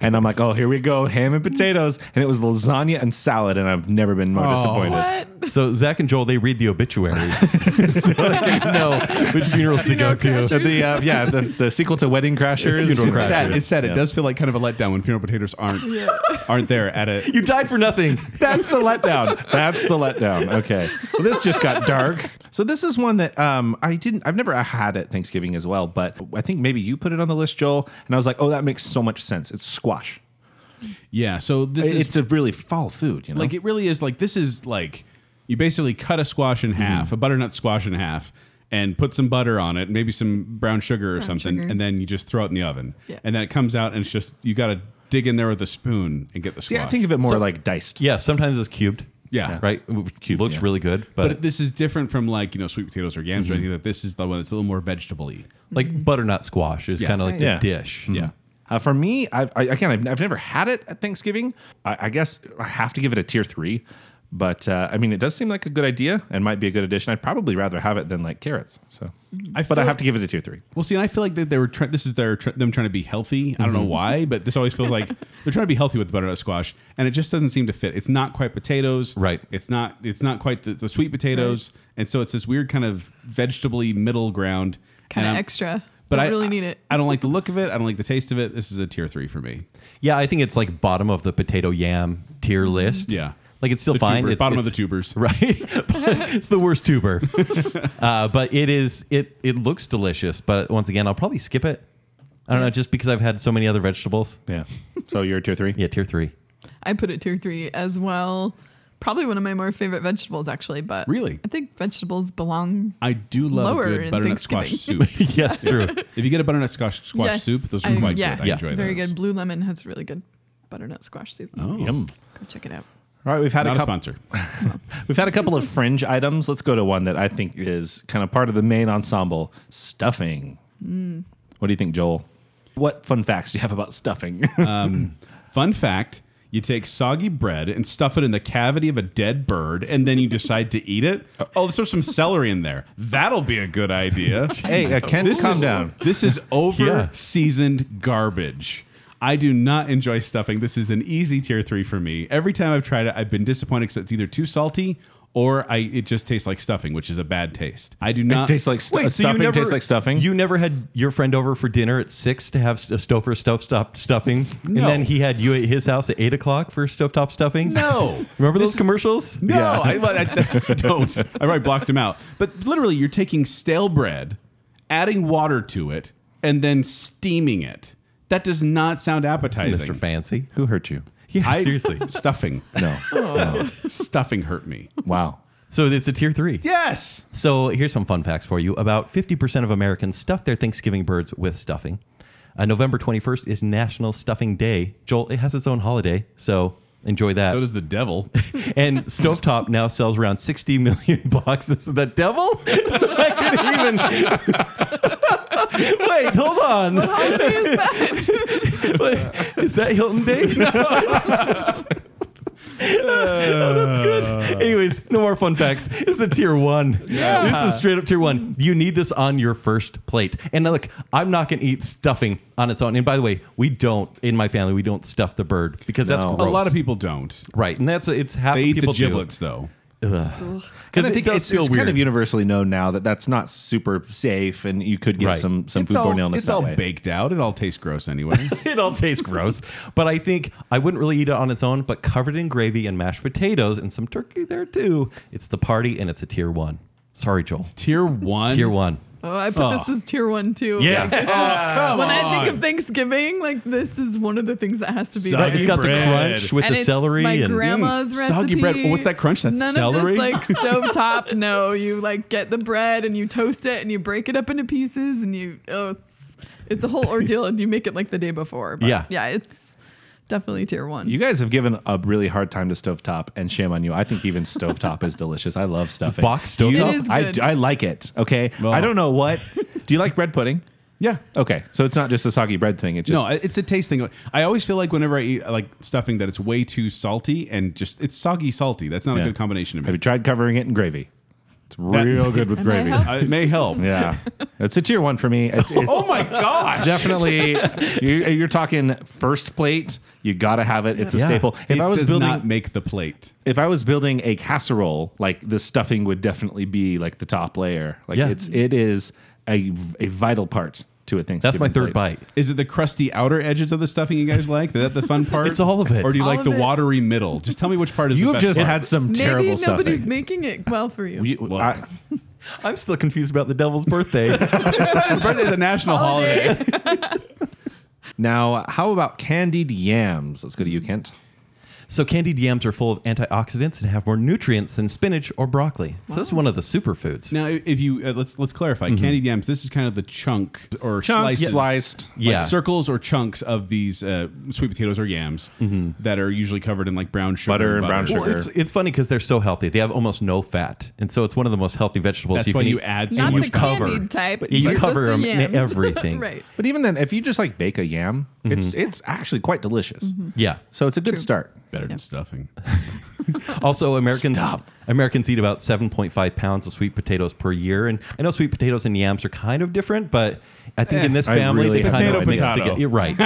[SPEAKER 4] and I'm like, oh, here we go, ham and potatoes, and it was lasagna and salad, and I've never been more disappointed.
[SPEAKER 5] What?
[SPEAKER 2] So Zach and Joel they read the obituaries, so they know which funerals to
[SPEAKER 5] You know,
[SPEAKER 2] go to.
[SPEAKER 5] Crash
[SPEAKER 4] Uh, the uh, yeah the, the sequel to Wedding Crashers,
[SPEAKER 2] Funeral
[SPEAKER 3] It's
[SPEAKER 2] Crashers.
[SPEAKER 3] sad. It's sad.
[SPEAKER 4] Yeah.
[SPEAKER 3] It does feel like kind of a letdown when funeral potatoes aren't aren't there at a
[SPEAKER 2] You died for nothing.
[SPEAKER 4] That's the letdown. That's the letdown. Okay. Well, this just got dark. So this is one that um, I didn't. I've never had at Thanksgiving as well, but I think maybe you put it on the list, Joel. And I was like, oh, that makes so much sense. It's squash.
[SPEAKER 3] Yeah, so this is
[SPEAKER 4] It's a really fall food. You know,
[SPEAKER 3] like it really is like this is like you basically cut a squash
[SPEAKER 4] Mm-hmm.
[SPEAKER 3] in half, a butternut squash in half, and put some butter on it, maybe some brown sugar or something,
[SPEAKER 5] sugar.
[SPEAKER 3] and then you just throw it in the oven.
[SPEAKER 5] Yeah.
[SPEAKER 3] And then it comes out and it's just you got to dig in there with a spoon and get the squash.
[SPEAKER 4] yeah, I think of it more like diced.
[SPEAKER 2] Yeah, sometimes it's cubed.
[SPEAKER 3] Yeah.
[SPEAKER 2] right. Cubed, looks
[SPEAKER 4] yeah.
[SPEAKER 2] really good, but,
[SPEAKER 3] but this is different from like you know sweet potatoes or yams
[SPEAKER 4] Mm-hmm.
[SPEAKER 3] or anything. That this is the one that's a little more vegetable-y.
[SPEAKER 2] like butternut squash is
[SPEAKER 3] Yeah.
[SPEAKER 2] kind of like the
[SPEAKER 4] Yeah.
[SPEAKER 2] dish.
[SPEAKER 3] Yeah.
[SPEAKER 4] Uh, for me, I, I again, I've, I've never had it at Thanksgiving. I, I guess I have to give it a tier three. But uh, I mean, it does seem like a good idea and might be a good addition. I'd probably rather have it than like carrots. So,
[SPEAKER 3] I
[SPEAKER 4] but I
[SPEAKER 3] feel-
[SPEAKER 4] have to give it a tier three.
[SPEAKER 3] Well, see, and I feel like that they were. Try- this is their tr- them trying to be healthy. I don't
[SPEAKER 4] Mm-hmm.
[SPEAKER 3] know why, but this always feels like they're trying to be healthy with the butternut squash, and it just doesn't seem to fit. It's not quite potatoes,
[SPEAKER 2] Right.
[SPEAKER 3] It's not. It's not quite the, the sweet potatoes, and so it's this weird kind of vegetably middle ground,
[SPEAKER 5] Kind
[SPEAKER 3] And
[SPEAKER 5] of
[SPEAKER 3] I'm-
[SPEAKER 5] extra.
[SPEAKER 3] But
[SPEAKER 5] But
[SPEAKER 3] I
[SPEAKER 5] I really need it.
[SPEAKER 3] I don't like the look of it. I don't like the taste of it. This is a tier three for me.
[SPEAKER 2] Yeah, I think it's like bottom of the potato yam tier list.
[SPEAKER 3] Mm-hmm. Yeah.
[SPEAKER 2] Like it's still
[SPEAKER 3] The
[SPEAKER 2] fine.
[SPEAKER 3] tuber-
[SPEAKER 2] It's-
[SPEAKER 3] bottom of
[SPEAKER 2] it's-
[SPEAKER 3] the tubers.
[SPEAKER 2] Right. it's the worst tuber. uh, but it is it it looks delicious, but once again, I'll probably skip it. I don't know, just because I've had so many other vegetables.
[SPEAKER 4] Yeah. So you're a tier three.
[SPEAKER 2] Yeah, tier three.
[SPEAKER 5] I put it tier three as well. Probably one of my more favorite vegetables, actually. But
[SPEAKER 3] Really?
[SPEAKER 5] I think vegetables belong.
[SPEAKER 3] I do love
[SPEAKER 5] Lower
[SPEAKER 3] a
[SPEAKER 5] in
[SPEAKER 3] good butternut squash soup.
[SPEAKER 5] Thanksgiving.
[SPEAKER 3] if
[SPEAKER 2] yeah, it's true.
[SPEAKER 3] you get a butternut squash squash
[SPEAKER 5] Yes,
[SPEAKER 3] soup, those are
[SPEAKER 5] I-
[SPEAKER 3] quite
[SPEAKER 5] yeah,
[SPEAKER 3] good. I
[SPEAKER 2] Yeah.
[SPEAKER 3] enjoy
[SPEAKER 5] Very
[SPEAKER 3] those.
[SPEAKER 5] good. Blue Lemon has really good butternut squash soup.
[SPEAKER 3] Oh.
[SPEAKER 4] Yum.
[SPEAKER 5] Go check it out.
[SPEAKER 4] All right, we've had
[SPEAKER 3] Not
[SPEAKER 4] a
[SPEAKER 3] a
[SPEAKER 4] couple.
[SPEAKER 3] sponsor.
[SPEAKER 4] We've had a couple of fringe items. Let's go to one that I think is kind of part of the main ensemble stuffing.
[SPEAKER 2] Hmm.
[SPEAKER 4] What do you think, Joel? What fun facts do you have about stuffing?
[SPEAKER 2] Uh,
[SPEAKER 3] Fun fact you take soggy bread and stuff it in the cavity of a dead bird, and then you decide to eat it. Oh, let's throw some celery in there. That'll be a good idea.
[SPEAKER 4] hey, uh, Ken, calm
[SPEAKER 3] is,
[SPEAKER 4] down.
[SPEAKER 3] This is over
[SPEAKER 2] Yeah.
[SPEAKER 3] seasoned garbage. I do not enjoy stuffing. This is an easy tier three for me. Every time I've tried it, I've been disappointed because it's either too salty or I it just tastes like stuffing, which is a bad taste. I do not.
[SPEAKER 4] tastes like stu- stuffing. tastes like stuffing.
[SPEAKER 2] You never had your friend over for dinner at six to have a Stouffer stove stop stuffing,
[SPEAKER 3] No.
[SPEAKER 2] and then he had you at his house at eight o'clock for stovetop stuffing.
[SPEAKER 3] no.
[SPEAKER 2] Remember those commercials?
[SPEAKER 3] No, I, well, I- I don't. I already blocked him out. But literally, you're taking stale bread, adding water to it, and then steaming it. That does not sound appetizing.
[SPEAKER 2] Mr. Fancy.
[SPEAKER 4] Who hurt you?
[SPEAKER 2] Yeah,
[SPEAKER 3] I,
[SPEAKER 2] seriously.
[SPEAKER 3] Stuffing.
[SPEAKER 4] No. no.
[SPEAKER 3] Stuffing hurt me.
[SPEAKER 4] Wow.
[SPEAKER 2] So it's a tier three.
[SPEAKER 3] Yes.
[SPEAKER 2] So here's some fun facts for you. About 50% of Americans stuff their Thanksgiving birds with stuffing. Uh, November 21st is National Stuffing Day. Joel, it has its own holiday, so enjoy that.
[SPEAKER 3] So does the devil.
[SPEAKER 2] and Stovetop now sells around 60 million boxes of the devil. I could even. Wait, hold on. What
[SPEAKER 5] Oh,
[SPEAKER 2] holiday is that? Wait, is that Hilton Day? oh, that's good.
[SPEAKER 4] Uh.
[SPEAKER 2] Anyways, no more fun facts. This is a tier one. This is straight up tier one. You need this on your first plate. And now, look, I'm not going to eat stuffing on its own. And by the way, we don't, in my family, we don't stuff the bird because that's
[SPEAKER 4] No. A
[SPEAKER 2] gross.
[SPEAKER 3] A lot of people don't.
[SPEAKER 2] Right. And that's, it's half
[SPEAKER 3] They
[SPEAKER 2] of
[SPEAKER 3] eat the
[SPEAKER 2] people do.
[SPEAKER 3] giblets though.
[SPEAKER 2] Because
[SPEAKER 4] I
[SPEAKER 2] it
[SPEAKER 4] think
[SPEAKER 2] does
[SPEAKER 4] it's,
[SPEAKER 2] feel
[SPEAKER 4] it's
[SPEAKER 2] weird.
[SPEAKER 4] kind of universally known now that that's not super safe, and you could get
[SPEAKER 2] Right.
[SPEAKER 4] some some
[SPEAKER 3] It's all,
[SPEAKER 4] foodborne illness
[SPEAKER 3] it's
[SPEAKER 4] that
[SPEAKER 3] all
[SPEAKER 4] way.
[SPEAKER 3] baked out. It all tastes gross anyway.
[SPEAKER 2] it all tastes gross. But I think I wouldn't really eat it on its own, but covered in gravy and mashed potatoes and some turkey there too. It's the party and it's a tier one. Sorry, Joel.
[SPEAKER 3] tier one.
[SPEAKER 2] Tier one.
[SPEAKER 5] Oh, I put this as tier one too.
[SPEAKER 2] Yeah.
[SPEAKER 5] when I think of Thanksgiving, like this is one of the things that has to be.
[SPEAKER 3] Soggy
[SPEAKER 5] there.
[SPEAKER 2] It's got the
[SPEAKER 3] bread.
[SPEAKER 2] crunch with
[SPEAKER 5] And
[SPEAKER 2] the
[SPEAKER 5] it's
[SPEAKER 2] celery
[SPEAKER 5] my
[SPEAKER 2] and
[SPEAKER 5] grandma's
[SPEAKER 3] Mm,
[SPEAKER 5] recipe.
[SPEAKER 3] soggy bread. What's that crunch? That's
[SPEAKER 5] None
[SPEAKER 3] celery?
[SPEAKER 5] Of this, like stovetop. No, you like get the bread and you toast it and you break it up into pieces and you oh, it's it's a whole ordeal and you make it like the day before. But
[SPEAKER 2] Yeah.
[SPEAKER 5] yeah, it's definitely tier one.
[SPEAKER 4] You guys have given a really hard time to stovetop, and shame on you. I think even stovetop is delicious. I love stuffing.
[SPEAKER 2] box stove
[SPEAKER 5] It
[SPEAKER 2] top.
[SPEAKER 5] is
[SPEAKER 4] I,
[SPEAKER 5] good.
[SPEAKER 4] I like it. Okay.
[SPEAKER 3] Well-
[SPEAKER 4] I don't know what. Do you like bread pudding?
[SPEAKER 3] yeah.
[SPEAKER 4] Okay. So it's not just a soggy bread thing. It just.
[SPEAKER 3] no, it's a taste thing. I always feel like whenever I eat like stuffing that it's way too salty and just it's soggy salty. That's not
[SPEAKER 4] Yeah.
[SPEAKER 3] a good combination of
[SPEAKER 4] have you
[SPEAKER 3] it.
[SPEAKER 4] tried covering it in gravy? It's real good with
[SPEAKER 5] Am I
[SPEAKER 4] gravy.
[SPEAKER 5] help-
[SPEAKER 3] Uh, it may help.
[SPEAKER 4] Yeah. It's a tier one for me. It's, it's
[SPEAKER 2] my gosh.
[SPEAKER 4] definitely. You're, you're talking first plate. You got to have it. It's a
[SPEAKER 2] Yeah.
[SPEAKER 4] staple. If
[SPEAKER 3] it
[SPEAKER 4] I was
[SPEAKER 3] does
[SPEAKER 4] building.
[SPEAKER 3] not make the plate.
[SPEAKER 4] if I was building a casserole, like the stuffing would definitely be like the top layer. Like
[SPEAKER 2] Yeah.
[SPEAKER 4] it's it is a, a vital part to a Thanksgiving.
[SPEAKER 2] That's my third
[SPEAKER 4] plate.
[SPEAKER 2] bite.
[SPEAKER 3] Is it the crusty outer edges of the stuffing you guys like? Is that the fun part?
[SPEAKER 2] It's all of it.
[SPEAKER 3] Or do you
[SPEAKER 5] All
[SPEAKER 3] like
[SPEAKER 5] of
[SPEAKER 3] the
[SPEAKER 5] it.
[SPEAKER 3] watery middle? Just tell me which part is the
[SPEAKER 4] You've
[SPEAKER 3] best
[SPEAKER 4] just
[SPEAKER 3] part.
[SPEAKER 4] had some
[SPEAKER 5] Maybe
[SPEAKER 4] terrible
[SPEAKER 5] nobody's
[SPEAKER 4] stuffing.
[SPEAKER 5] making it well for you.
[SPEAKER 4] You-
[SPEAKER 3] Well,
[SPEAKER 4] I-
[SPEAKER 2] I'm still confused about the devil's birthday.
[SPEAKER 3] His birthday's a national holiday.
[SPEAKER 4] now, how about candied yams? Let's go to you, Kent.
[SPEAKER 2] so candied yams are full of antioxidants and have more nutrients than spinach or broccoli. So that's one of the superfoods.
[SPEAKER 3] Now, if you uh, let's let's clarify, candied yams. This is kind of the chunk or
[SPEAKER 4] Mm-hmm. Chunk,
[SPEAKER 3] slices,
[SPEAKER 4] sliced.
[SPEAKER 3] like
[SPEAKER 2] Yeah.
[SPEAKER 3] circles or chunks of these uh, sweet potatoes or yams that are usually covered in like brown sugar,
[SPEAKER 4] Mm-hmm. Butter and brown
[SPEAKER 2] Well,
[SPEAKER 4] sugar.
[SPEAKER 2] it's, it's funny because they're so healthy. They have almost no fat, and so it's one of the most healthy vegetables.
[SPEAKER 3] That's
[SPEAKER 2] you
[SPEAKER 3] why
[SPEAKER 2] can
[SPEAKER 3] you
[SPEAKER 2] eat.
[SPEAKER 3] add
[SPEAKER 5] Not
[SPEAKER 3] some
[SPEAKER 2] you
[SPEAKER 5] the
[SPEAKER 2] cover-
[SPEAKER 5] candied type.
[SPEAKER 2] but you
[SPEAKER 5] but just
[SPEAKER 2] cover
[SPEAKER 5] the
[SPEAKER 2] 'em in
[SPEAKER 5] yams.
[SPEAKER 2] everything.
[SPEAKER 5] right.
[SPEAKER 4] But even then, if you just like bake a yam, it's it's actually quite delicious.
[SPEAKER 5] Mm-hmm.
[SPEAKER 2] Yeah.
[SPEAKER 4] So it's a good start.
[SPEAKER 3] Better than stuffing.
[SPEAKER 2] Also, Americans
[SPEAKER 4] Stop.
[SPEAKER 2] Americans eat about 7.5 pounds of sweet potatoes per year, and I know sweet potatoes and yams are kind of different, but I think in this
[SPEAKER 4] Eh, I
[SPEAKER 2] family
[SPEAKER 4] really
[SPEAKER 2] they
[SPEAKER 4] have
[SPEAKER 2] kind
[SPEAKER 4] no
[SPEAKER 2] of mix
[SPEAKER 4] idea.
[SPEAKER 2] together. You're right.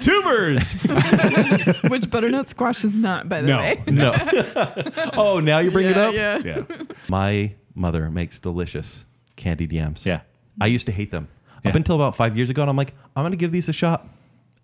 [SPEAKER 3] Tubers.
[SPEAKER 5] Which butternut squash is not, by the
[SPEAKER 3] No.
[SPEAKER 5] way.
[SPEAKER 2] No. oh, now you bring it
[SPEAKER 5] Yeah,
[SPEAKER 2] up.
[SPEAKER 5] yeah.
[SPEAKER 3] yeah.
[SPEAKER 2] My mother makes delicious candied yams.
[SPEAKER 4] Yeah.
[SPEAKER 2] I used to hate them up
[SPEAKER 4] Yeah.
[SPEAKER 2] until about five years ago, and I'm like, I'm gonna give these a shot.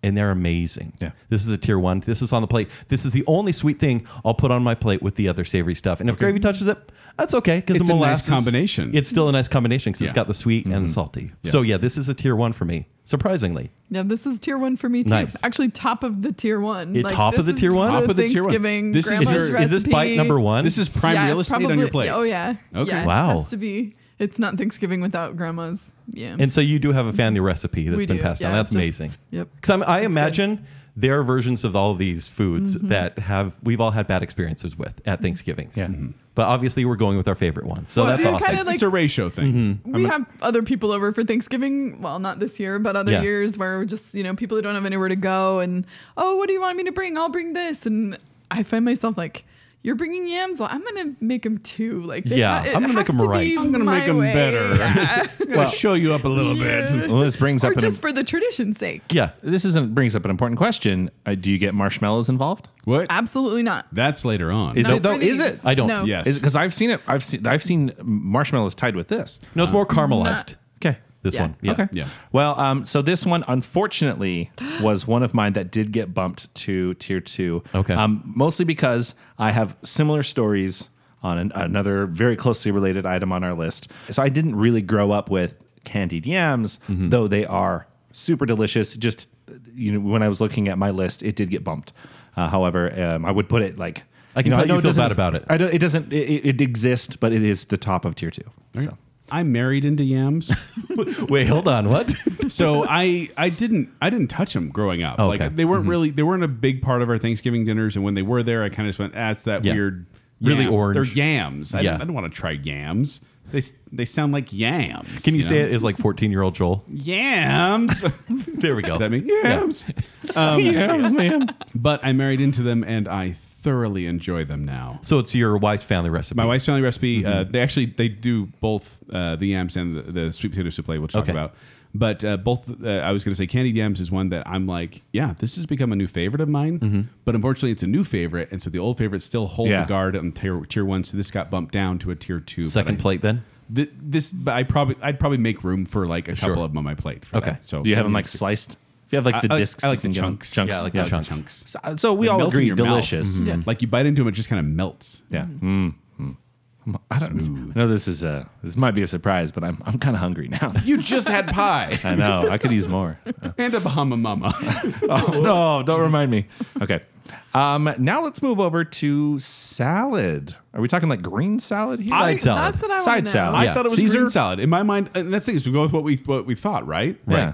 [SPEAKER 2] And they're amazing.
[SPEAKER 4] Yeah.
[SPEAKER 2] This is a tier one. This is on the plate. This is the only sweet thing I'll put on my plate with the other savory stuff. And if gravy touches it, that's okay because
[SPEAKER 3] It's
[SPEAKER 2] the
[SPEAKER 3] a
[SPEAKER 2] molasses
[SPEAKER 3] nice combination.
[SPEAKER 2] It's still a nice combination because it's
[SPEAKER 3] Yeah. Mm-hmm.
[SPEAKER 2] got the sweet and the salty. So yeah, this is a tier one for me. Surprisingly,
[SPEAKER 5] Yeah, this is tier one for me too.
[SPEAKER 2] Nice.
[SPEAKER 5] Actually, top of the tier one.
[SPEAKER 2] It- top
[SPEAKER 5] this
[SPEAKER 2] of the
[SPEAKER 5] is
[SPEAKER 2] tier one?
[SPEAKER 3] Top of the tier one.
[SPEAKER 5] Thanksgiving,
[SPEAKER 3] This is
[SPEAKER 2] is
[SPEAKER 5] grandma's
[SPEAKER 2] this, is this bite
[SPEAKER 5] recipe.
[SPEAKER 2] number one?
[SPEAKER 3] This is prime
[SPEAKER 5] Yeah,
[SPEAKER 3] real estate on your
[SPEAKER 5] probably-
[SPEAKER 3] plate.
[SPEAKER 5] Oh yeah.
[SPEAKER 3] Okay.
[SPEAKER 5] Yeah,
[SPEAKER 2] Wow.
[SPEAKER 5] It has to be. It's not Thanksgiving without grandma's. Yeah.
[SPEAKER 2] and so you do have a family recipe that's
[SPEAKER 5] We
[SPEAKER 2] been
[SPEAKER 5] do,
[SPEAKER 2] passed down.
[SPEAKER 5] yeah,
[SPEAKER 2] That's
[SPEAKER 5] just-
[SPEAKER 2] amazing.
[SPEAKER 5] Yep.
[SPEAKER 2] Because I imagine there are versions of all these foods
[SPEAKER 5] Mm-hmm.
[SPEAKER 2] that have we've all had bad experiences with at Thanksgivings.
[SPEAKER 4] Yeah.
[SPEAKER 3] Mm-hmm.
[SPEAKER 2] But obviously, we're going with our favorite one, so that's
[SPEAKER 5] do you
[SPEAKER 2] awesome.
[SPEAKER 5] kinda
[SPEAKER 3] It's,
[SPEAKER 5] like-
[SPEAKER 3] it's a ratio thing.
[SPEAKER 4] Mm-hmm.
[SPEAKER 5] We have other people over for Thanksgiving. Well, not this year, but other
[SPEAKER 2] Yeah.
[SPEAKER 5] years where we're just, you know, people that don't have anywhere to go and, oh, what do you want me to bring? I'll bring this. And I find myself like, you're bringing yams. Well, I'm going to make them too. Like, they
[SPEAKER 2] Yeah,
[SPEAKER 5] ha- it
[SPEAKER 2] I'm gonna make
[SPEAKER 5] has
[SPEAKER 2] 'em
[SPEAKER 5] to be
[SPEAKER 2] right. I'm
[SPEAKER 3] gonna make
[SPEAKER 5] my
[SPEAKER 3] 'em
[SPEAKER 5] way.
[SPEAKER 3] better.
[SPEAKER 5] Yeah.
[SPEAKER 3] I'm gonna show you up a little bit.
[SPEAKER 4] Well, this brings
[SPEAKER 5] or
[SPEAKER 4] up an,
[SPEAKER 5] just for the tradition's sake.
[SPEAKER 2] yeah,
[SPEAKER 4] this is an, brings up an important question. Uh, do you get marshmallows involved?
[SPEAKER 3] What?
[SPEAKER 5] Absolutely not.
[SPEAKER 3] That's later on.
[SPEAKER 4] Is
[SPEAKER 5] Not
[SPEAKER 4] it though?
[SPEAKER 5] for
[SPEAKER 4] Is
[SPEAKER 5] these.
[SPEAKER 4] it?
[SPEAKER 2] I don't.
[SPEAKER 5] No.
[SPEAKER 3] Yes.
[SPEAKER 4] Is because I've seen it. I've seen I've seen marshmallows tied with this.
[SPEAKER 2] no, it's
[SPEAKER 3] Uh,
[SPEAKER 2] more caramelized.
[SPEAKER 4] Okay.
[SPEAKER 2] This
[SPEAKER 5] Yeah.
[SPEAKER 2] one, yeah.
[SPEAKER 4] Okay.
[SPEAKER 3] Yeah.
[SPEAKER 4] Well, um, so this one unfortunately was one of mine that did get bumped to tier two.
[SPEAKER 2] Okay.
[SPEAKER 4] Um, mostly because I have similar stories on an, another very closely related item on our list. So I didn't really grow up with candied yams,
[SPEAKER 2] Mm-hmm.
[SPEAKER 4] though they are super delicious. Just you know, when I was looking at my list, it did get bumped. Uh, however, um, I would put it like
[SPEAKER 2] I can
[SPEAKER 4] know,
[SPEAKER 2] tell you
[SPEAKER 4] know it
[SPEAKER 2] feel
[SPEAKER 4] doesn't-
[SPEAKER 2] bad about it.
[SPEAKER 4] I don't. It doesn't. It, it- it exists, but it is the top of tier two. So.
[SPEAKER 3] I'm married into yams.
[SPEAKER 2] Wait, hold on. What?
[SPEAKER 3] so I I didn't I didn't touch them growing up.
[SPEAKER 2] Oh, okay.
[SPEAKER 3] Like they weren't really they weren't a big part of our Thanksgiving dinners. And when they were there, I kind of just went, ah, it's that
[SPEAKER 2] Yeah.
[SPEAKER 3] weird,
[SPEAKER 2] Really
[SPEAKER 3] yam.
[SPEAKER 2] orange.
[SPEAKER 3] They're yams. I,
[SPEAKER 2] Yeah.
[SPEAKER 3] don't, I don't want to try yams. They s- they sound like yams.
[SPEAKER 2] Can you say
[SPEAKER 3] know?
[SPEAKER 2] it is like 14 year old Joel?
[SPEAKER 3] Yams. Does
[SPEAKER 2] There we go.
[SPEAKER 3] that mean yams? Um,
[SPEAKER 2] Yeah.
[SPEAKER 3] But I married into them, and I thoroughly enjoy them now.
[SPEAKER 2] So it's your wise family recipe.
[SPEAKER 3] My wife's family recipe. Uh,
[SPEAKER 4] Mm-hmm.
[SPEAKER 3] they actually they do both uh, the yams and the, the sweet potato souffle. We'll talk
[SPEAKER 2] Okay.
[SPEAKER 3] about. But uh, both, uh, I was going to say, candied yams is one that I'm like, yeah, this has become a new favorite of mine. But unfortunately, it's a new favorite, and so the old favorites still hold
[SPEAKER 4] Mm-hmm. Yeah.
[SPEAKER 3] the guard on tier, tier one. So this got bumped down to a tier two. but
[SPEAKER 2] Second
[SPEAKER 3] I-
[SPEAKER 2] plate then?
[SPEAKER 3] Th- this, but I probably, I'd probably make room for like a
[SPEAKER 2] Sure.
[SPEAKER 3] couple of them on my plate. For
[SPEAKER 2] Okay.
[SPEAKER 3] that. So
[SPEAKER 4] Do you have them like sliced? If you have like the
[SPEAKER 3] I- I like-
[SPEAKER 4] discs,
[SPEAKER 3] I
[SPEAKER 4] you
[SPEAKER 3] like the
[SPEAKER 4] can get 'em.
[SPEAKER 3] chunks.
[SPEAKER 4] Chunks.
[SPEAKER 2] Yeah, I like the
[SPEAKER 3] Yeah,
[SPEAKER 2] chunks.
[SPEAKER 4] So, uh, so we all
[SPEAKER 3] melt in
[SPEAKER 4] agree,
[SPEAKER 3] your mouth. Mm-hmm.
[SPEAKER 4] delicious.
[SPEAKER 5] Yes.
[SPEAKER 3] Like you bite into them, it just kind of melts.
[SPEAKER 4] Yeah.
[SPEAKER 3] Mm-hmm.
[SPEAKER 4] Mm. Mm. I don't I know. This is a this might be a surprise, but I'm I'm kind of hungry now.
[SPEAKER 3] You just had pie
[SPEAKER 4] I know. I could use more.
[SPEAKER 3] and a Bahama Mama.
[SPEAKER 4] Oh, no, don't remind me. Okay. Um, now let's move over to salad. Are we talking like green salad here?
[SPEAKER 2] Side salad.
[SPEAKER 5] That's what I want
[SPEAKER 4] Side
[SPEAKER 5] to know.
[SPEAKER 4] salad.
[SPEAKER 3] I
[SPEAKER 2] Yeah.
[SPEAKER 3] thought it was
[SPEAKER 4] Caesar?
[SPEAKER 3] green salad. In my mind, and that's the thing is we go with what we what we thought, right?
[SPEAKER 4] Yeah.
[SPEAKER 2] Right.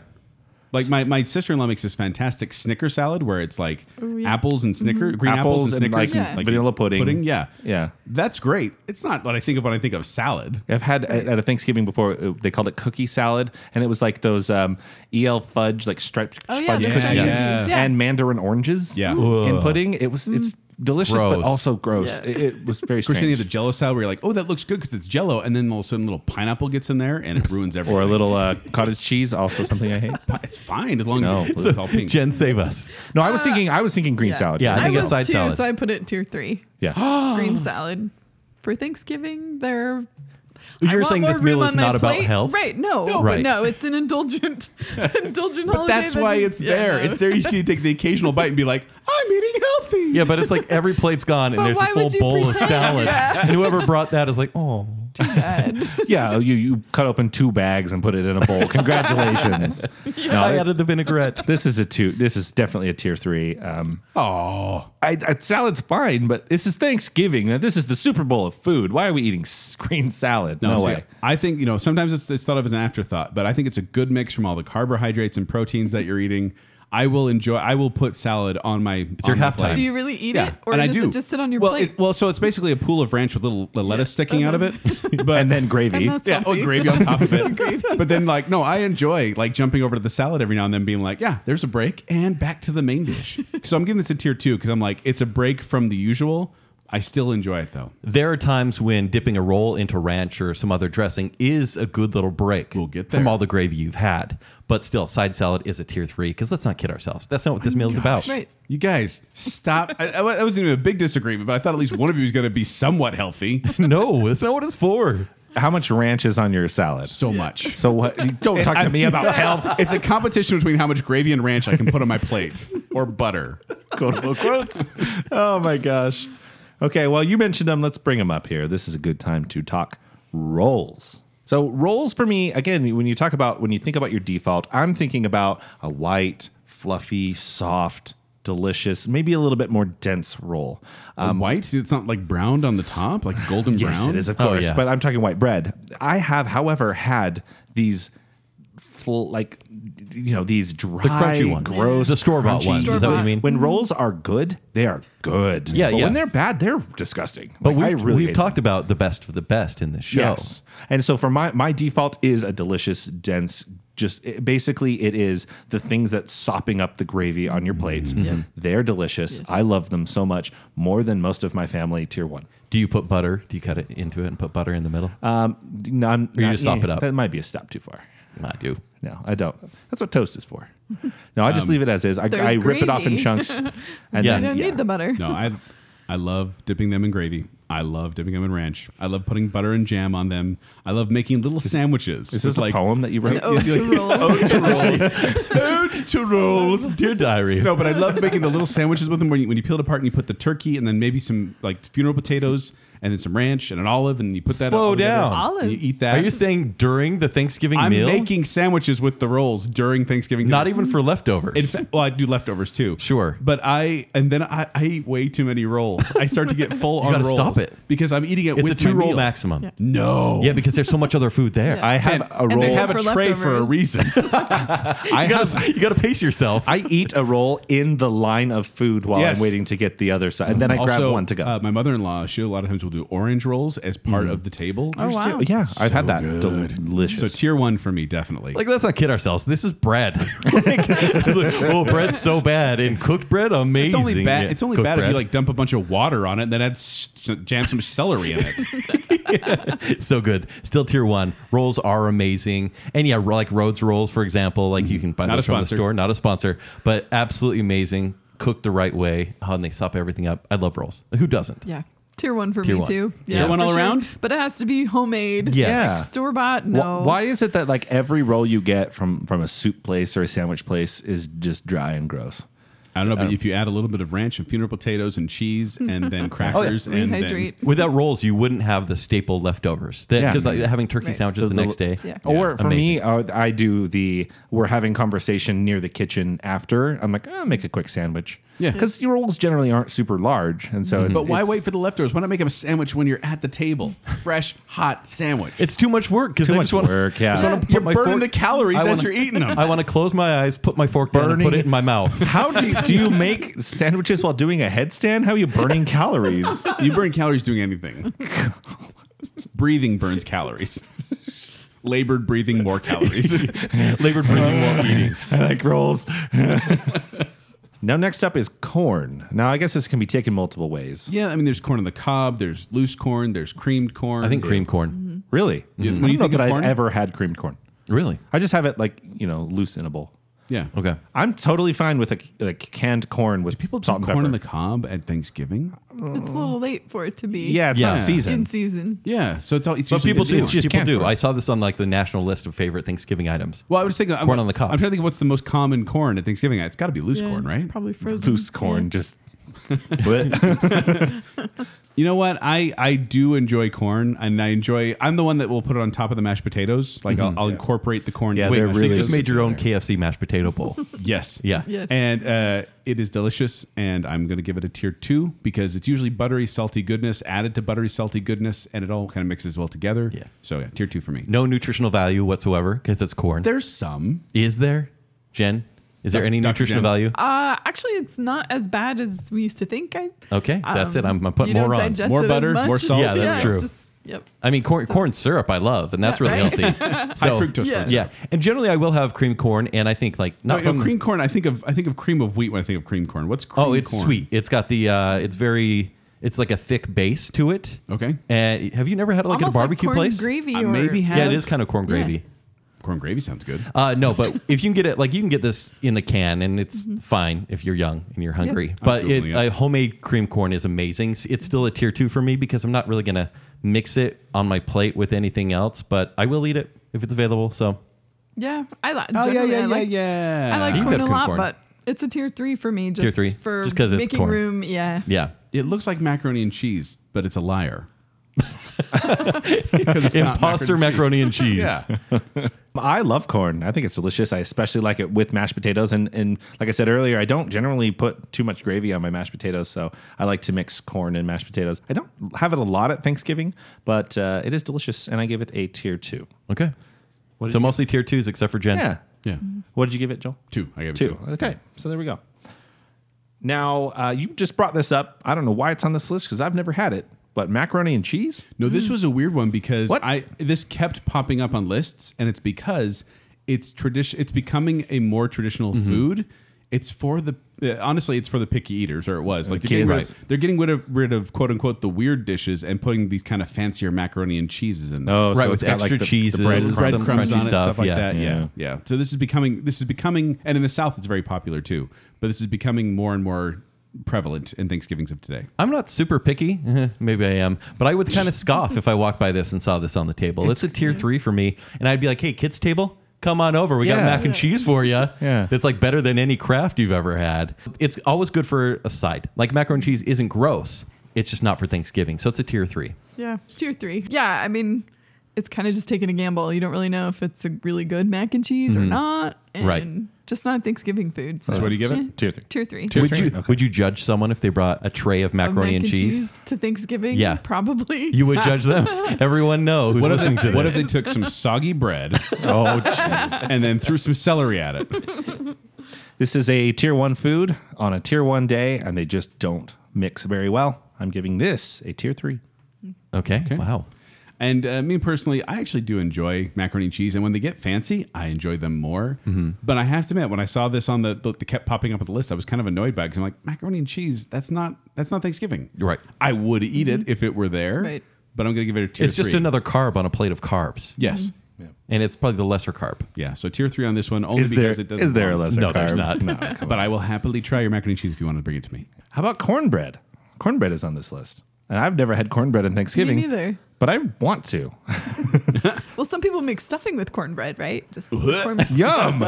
[SPEAKER 3] Like my, my sister in law makes this fantastic Snicker salad where it's like
[SPEAKER 5] Oh, yeah.
[SPEAKER 3] apples and Snicker, green apples,
[SPEAKER 4] Mm-hmm.
[SPEAKER 3] and
[SPEAKER 4] Apples and,
[SPEAKER 3] Snickers,
[SPEAKER 4] like,
[SPEAKER 5] Yeah.
[SPEAKER 4] vanilla pudding.
[SPEAKER 3] Yeah,
[SPEAKER 4] Yeah.
[SPEAKER 3] that's great. It's not what I think of when I think of salad.
[SPEAKER 4] I've had at at a Thanksgiving before. it- They called it cookie salad, and it was like those um, EL fudge, like striped
[SPEAKER 5] Oh, yeah,
[SPEAKER 4] fudge
[SPEAKER 5] the
[SPEAKER 4] cookies,
[SPEAKER 3] striped cookies,
[SPEAKER 5] yeah.
[SPEAKER 4] and mandarin oranges.
[SPEAKER 3] Yeah.
[SPEAKER 4] in pudding. It was it's delicious,
[SPEAKER 2] Gross.
[SPEAKER 4] but also gross.
[SPEAKER 5] Mm-hmm. Yeah.
[SPEAKER 4] It, it was very
[SPEAKER 3] Of course, any
[SPEAKER 4] strange.
[SPEAKER 3] of the Jello salad where you're like, oh, that looks good because it's Jello, and then all of a sudden, a little pineapple gets in there and it ruins everything.
[SPEAKER 4] or a little uh, cottage cheese, also something I hate.
[SPEAKER 3] it's fine as long
[SPEAKER 4] No.
[SPEAKER 3] as it's all pink.
[SPEAKER 5] Oh,
[SPEAKER 2] Jen, save us.
[SPEAKER 4] No, I was thinking I was thinking green
[SPEAKER 5] Uh, yeah.
[SPEAKER 4] salad.
[SPEAKER 2] Yeah, I
[SPEAKER 5] I,
[SPEAKER 2] think it's
[SPEAKER 5] was
[SPEAKER 2] side
[SPEAKER 5] too,
[SPEAKER 2] salad.
[SPEAKER 5] so I put it tier three.
[SPEAKER 4] yeah.
[SPEAKER 5] Green salad for Thanksgiving. There. I
[SPEAKER 2] You're
[SPEAKER 5] want
[SPEAKER 2] saying
[SPEAKER 5] more
[SPEAKER 2] this meal
[SPEAKER 5] room
[SPEAKER 2] is
[SPEAKER 5] on my
[SPEAKER 2] not about
[SPEAKER 5] plate.
[SPEAKER 2] health?
[SPEAKER 5] right? No,
[SPEAKER 2] No,
[SPEAKER 5] no,
[SPEAKER 2] Right.
[SPEAKER 5] no it's an indulgent, indulgent holiday.
[SPEAKER 3] That's
[SPEAKER 5] that
[SPEAKER 3] why
[SPEAKER 5] is-
[SPEAKER 3] it's
[SPEAKER 5] yeah,
[SPEAKER 3] there.
[SPEAKER 5] no.
[SPEAKER 3] It's there. You can take the occasional bite and be like, I'm eating healthy.
[SPEAKER 2] Yeah, but it's like every plate's gone and
[SPEAKER 5] But
[SPEAKER 2] there's a
[SPEAKER 5] why
[SPEAKER 2] full
[SPEAKER 5] would you
[SPEAKER 2] bowl of
[SPEAKER 5] pretend?
[SPEAKER 2] salad.
[SPEAKER 5] Yeah.
[SPEAKER 2] And whoever brought that is like, oh.
[SPEAKER 4] Yeah, oh, you you cut open two bags and put it in a bowl. Congratulations. No,
[SPEAKER 2] I added the vinaigrette.
[SPEAKER 4] this is a two. This is definitely a tier three. Um,
[SPEAKER 3] Oh,
[SPEAKER 4] I, I, salad's fine, but this is Thanksgiving. Now, This is the Super Bowl of food. Why are we eating s- green salad? No,
[SPEAKER 3] see,
[SPEAKER 4] way.
[SPEAKER 3] I think you know sometimes it's, it's thought of as an afterthought, but I think it's a good mix from all the carbohydrates and proteins that you're eating. I will enjoy. I will put salad on my. It's
[SPEAKER 2] your
[SPEAKER 3] on my
[SPEAKER 2] halftime.
[SPEAKER 3] plate.
[SPEAKER 5] Do you really eat it, or
[SPEAKER 3] and I
[SPEAKER 5] does
[SPEAKER 3] do.
[SPEAKER 5] it just sit on your
[SPEAKER 3] well,
[SPEAKER 5] plate?
[SPEAKER 3] it- well, so it's basically a pool of ranch with little the lettuce sticking out of it, but
[SPEAKER 4] and then gravy.
[SPEAKER 5] And that's
[SPEAKER 3] yeah, oh,
[SPEAKER 5] healthy.
[SPEAKER 3] gravy on top of
[SPEAKER 5] Gravy.
[SPEAKER 3] it. but then, like, no, I enjoy like jumping over to the salad every now and then, being like, yeah, there's a break, and back to the main dish. so I'm giving this a tier two because I'm like, it's a break from the usual. I still enjoy it though.
[SPEAKER 2] There are times when dipping a roll into ranch or some other dressing is a good little break
[SPEAKER 3] We'll get
[SPEAKER 2] from
[SPEAKER 3] there.
[SPEAKER 2] all the gravy you've had. But still, side salad is a tier three because let's not kid ourselves. That's not what
[SPEAKER 3] Oh
[SPEAKER 2] this meal is about.
[SPEAKER 5] right.
[SPEAKER 3] You guys, stop. I, I, that wasn't even a big disagreement, but I thought at least one of you was going to be somewhat healthy.
[SPEAKER 2] No, that's not what it's for.
[SPEAKER 4] How much ranch is on your salad?
[SPEAKER 3] So much.
[SPEAKER 4] So what? you Don't talk to me about health.
[SPEAKER 3] It's a competition between how much gravy and ranch I can put on my plate or butter.
[SPEAKER 4] Quote unquote quotes. Oh my gosh. Okay, well you mentioned them. Let's bring them up here. This is a good time to talk rolls. So rolls for me again. When you talk about when you think about your default, I'm thinking about a white, fluffy, soft, delicious, maybe a little bit more dense roll.
[SPEAKER 3] Um, white? It's not like browned on the top, like golden
[SPEAKER 4] Yes,
[SPEAKER 3] brown?
[SPEAKER 4] it is, of
[SPEAKER 2] Oh,
[SPEAKER 4] course.
[SPEAKER 2] yeah.
[SPEAKER 4] But I'm talking white bread. I have, however, had these full, like, you know, these dry,
[SPEAKER 2] crunchy ones.
[SPEAKER 4] gross,
[SPEAKER 2] The store-bought
[SPEAKER 4] crunchy-
[SPEAKER 2] ones,
[SPEAKER 5] is that what you mean?
[SPEAKER 4] When rolls are good, they are good.
[SPEAKER 2] Mm-hmm. Yeah,
[SPEAKER 4] but
[SPEAKER 2] yeah.
[SPEAKER 4] When they're bad, they're disgusting.
[SPEAKER 2] But
[SPEAKER 4] Like, I
[SPEAKER 2] we've,
[SPEAKER 4] really
[SPEAKER 2] we've
[SPEAKER 4] hate
[SPEAKER 2] talked about the best of the best in this show.
[SPEAKER 4] Yes. And so for my my default is a delicious, dense. Just it- basically, it is the things that's sopping up the gravy on your plate.
[SPEAKER 2] Mm-hmm.
[SPEAKER 4] They're delicious. I love them so much, more than most of my family. Tier one.
[SPEAKER 2] Do you put butter? Do you cut it into it and put butter in the middle?
[SPEAKER 3] Uh,
[SPEAKER 4] Um, no, I'm,
[SPEAKER 2] Or you
[SPEAKER 4] not-
[SPEAKER 2] just sop it up.
[SPEAKER 4] That might be a step too far.
[SPEAKER 2] I do.
[SPEAKER 4] No, I don't. That's what toast is for. No, I just leave it as is. I, I
[SPEAKER 5] there's
[SPEAKER 4] rip it off in
[SPEAKER 5] gravy.
[SPEAKER 4] chunks. And
[SPEAKER 2] Um, Yeah.
[SPEAKER 5] I
[SPEAKER 4] then,
[SPEAKER 5] don't need the butter.
[SPEAKER 3] No, I, I love dipping them in gravy. I love dipping them in ranch. I love putting butter and jam on them. I love making little sandwiches.
[SPEAKER 4] Is this a poem that you wrote?
[SPEAKER 5] An ode to rolls.
[SPEAKER 3] Ode to rolls.
[SPEAKER 2] Dear diary.
[SPEAKER 3] No, but I love making the little sandwiches with them. When you, when you peel it apart and you put the turkey and then maybe some like funeral potatoes and then some ranch and an olive and you put that
[SPEAKER 2] Slow
[SPEAKER 3] all together.
[SPEAKER 2] down.
[SPEAKER 3] And
[SPEAKER 5] Olive.
[SPEAKER 3] You eat that.
[SPEAKER 2] Are you saying during the Thanksgiving
[SPEAKER 3] I'm
[SPEAKER 2] meal?
[SPEAKER 3] making sandwiches with the rolls during Thanksgiving. dinner.
[SPEAKER 2] Not even for leftovers.
[SPEAKER 3] In fact, well, I do leftovers too.
[SPEAKER 2] Sure.
[SPEAKER 3] but I and then I, I eat way too many rolls. I start to get full on
[SPEAKER 2] gotta
[SPEAKER 3] rolls.
[SPEAKER 2] stop it.
[SPEAKER 3] because I'm eating it.
[SPEAKER 2] it's a
[SPEAKER 3] with my
[SPEAKER 2] two roll
[SPEAKER 3] meal.
[SPEAKER 2] maximum. Yeah.
[SPEAKER 3] No,
[SPEAKER 2] because there's so much other food there.
[SPEAKER 5] Yeah.
[SPEAKER 4] I have
[SPEAKER 3] And-
[SPEAKER 4] a
[SPEAKER 5] and
[SPEAKER 4] roll.
[SPEAKER 5] they
[SPEAKER 3] they have a
[SPEAKER 5] For
[SPEAKER 3] tray for a
[SPEAKER 5] leftovers.
[SPEAKER 3] reason.
[SPEAKER 4] I
[SPEAKER 2] You
[SPEAKER 4] have.
[SPEAKER 2] gotta, you gotta pace yourself.
[SPEAKER 4] I eat a roll in the line of food while
[SPEAKER 3] Yes.
[SPEAKER 4] I'm waiting to get the other side, and then I grab one to go.
[SPEAKER 3] Uh, my mother in law, uh, she a lot of times will people do orange rolls as part of the table.
[SPEAKER 5] Oh, wow.
[SPEAKER 4] Yeah, I've had
[SPEAKER 3] So
[SPEAKER 4] that.
[SPEAKER 3] good.
[SPEAKER 4] Delicious.
[SPEAKER 3] So tier one for me, definitely.
[SPEAKER 2] Like, let's not kid ourselves. This is bread. like, it's like, oh, bread's so bad. And cooked bread, amazing.
[SPEAKER 3] it's only bad.
[SPEAKER 2] Yeah,
[SPEAKER 3] It's only
[SPEAKER 2] cooked
[SPEAKER 3] bad if
[SPEAKER 2] bread.
[SPEAKER 3] you like dump a bunch of water on it and then add s- jam some celery in it.
[SPEAKER 2] so good. Still tier one. Rolls are amazing. And yeah, ro- like Rhodes rolls, for example, like you can buy
[SPEAKER 3] Mm-hmm. Not
[SPEAKER 2] those
[SPEAKER 3] a
[SPEAKER 2] from the
[SPEAKER 3] sponsor.
[SPEAKER 2] store. Not a sponsor, but absolutely amazing. Cooked the right way. Oh, and they sop everything up. I love rolls. Who doesn't?
[SPEAKER 5] Yeah. Tier one for
[SPEAKER 2] Tier
[SPEAKER 5] me
[SPEAKER 2] one.
[SPEAKER 5] too.
[SPEAKER 2] Tier
[SPEAKER 5] Yeah,
[SPEAKER 3] one
[SPEAKER 5] for
[SPEAKER 3] all around?
[SPEAKER 5] But it has to be homemade.
[SPEAKER 2] Yes.
[SPEAKER 4] Yeah.
[SPEAKER 5] Store bought,
[SPEAKER 4] Wh-
[SPEAKER 5] no.
[SPEAKER 4] Why is it that like every roll you get from from a soup place or a sandwich place is just dry and gross?
[SPEAKER 3] I don't know, but if you add a little bit of ranch and funeral potatoes and cheese and then crackers and then
[SPEAKER 5] Rehydrate.
[SPEAKER 2] Without rolls, you wouldn't have the staple leftovers.
[SPEAKER 4] Yeah.
[SPEAKER 2] Because like, having turkey
[SPEAKER 5] Right.
[SPEAKER 2] sandwiches the,
[SPEAKER 4] the-
[SPEAKER 2] next day.
[SPEAKER 5] Yeah.
[SPEAKER 4] Or for me,
[SPEAKER 2] amazing.
[SPEAKER 4] uh, I do the we're having conversation near the kitchen after. I'm like, I'll make a quick sandwich.
[SPEAKER 3] Yeah.
[SPEAKER 4] because your rolls generally aren't super large, and so.
[SPEAKER 3] But why
[SPEAKER 4] it's-
[SPEAKER 3] wait for the leftovers? Why not make them a sandwich when you're at the table? Fresh, hot sandwich.
[SPEAKER 2] It's too much work. Because
[SPEAKER 4] Too
[SPEAKER 2] I
[SPEAKER 4] much
[SPEAKER 2] just wanna,
[SPEAKER 4] work, yeah.
[SPEAKER 2] I just wanna put
[SPEAKER 3] you're
[SPEAKER 2] my
[SPEAKER 3] burning
[SPEAKER 2] fork-
[SPEAKER 3] the calories
[SPEAKER 2] I
[SPEAKER 3] as
[SPEAKER 2] wanna-
[SPEAKER 3] you're eating them.
[SPEAKER 2] I want to close my eyes, put my fork down, and put
[SPEAKER 4] Burning-
[SPEAKER 2] it in my mouth.
[SPEAKER 4] How do you, do you make sandwiches while doing a headstand? How are you burning calories?
[SPEAKER 3] you burn calories doing anything. breathing burns calories. Labored breathing more calories.
[SPEAKER 2] Labored breathing while eating.
[SPEAKER 4] I like rolls. now, next up is corn. Now, I guess this can be taken multiple ways.
[SPEAKER 3] yeah, I mean, there's corn on the cob. There's loose corn. There's creamed corn.
[SPEAKER 2] I think cream corn.
[SPEAKER 5] Mm-hmm.
[SPEAKER 4] Really?
[SPEAKER 3] Yeah, when
[SPEAKER 4] I
[SPEAKER 3] you
[SPEAKER 4] don't know
[SPEAKER 3] think
[SPEAKER 4] that
[SPEAKER 3] of
[SPEAKER 4] I've
[SPEAKER 3] corn-
[SPEAKER 4] ever had creamed corn.
[SPEAKER 2] Really?
[SPEAKER 4] I just have it like you know loose in a bowl.
[SPEAKER 3] Yeah.
[SPEAKER 2] Okay.
[SPEAKER 4] I'm totally fine with like, like canned corn with
[SPEAKER 3] People do
[SPEAKER 4] salt
[SPEAKER 3] corn
[SPEAKER 4] and pepper.
[SPEAKER 3] on the cob at Thanksgiving.
[SPEAKER 5] It's a little late for it to be.
[SPEAKER 4] yeah, it's
[SPEAKER 2] Mm. Yeah.
[SPEAKER 4] not
[SPEAKER 5] In
[SPEAKER 4] seasoned.
[SPEAKER 5] season.
[SPEAKER 3] Yeah. So it's all. It's
[SPEAKER 2] But
[SPEAKER 3] usually-
[SPEAKER 2] people
[SPEAKER 3] it's
[SPEAKER 2] do.
[SPEAKER 3] corn.
[SPEAKER 4] just
[SPEAKER 2] people
[SPEAKER 4] canned
[SPEAKER 2] do.
[SPEAKER 4] corn.
[SPEAKER 2] I saw this on like the national list of favorite Thanksgiving items.
[SPEAKER 3] Well, I was thinking
[SPEAKER 2] Corn
[SPEAKER 3] I'm-
[SPEAKER 2] on the cob.
[SPEAKER 3] I'm trying to think of what's the most common corn at Thanksgiving. It's got to be loose corn, right?
[SPEAKER 5] Probably frozen.
[SPEAKER 4] Loose corn,
[SPEAKER 5] Yeah.
[SPEAKER 4] just. Bleh.
[SPEAKER 3] You know what? I I do enjoy corn, and I enjoy. I'm the one that will put it on top of the mashed potatoes. Like
[SPEAKER 2] Mm-hmm.
[SPEAKER 3] I'll, I'll incorporate the corn.
[SPEAKER 4] Yeah,
[SPEAKER 3] into
[SPEAKER 2] Wait,
[SPEAKER 4] they're
[SPEAKER 3] my
[SPEAKER 2] so you
[SPEAKER 4] really-
[SPEAKER 2] just
[SPEAKER 3] sandwiches.
[SPEAKER 2] made your own KFC mashed potato bowl.
[SPEAKER 3] Yes.
[SPEAKER 2] Yeah.
[SPEAKER 5] Yes.
[SPEAKER 3] And uh, it is delicious, and I'm going to give it a tier two because it's usually buttery, salty goodness added to buttery, salty goodness, and it all kind of mixes well together.
[SPEAKER 2] Yeah.
[SPEAKER 3] So yeah, tier two for me.
[SPEAKER 2] No nutritional value whatsoever because it's corn.
[SPEAKER 3] There's some.
[SPEAKER 2] Is there, Jen? Is there
[SPEAKER 3] Doc-
[SPEAKER 2] any
[SPEAKER 3] Dr.
[SPEAKER 2] nutritional
[SPEAKER 3] Jen.
[SPEAKER 2] value?
[SPEAKER 5] Uh, actually, it's not as bad as we used to think. I
[SPEAKER 2] Okay, Oh, that's it. I'm- I'm putting
[SPEAKER 5] um, you
[SPEAKER 2] more
[SPEAKER 5] don't
[SPEAKER 2] on.
[SPEAKER 5] digest
[SPEAKER 3] More
[SPEAKER 5] it as
[SPEAKER 3] butter,
[SPEAKER 5] much.
[SPEAKER 3] more salt.
[SPEAKER 2] Yeah, that's
[SPEAKER 5] it's
[SPEAKER 2] true.
[SPEAKER 5] just- yep.
[SPEAKER 2] I mean, corn corn syrup I love, and that's
[SPEAKER 5] Yeah,
[SPEAKER 2] really
[SPEAKER 5] right?
[SPEAKER 2] healthy. So,
[SPEAKER 3] High fructose.
[SPEAKER 5] Yeah.
[SPEAKER 3] corn syrup.
[SPEAKER 2] Yeah, and generally I will have cream corn, and I think like not
[SPEAKER 3] Wait, no,
[SPEAKER 2] from
[SPEAKER 3] cream corn. I think of I think of cream of wheat when I think of cream corn. What's cream
[SPEAKER 2] Oh, it's
[SPEAKER 3] corn?
[SPEAKER 2] sweet. It's got the uh, it's very it's like a thick base to it.
[SPEAKER 3] Okay.
[SPEAKER 2] And have you never had it like at a
[SPEAKER 5] Almost
[SPEAKER 2] barbecue
[SPEAKER 5] corn
[SPEAKER 2] place?
[SPEAKER 5] Gravy
[SPEAKER 3] I
[SPEAKER 5] or,
[SPEAKER 3] maybe have
[SPEAKER 2] Yeah, it is kind of corn
[SPEAKER 5] Yeah.
[SPEAKER 2] gravy.
[SPEAKER 3] corn gravy. Sounds good.
[SPEAKER 2] Uh, no, but if you can get it, like you can get this in a can, and it's
[SPEAKER 5] Mm-hmm.
[SPEAKER 2] fine if you're young and you're hungry. But
[SPEAKER 3] Absolutely,
[SPEAKER 2] it,
[SPEAKER 3] yeah.
[SPEAKER 2] uh, homemade cream corn is amazing. S- It's still a tier two for me because I'm not really gonna mix it on my plate with anything else, but I will eat it if it's available. So
[SPEAKER 5] Yeah, I like.
[SPEAKER 3] Oh yeah, yeah,
[SPEAKER 5] I like,
[SPEAKER 3] yeah, yeah.
[SPEAKER 5] I like
[SPEAKER 2] You've
[SPEAKER 5] corn
[SPEAKER 2] had
[SPEAKER 5] a
[SPEAKER 2] cream
[SPEAKER 5] lot,
[SPEAKER 2] corn.
[SPEAKER 5] but it's a tier three for me. Just
[SPEAKER 2] three?
[SPEAKER 5] for
[SPEAKER 2] Just 'cause it's
[SPEAKER 5] making
[SPEAKER 2] corn.
[SPEAKER 5] room. Yeah.
[SPEAKER 2] yeah,
[SPEAKER 3] It looks like macaroni and cheese, but it's a liar. 'Cause it's not
[SPEAKER 2] imposter macaroni and cheese.
[SPEAKER 3] Yeah.
[SPEAKER 4] I love corn. I think it's delicious. I especially like it with mashed potatoes. And, and like I said earlier, I don't generally put too much gravy on my mashed potatoes. So I like to mix corn and mashed potatoes. I don't have it a lot at Thanksgiving, but uh, it is delicious. And I give it a tier two.
[SPEAKER 2] Okay. So mostly tier twos, except for Jen.
[SPEAKER 4] Yeah.
[SPEAKER 3] Yeah.
[SPEAKER 4] What did you give it, Joel?
[SPEAKER 3] Two. I gave it
[SPEAKER 4] Two.
[SPEAKER 3] two.
[SPEAKER 4] Okay. So there we go. Now, uh, you just brought this up. I don't know why it's on this list because I've never had it, but macaroni and cheese?
[SPEAKER 3] No, this
[SPEAKER 2] Hmm.
[SPEAKER 3] was a weird one because
[SPEAKER 4] What?
[SPEAKER 3] I this kept popping up on lists, and it's because it's tradition. It's becoming a more traditional
[SPEAKER 2] Mm-hmm.
[SPEAKER 3] food. It's for the uh, honestly, it's for the picky eaters, or it was like they're getting, rid
[SPEAKER 4] kids.
[SPEAKER 3] of, they're getting rid of rid of quote unquote the weird dishes and putting these kind of fancier macaroni and cheeses in there.
[SPEAKER 2] Right, with extra cheese,
[SPEAKER 4] bread
[SPEAKER 2] Oh, some
[SPEAKER 4] crunds.
[SPEAKER 3] breadcrumbs on it,
[SPEAKER 2] crunchy
[SPEAKER 3] stuff,
[SPEAKER 2] stuff,
[SPEAKER 3] like
[SPEAKER 2] yeah.
[SPEAKER 3] that. Yeah.
[SPEAKER 4] Yeah.
[SPEAKER 3] yeah, So this is becoming this is becoming, and in the South, it's very popular too. But this is becoming more and more prevalent in Thanksgivings of today.
[SPEAKER 2] I'm not super picky. Maybe I am, but I would kind of scoff if I walked by this and saw this on the table. It's a tier three for me, and I'd be like, "Hey, kids' table, come on over. We got
[SPEAKER 4] Yeah.
[SPEAKER 2] mac and cheese for you.
[SPEAKER 4] Yeah.
[SPEAKER 2] that's like better than any craft you've ever had. It's always good for a side. Like macaroni and cheese isn't gross. It's just not for Thanksgiving, so it's a tier three.
[SPEAKER 5] Yeah. It's tier three. Yeah. I mean, it's kind of just taking a gamble. You don't really know if it's a really good mac and cheese or not. And
[SPEAKER 2] Mm. Right.
[SPEAKER 5] Just not a Thanksgiving food. So,
[SPEAKER 3] So what do you give it?
[SPEAKER 5] yeah.
[SPEAKER 4] Tier three.
[SPEAKER 5] Tier three.
[SPEAKER 4] Tier
[SPEAKER 2] would
[SPEAKER 4] three?
[SPEAKER 2] you
[SPEAKER 4] Okay.
[SPEAKER 2] would you judge someone if they brought a tray of
[SPEAKER 5] Of
[SPEAKER 2] macaroni
[SPEAKER 5] mac
[SPEAKER 2] and, cheese?
[SPEAKER 5] to Thanksgiving.
[SPEAKER 2] Yeah.
[SPEAKER 5] Probably.
[SPEAKER 2] You would judge them. Everyone know who's
[SPEAKER 3] What if,
[SPEAKER 2] listening
[SPEAKER 3] they,
[SPEAKER 2] to
[SPEAKER 3] what if
[SPEAKER 2] this.
[SPEAKER 3] they took some soggy bread
[SPEAKER 4] Oh, jeez.
[SPEAKER 3] and then threw some celery at it?
[SPEAKER 4] This is a tier one food on a tier one day, and they just don't mix very well. I'm giving this a tier three.
[SPEAKER 2] Okay. Wow.
[SPEAKER 3] And uh, me personally, I actually do enjoy macaroni and cheese. And when they get fancy, I enjoy them more.
[SPEAKER 2] Mm-hmm.
[SPEAKER 3] But I have to admit, when I saw this on the, the they kept popping up on the list, I was kind of annoyed by it because I'm like macaroni and cheese. That's not that's not Thanksgiving.
[SPEAKER 2] Right.
[SPEAKER 3] I would eat
[SPEAKER 4] Mm-hmm.
[SPEAKER 3] it if it were there.
[SPEAKER 5] Right.
[SPEAKER 3] But I'm gonna give it a tier.
[SPEAKER 2] It's just
[SPEAKER 3] three.
[SPEAKER 2] another carb on a plate of carbs.
[SPEAKER 3] Yes.
[SPEAKER 4] Mm-hmm.
[SPEAKER 2] And it's probably the lesser carb.
[SPEAKER 3] Yeah. So tier three on this one only
[SPEAKER 4] Is there
[SPEAKER 3] because it doesn't.
[SPEAKER 4] is there a
[SPEAKER 3] belong-
[SPEAKER 4] lesser
[SPEAKER 2] No, there's
[SPEAKER 4] carb?
[SPEAKER 2] not.
[SPEAKER 4] No, come on.
[SPEAKER 3] But I will happily try your macaroni and cheese if you want to bring it to me.
[SPEAKER 4] How about cornbread? Cornbread is on this list, and I've never had cornbread in Thanksgiving.
[SPEAKER 5] neither.
[SPEAKER 4] But I want to.
[SPEAKER 5] Well, some people make stuffing with cornbread, right? Just corn-
[SPEAKER 4] Yum.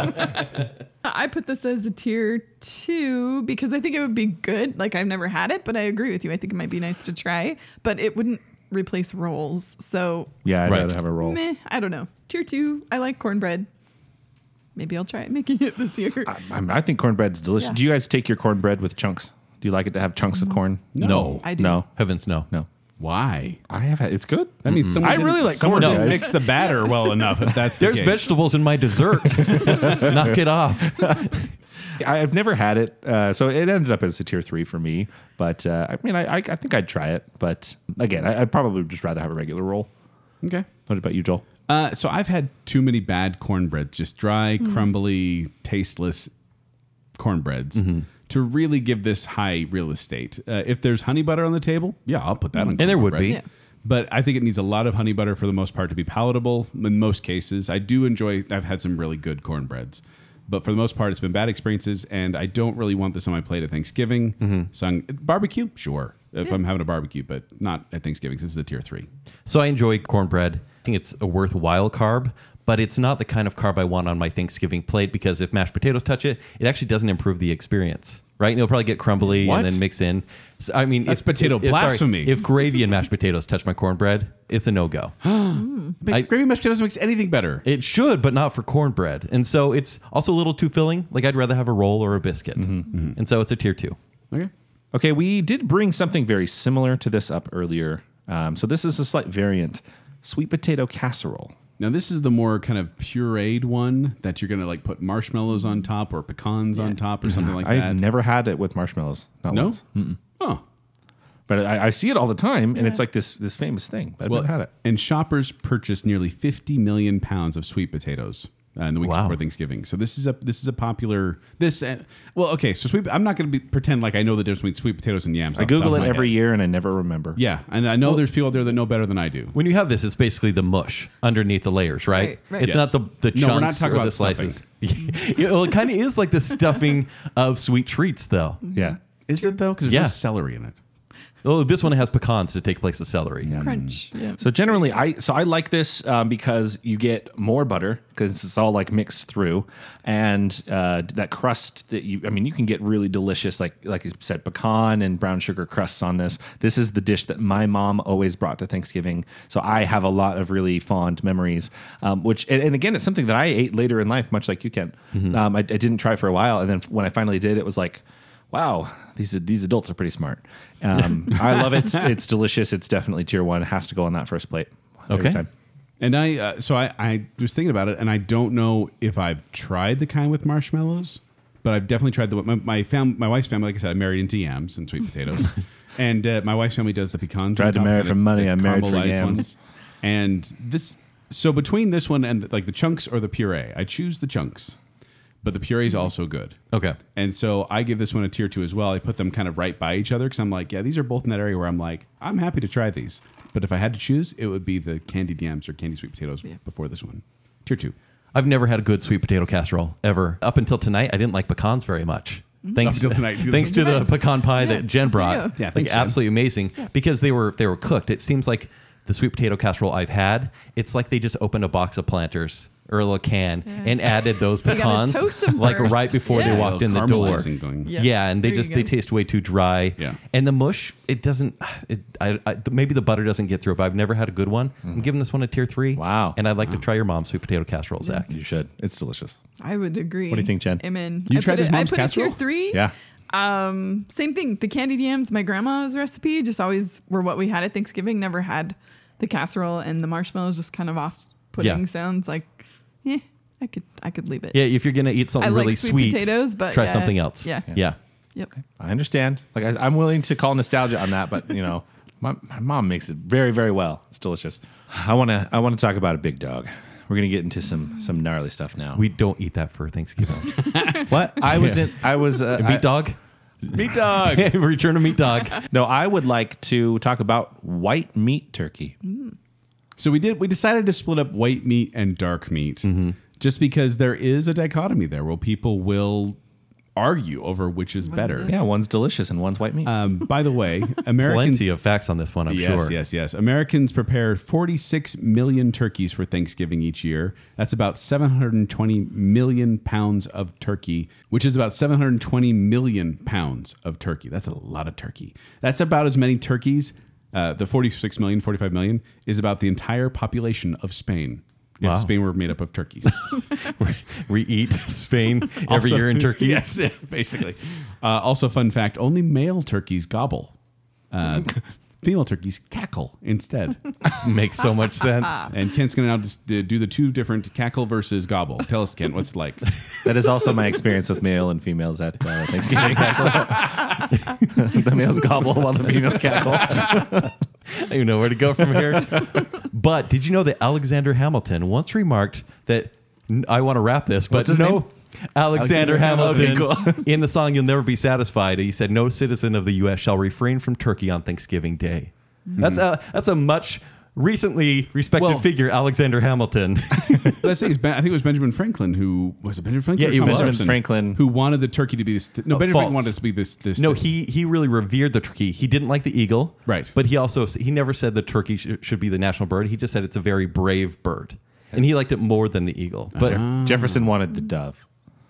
[SPEAKER 5] I put this as a tier two because I think it would be good. Like I've never had it, but I agree with you. I think it might be nice to try, but it wouldn't replace rolls. So
[SPEAKER 4] yeah, I'd
[SPEAKER 2] Right.
[SPEAKER 4] rather have a roll.
[SPEAKER 5] meh, I don't know. Tier two, I like cornbread. Maybe I'll try making it this year.
[SPEAKER 4] I, I'm- I think cornbread's delicious.
[SPEAKER 5] Yeah. Mm-hmm.
[SPEAKER 4] Do you guys take your cornbread with chunks? Do you like it to have chunks of corn?
[SPEAKER 2] No.
[SPEAKER 5] I do.
[SPEAKER 4] No.
[SPEAKER 2] Heavens, no.
[SPEAKER 4] No.
[SPEAKER 3] Why?
[SPEAKER 4] I have had. It's good.
[SPEAKER 3] That means someone
[SPEAKER 4] I
[SPEAKER 3] didn't-
[SPEAKER 4] really like
[SPEAKER 3] someone
[SPEAKER 4] corn,
[SPEAKER 3] didn't
[SPEAKER 4] guys.
[SPEAKER 3] mix the batter well enough. If that's the
[SPEAKER 2] There's
[SPEAKER 3] case.
[SPEAKER 2] vegetables in my dessert. Knock it off.
[SPEAKER 4] I- I've never had it, uh, so it ended up as a tier three for me. But uh, I mean, I, I, I think I'd try it. But again, I, I'd probably just rather have a regular roll.
[SPEAKER 3] Okay.
[SPEAKER 4] What about you, Joel?
[SPEAKER 3] Uh, so I've had too many bad cornbreads, just dry,
[SPEAKER 2] Mm-hmm.
[SPEAKER 3] crumbly, tasteless cornbreads
[SPEAKER 2] Mm-hmm.
[SPEAKER 3] to really give this high real estate. Uh, if there's honey butter on the table, yeah, I'll put that on.
[SPEAKER 2] Mm. And there would
[SPEAKER 3] cornbread.
[SPEAKER 2] be.
[SPEAKER 5] Yeah.
[SPEAKER 3] But I think it needs a lot of honey butter for the most part to be palatable. In most cases, I do enjoy. I've had some really good cornbreads, but for the most part, it's been bad experiences, and I don't really want this on my plate at Thanksgiving.
[SPEAKER 2] Mm-hmm.
[SPEAKER 3] So I'm, barbecue, sure, if I'm having a barbecue, but not at Thanksgiving. 'cause This is a tier three.
[SPEAKER 2] So I enjoy cornbread. I think it's a worthwhile carb, but it's not the kind of carb I want on my Thanksgiving plate because if mashed potatoes touch it, it actually doesn't improve the experience, right? And it'll probably get crumbly
[SPEAKER 3] What?
[SPEAKER 2] and then mix in. So, I mean,
[SPEAKER 3] That's potato
[SPEAKER 2] sorry,
[SPEAKER 3] blasphemy.
[SPEAKER 2] if gravy and mashed potatoes touch my cornbread, it's a no go.
[SPEAKER 3] But
[SPEAKER 2] I-
[SPEAKER 3] gravy mashed potatoes makes anything better.
[SPEAKER 2] It should, but not for cornbread. And so it's also a little too filling. Like I'd rather have a roll or a biscuit.
[SPEAKER 3] Mm-hmm.
[SPEAKER 2] And so it's a tier two.
[SPEAKER 3] okay.
[SPEAKER 4] Okay, we did bring something very similar to this up earlier. Um, so this is a slight variant: sweet potato casserole.
[SPEAKER 3] Now this is the more kind of pureed one that you're gonna like put marshmallows on top or pecans on top or something like that.
[SPEAKER 4] I've never had it with marshmallows. Not
[SPEAKER 3] no,
[SPEAKER 4] once.
[SPEAKER 3] oh
[SPEAKER 4] But I, I see it all the time, and it's like this this famous thing. But I've
[SPEAKER 3] well,
[SPEAKER 4] never had it.
[SPEAKER 3] and shoppers purchased nearly 50 million pounds of sweet potatoes uh, in the week
[SPEAKER 2] Wow.
[SPEAKER 3] before Thanksgiving. So this is a this is a popular this. Uh, well, okay, so sweet. I'm not gonna be, pretend like I know the difference between sweet potatoes and yams.
[SPEAKER 4] I
[SPEAKER 3] off the top
[SPEAKER 4] Google
[SPEAKER 3] of
[SPEAKER 4] it
[SPEAKER 3] my
[SPEAKER 4] every
[SPEAKER 3] head.
[SPEAKER 4] year, and I never remember.
[SPEAKER 3] Yeah, and I know there's people out there that know better than I do.
[SPEAKER 2] When you have this, it's basically the mush underneath the layers, right?
[SPEAKER 5] Right, right.
[SPEAKER 2] It's
[SPEAKER 3] Yes.
[SPEAKER 2] not the, the chunks
[SPEAKER 3] No, we're not talking
[SPEAKER 2] or the
[SPEAKER 3] about
[SPEAKER 2] slices. Yeah, well, it kind of is like the stuffing of sweet treats, though.
[SPEAKER 4] yeah.
[SPEAKER 3] Is it though? Because there's
[SPEAKER 2] Yeah.
[SPEAKER 3] no celery in it.
[SPEAKER 2] Oh, this one has pecans to take place of celery.
[SPEAKER 5] Crunch. Yeah.
[SPEAKER 4] So generally, I so I like this um, because you get more butter because it's all like mixed through, and uh, that crust that you I mean you can get really delicious like like you said pecan and brown sugar crusts on this. This is the dish that my mom always brought to Thanksgiving, so I have a lot of really fond memories. Um, which and, and again, it's something that I ate later in life, much like you can. Um, I, I didn't try for a while, and then when I finally did, it was like wow, these these adults are pretty smart. Um, I love it. It's delicious. It's definitely tier one. It has to go on that first plate. every
[SPEAKER 2] Okay.
[SPEAKER 4] time.
[SPEAKER 3] And I, uh, so I, I was thinking about it, and I don't know if I've tried the kind with marshmallows, but I've definitely tried the one. My, my, fam- my wife's family, like I said, I married into yams and sweet potatoes. and uh, my wife's family does the pecans.
[SPEAKER 4] Tried
[SPEAKER 3] on
[SPEAKER 4] to
[SPEAKER 3] top,
[SPEAKER 4] marry
[SPEAKER 3] and
[SPEAKER 4] for
[SPEAKER 3] the-
[SPEAKER 4] money,
[SPEAKER 3] the
[SPEAKER 4] I married for
[SPEAKER 3] caramelized
[SPEAKER 4] yams.
[SPEAKER 3] ones. And this, so between this one and like the chunks or the puree, I choose the chunks, but the puree
[SPEAKER 4] Mm-hmm.
[SPEAKER 3] is also good.
[SPEAKER 2] Okay.
[SPEAKER 3] And so I give this one a tier two as well. I put them kind of right by each other because I'm like, yeah, these are both in that area where I'm like, I'm happy to try these. But if I had to choose, it would be the candied yams or candy sweet potatoes before this one. Tier two.
[SPEAKER 2] I've never had a good sweet potato casserole ever. Up until tonight, I didn't like pecans very much. Thanks,
[SPEAKER 3] Mm-hmm. Up until tonight.
[SPEAKER 2] thanks to the pecan pie that Jen brought.
[SPEAKER 5] Yeah.
[SPEAKER 3] Yeah,
[SPEAKER 2] like
[SPEAKER 3] thanks, Jen.
[SPEAKER 2] absolutely amazing because they were they were cooked. It seems like the sweet potato casserole I've had, it's like they just opened a box of planters or a little can and added those
[SPEAKER 5] You gotta
[SPEAKER 2] pecans
[SPEAKER 5] toast 'em
[SPEAKER 2] like
[SPEAKER 5] first.
[SPEAKER 2] right before
[SPEAKER 5] Yeah.
[SPEAKER 2] they
[SPEAKER 3] A
[SPEAKER 2] walked
[SPEAKER 3] little
[SPEAKER 2] in the door.
[SPEAKER 3] caramelizing going.
[SPEAKER 2] Yeah.
[SPEAKER 5] Yeah.
[SPEAKER 2] and they
[SPEAKER 5] There you
[SPEAKER 2] just they
[SPEAKER 5] go.
[SPEAKER 2] taste way too dry.
[SPEAKER 3] Yeah.
[SPEAKER 2] And the mush, it doesn't. It, I, I, maybe the butter doesn't get through. But I've never had a good one. I'm
[SPEAKER 3] Mm-hmm.
[SPEAKER 2] giving this one a tier three.
[SPEAKER 4] Wow.
[SPEAKER 2] And I'd like to
[SPEAKER 3] Mm.
[SPEAKER 2] try your mom's sweet potato casserole, Zach.
[SPEAKER 4] You should. It's delicious.
[SPEAKER 5] I would agree.
[SPEAKER 4] What do you think, Jen?
[SPEAKER 5] I'm in.
[SPEAKER 3] You
[SPEAKER 5] I
[SPEAKER 3] tried
[SPEAKER 5] put
[SPEAKER 3] his
[SPEAKER 5] it,
[SPEAKER 3] mom's
[SPEAKER 5] I put it
[SPEAKER 3] casserole?
[SPEAKER 5] tier three.
[SPEAKER 4] Yeah.
[SPEAKER 5] Um, same thing. The candied yams, my grandma's recipe, just always were what we had at Thanksgiving. Never had the casserole and the marshmallows. Just kind of off-putting
[SPEAKER 2] Yeah.
[SPEAKER 5] sounds. Like, yeah, I could, I could leave it.
[SPEAKER 2] Yeah, if you're gonna eat something
[SPEAKER 5] I like
[SPEAKER 2] really
[SPEAKER 5] sweet
[SPEAKER 2] sweet,
[SPEAKER 5] potatoes, but
[SPEAKER 2] try
[SPEAKER 5] yeah,
[SPEAKER 2] something else.
[SPEAKER 5] yeah.
[SPEAKER 2] yeah.
[SPEAKER 5] Yep.
[SPEAKER 4] I understand. Like I, I'm willing to call nostalgia on that, but you know, My, my mom makes it very, very well. It's delicious. I want to I want to talk about a big dog. We're gonna get into some some gnarly stuff now.
[SPEAKER 2] We don't eat that for Thanksgiving.
[SPEAKER 4] what? I was in. I was uh, I-
[SPEAKER 2] meat dog?
[SPEAKER 4] Meat dog.
[SPEAKER 2] Return of meat dog.
[SPEAKER 4] no, I would like to talk about white meat turkey.
[SPEAKER 3] So we did. We decided to split up white meat and dark meat, just because there is a dichotomy there where people will argue over which is better.
[SPEAKER 4] Yeah, one's delicious and one's white meat.
[SPEAKER 3] Um, by the way, Americans.
[SPEAKER 2] Plenty of facts on this one, I'm
[SPEAKER 3] Yes,
[SPEAKER 2] sure.
[SPEAKER 3] yes, yes. Americans prepare 46 million turkeys for Thanksgiving each year. That's about 720 million pounds of turkey, which is about 720 million pounds of turkey. That's a lot of turkey. That's about as many turkeys. Uh, the 46 million, 45 million is about the entire population of Spain. If
[SPEAKER 2] Wow.
[SPEAKER 3] Spain were made up of turkeys.
[SPEAKER 2] We eat Spain every
[SPEAKER 3] Also-
[SPEAKER 2] year in turkeys.
[SPEAKER 3] yes, basically. Uh, also, fun fact only male turkeys gobble, uh, female turkeys cackle instead.
[SPEAKER 2] Makes so much sense.
[SPEAKER 3] And Kent's going to now just uh, do the two different cackle versus gobble. Tell us, Kent, what's it like?
[SPEAKER 4] that is also my experience with male and females at uh, Thanksgiving. So- the males gobble while the females cackle.
[SPEAKER 2] I don't even know where to go from here. but did you know that Alexander Hamilton once remarked that n- I want to wrap this, but
[SPEAKER 4] What's his
[SPEAKER 2] no.
[SPEAKER 4] name?
[SPEAKER 2] Alexander
[SPEAKER 4] Alexander
[SPEAKER 2] Hamilton,
[SPEAKER 4] Hamilton.
[SPEAKER 2] in the song You'll Never Be Satisfied, he said, No citizen of the U.S. shall refrain from turkey on Thanksgiving Day. That's, a, that's a much recently respected
[SPEAKER 3] Well-
[SPEAKER 2] figure, Alexander Hamilton.
[SPEAKER 3] Let's say it's ben, I think it was Benjamin Franklin who was it Benjamin Franklin?
[SPEAKER 2] Yeah,
[SPEAKER 3] or
[SPEAKER 2] it was.
[SPEAKER 3] Thomas
[SPEAKER 4] Benjamin
[SPEAKER 3] Jefferson?
[SPEAKER 4] Franklin.
[SPEAKER 3] who wanted the turkey to be this. No, Benjamin Franklin
[SPEAKER 2] false.
[SPEAKER 3] wanted it to be this. This.
[SPEAKER 2] no,
[SPEAKER 3] this.
[SPEAKER 2] he, he really revered the turkey. He didn't like the eagle.
[SPEAKER 3] Right.
[SPEAKER 2] But he also, he never said the turkey sh- should be the national bird. He just said it's a very brave bird. And he liked it more than the eagle. But
[SPEAKER 4] Jefferson wanted the dove,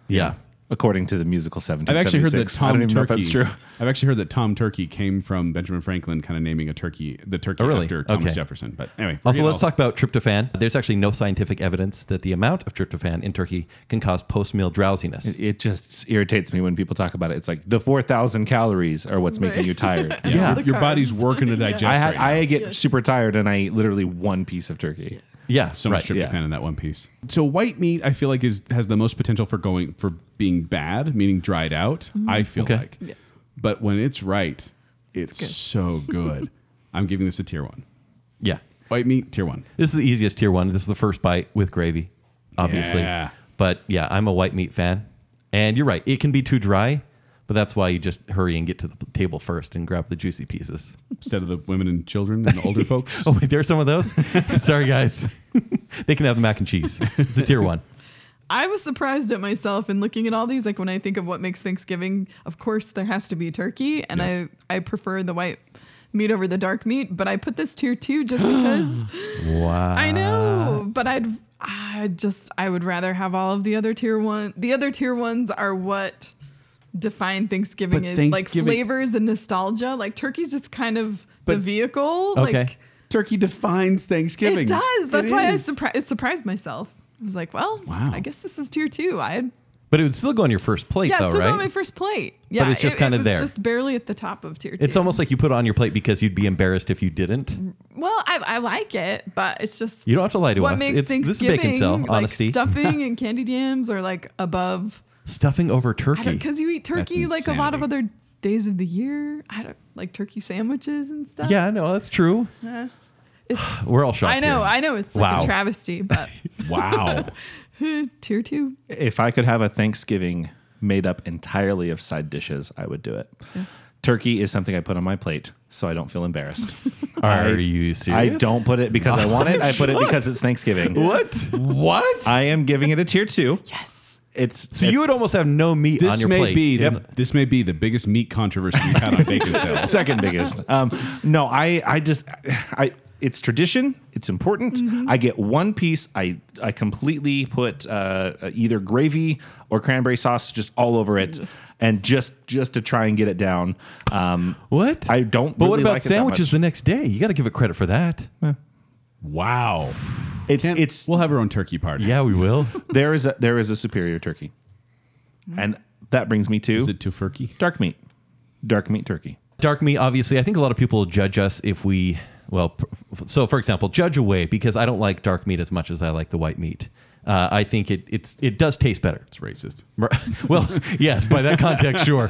[SPEAKER 2] yeah.
[SPEAKER 4] according to the musical 1776.
[SPEAKER 3] I've actually heard that Tom
[SPEAKER 4] I don't even know if
[SPEAKER 3] Turkey.
[SPEAKER 4] that's true.
[SPEAKER 3] I've actually heard that Tom Turkey came from Benjamin Franklin, kind of naming a turkey, the turkey
[SPEAKER 2] Oh, really?
[SPEAKER 3] after Thomas
[SPEAKER 2] Okay.
[SPEAKER 3] Jefferson. But anyway, we're
[SPEAKER 2] Also,
[SPEAKER 3] getting
[SPEAKER 2] let's
[SPEAKER 3] all-
[SPEAKER 2] talk about tryptophan. There's actually no scientific evidence that the amount of tryptophan in turkey can cause post meal drowsiness.
[SPEAKER 4] It just irritates me when people talk about it. It's like the 4,000 calories are what's making
[SPEAKER 5] Right.
[SPEAKER 4] you tired.
[SPEAKER 2] Yeah.
[SPEAKER 5] The
[SPEAKER 3] your body's
[SPEAKER 5] carbs.
[SPEAKER 3] working to digest.
[SPEAKER 4] I,
[SPEAKER 3] right
[SPEAKER 4] had,
[SPEAKER 3] now.
[SPEAKER 4] I get super tired and I eat literally one piece of turkey.
[SPEAKER 2] Yeah,
[SPEAKER 3] so
[SPEAKER 2] right.
[SPEAKER 3] much tryptophan
[SPEAKER 4] yeah.
[SPEAKER 3] in that one piece. So white meat, I feel like is has the most potential for going for being bad, meaning dried out. I feel
[SPEAKER 2] Okay.
[SPEAKER 3] like, but when it's right, it's,
[SPEAKER 5] good.
[SPEAKER 3] so good. I'm giving this a tier one.
[SPEAKER 2] Yeah.
[SPEAKER 3] White meat, tier one.
[SPEAKER 2] This is the easiest tier one. This is the first bite with gravy, obviously.
[SPEAKER 3] Yeah.
[SPEAKER 2] But yeah, I'm a white meat fan. And you're right, it can be too dry, but that's why you just hurry and get to the p- table first and grab the juicy pieces.
[SPEAKER 3] Instead of the women and children and older folks.
[SPEAKER 2] Oh, wait, there's some of those? Sorry, guys. they can have the mac and cheese. It's a tier one.
[SPEAKER 5] I was surprised at myself in looking at all these. Like when I think of what makes Thanksgiving, of course there has to be turkey, and
[SPEAKER 3] Yes.
[SPEAKER 5] I I prefer the white meat over the dark meat. But I put this tier two just because
[SPEAKER 2] Wow.
[SPEAKER 5] I know. But I'd I just I would rather have all of the other tier one. The other tier ones are what define Thanksgiving
[SPEAKER 3] But
[SPEAKER 5] is like
[SPEAKER 3] Thanksgiving-
[SPEAKER 5] flavors and nostalgia. Like turkey's just kind of the
[SPEAKER 3] But-
[SPEAKER 5] vehicle.
[SPEAKER 2] Okay.
[SPEAKER 5] Like
[SPEAKER 3] Turkey defines Thanksgiving.
[SPEAKER 5] it does. That's why
[SPEAKER 3] is.
[SPEAKER 5] I surpri- it surprised myself. I was like, well,
[SPEAKER 3] Wow.
[SPEAKER 5] I guess this is tier two. I had
[SPEAKER 2] But it would still go on your first plate,
[SPEAKER 5] yeah,
[SPEAKER 2] though,
[SPEAKER 5] still
[SPEAKER 2] right?
[SPEAKER 5] on my first plate. Yeah,
[SPEAKER 2] it's just
[SPEAKER 5] it- it
[SPEAKER 2] kinda
[SPEAKER 5] was
[SPEAKER 2] there.
[SPEAKER 5] Just barely at the top of tier two.
[SPEAKER 2] It's almost like you put it on your plate because you'd be embarrassed if you didn't.
[SPEAKER 5] Mm. well, I, I like it, but it's just
[SPEAKER 2] You don't have to lie to
[SPEAKER 5] what
[SPEAKER 2] us.
[SPEAKER 5] Makes
[SPEAKER 2] It's- this is bacon
[SPEAKER 5] Thanksgiving,
[SPEAKER 2] cell,
[SPEAKER 5] like,
[SPEAKER 2] honesty.
[SPEAKER 5] stuffing and candied yams are like above
[SPEAKER 2] Stuffing over turkey.
[SPEAKER 5] because you eat turkey like a lot of
[SPEAKER 3] insanity.
[SPEAKER 5] other days of the year. I don't like turkey sandwiches and stuff.
[SPEAKER 2] Yeah, I know that's true.
[SPEAKER 5] It's-
[SPEAKER 2] We're all shocked.
[SPEAKER 5] I know.
[SPEAKER 2] here.
[SPEAKER 5] I know it's like
[SPEAKER 2] Wow.
[SPEAKER 5] a travesty, but
[SPEAKER 3] Wow.
[SPEAKER 5] tier two.
[SPEAKER 4] if I could have a Thanksgiving made up entirely of side dishes, I would do it. Turkey is something I put on my plate so I don't feel embarrassed.
[SPEAKER 2] Are you serious?
[SPEAKER 4] I don't put it because I want it. I put it because it's Thanksgiving.
[SPEAKER 2] What? What?
[SPEAKER 4] I am giving it a tier two.
[SPEAKER 5] Yes.
[SPEAKER 4] It's
[SPEAKER 2] so you would almost have no meat on
[SPEAKER 3] This
[SPEAKER 2] your
[SPEAKER 3] may
[SPEAKER 2] plate.
[SPEAKER 3] be
[SPEAKER 2] in-
[SPEAKER 3] the, this may be the biggest meat controversy we've had on bacon sales.
[SPEAKER 4] second biggest. Um, no, I I just I it's tradition. It's important.
[SPEAKER 2] Mm-hmm.
[SPEAKER 4] I get one piece. I I completely put uh, either gravy or cranberry sauce just all over it, and just just to try and get it down. Um,
[SPEAKER 2] What?
[SPEAKER 4] I don't
[SPEAKER 2] But what
[SPEAKER 4] really
[SPEAKER 2] about
[SPEAKER 4] like it that
[SPEAKER 2] sandwiches
[SPEAKER 4] much.
[SPEAKER 2] the next day? You got to give it credit for that.
[SPEAKER 3] Wow.
[SPEAKER 4] It's
[SPEAKER 3] Kent,
[SPEAKER 4] it's
[SPEAKER 3] we'll have our own turkey party.
[SPEAKER 2] Yeah, we will.
[SPEAKER 4] there is a there is a superior turkey,
[SPEAKER 2] Mm-hmm.
[SPEAKER 4] and that brings me to
[SPEAKER 3] Is it tofurkey?
[SPEAKER 4] dark meat, dark meat turkey.
[SPEAKER 2] Dark meat, obviously. I think a lot of people judge us if we, well, pr- so for example, judge away because I don't like dark meat as much as I like the white meat. Uh, I think it it's it does taste better.
[SPEAKER 3] It's racist.
[SPEAKER 2] Mer- well, yes, by that context, sure.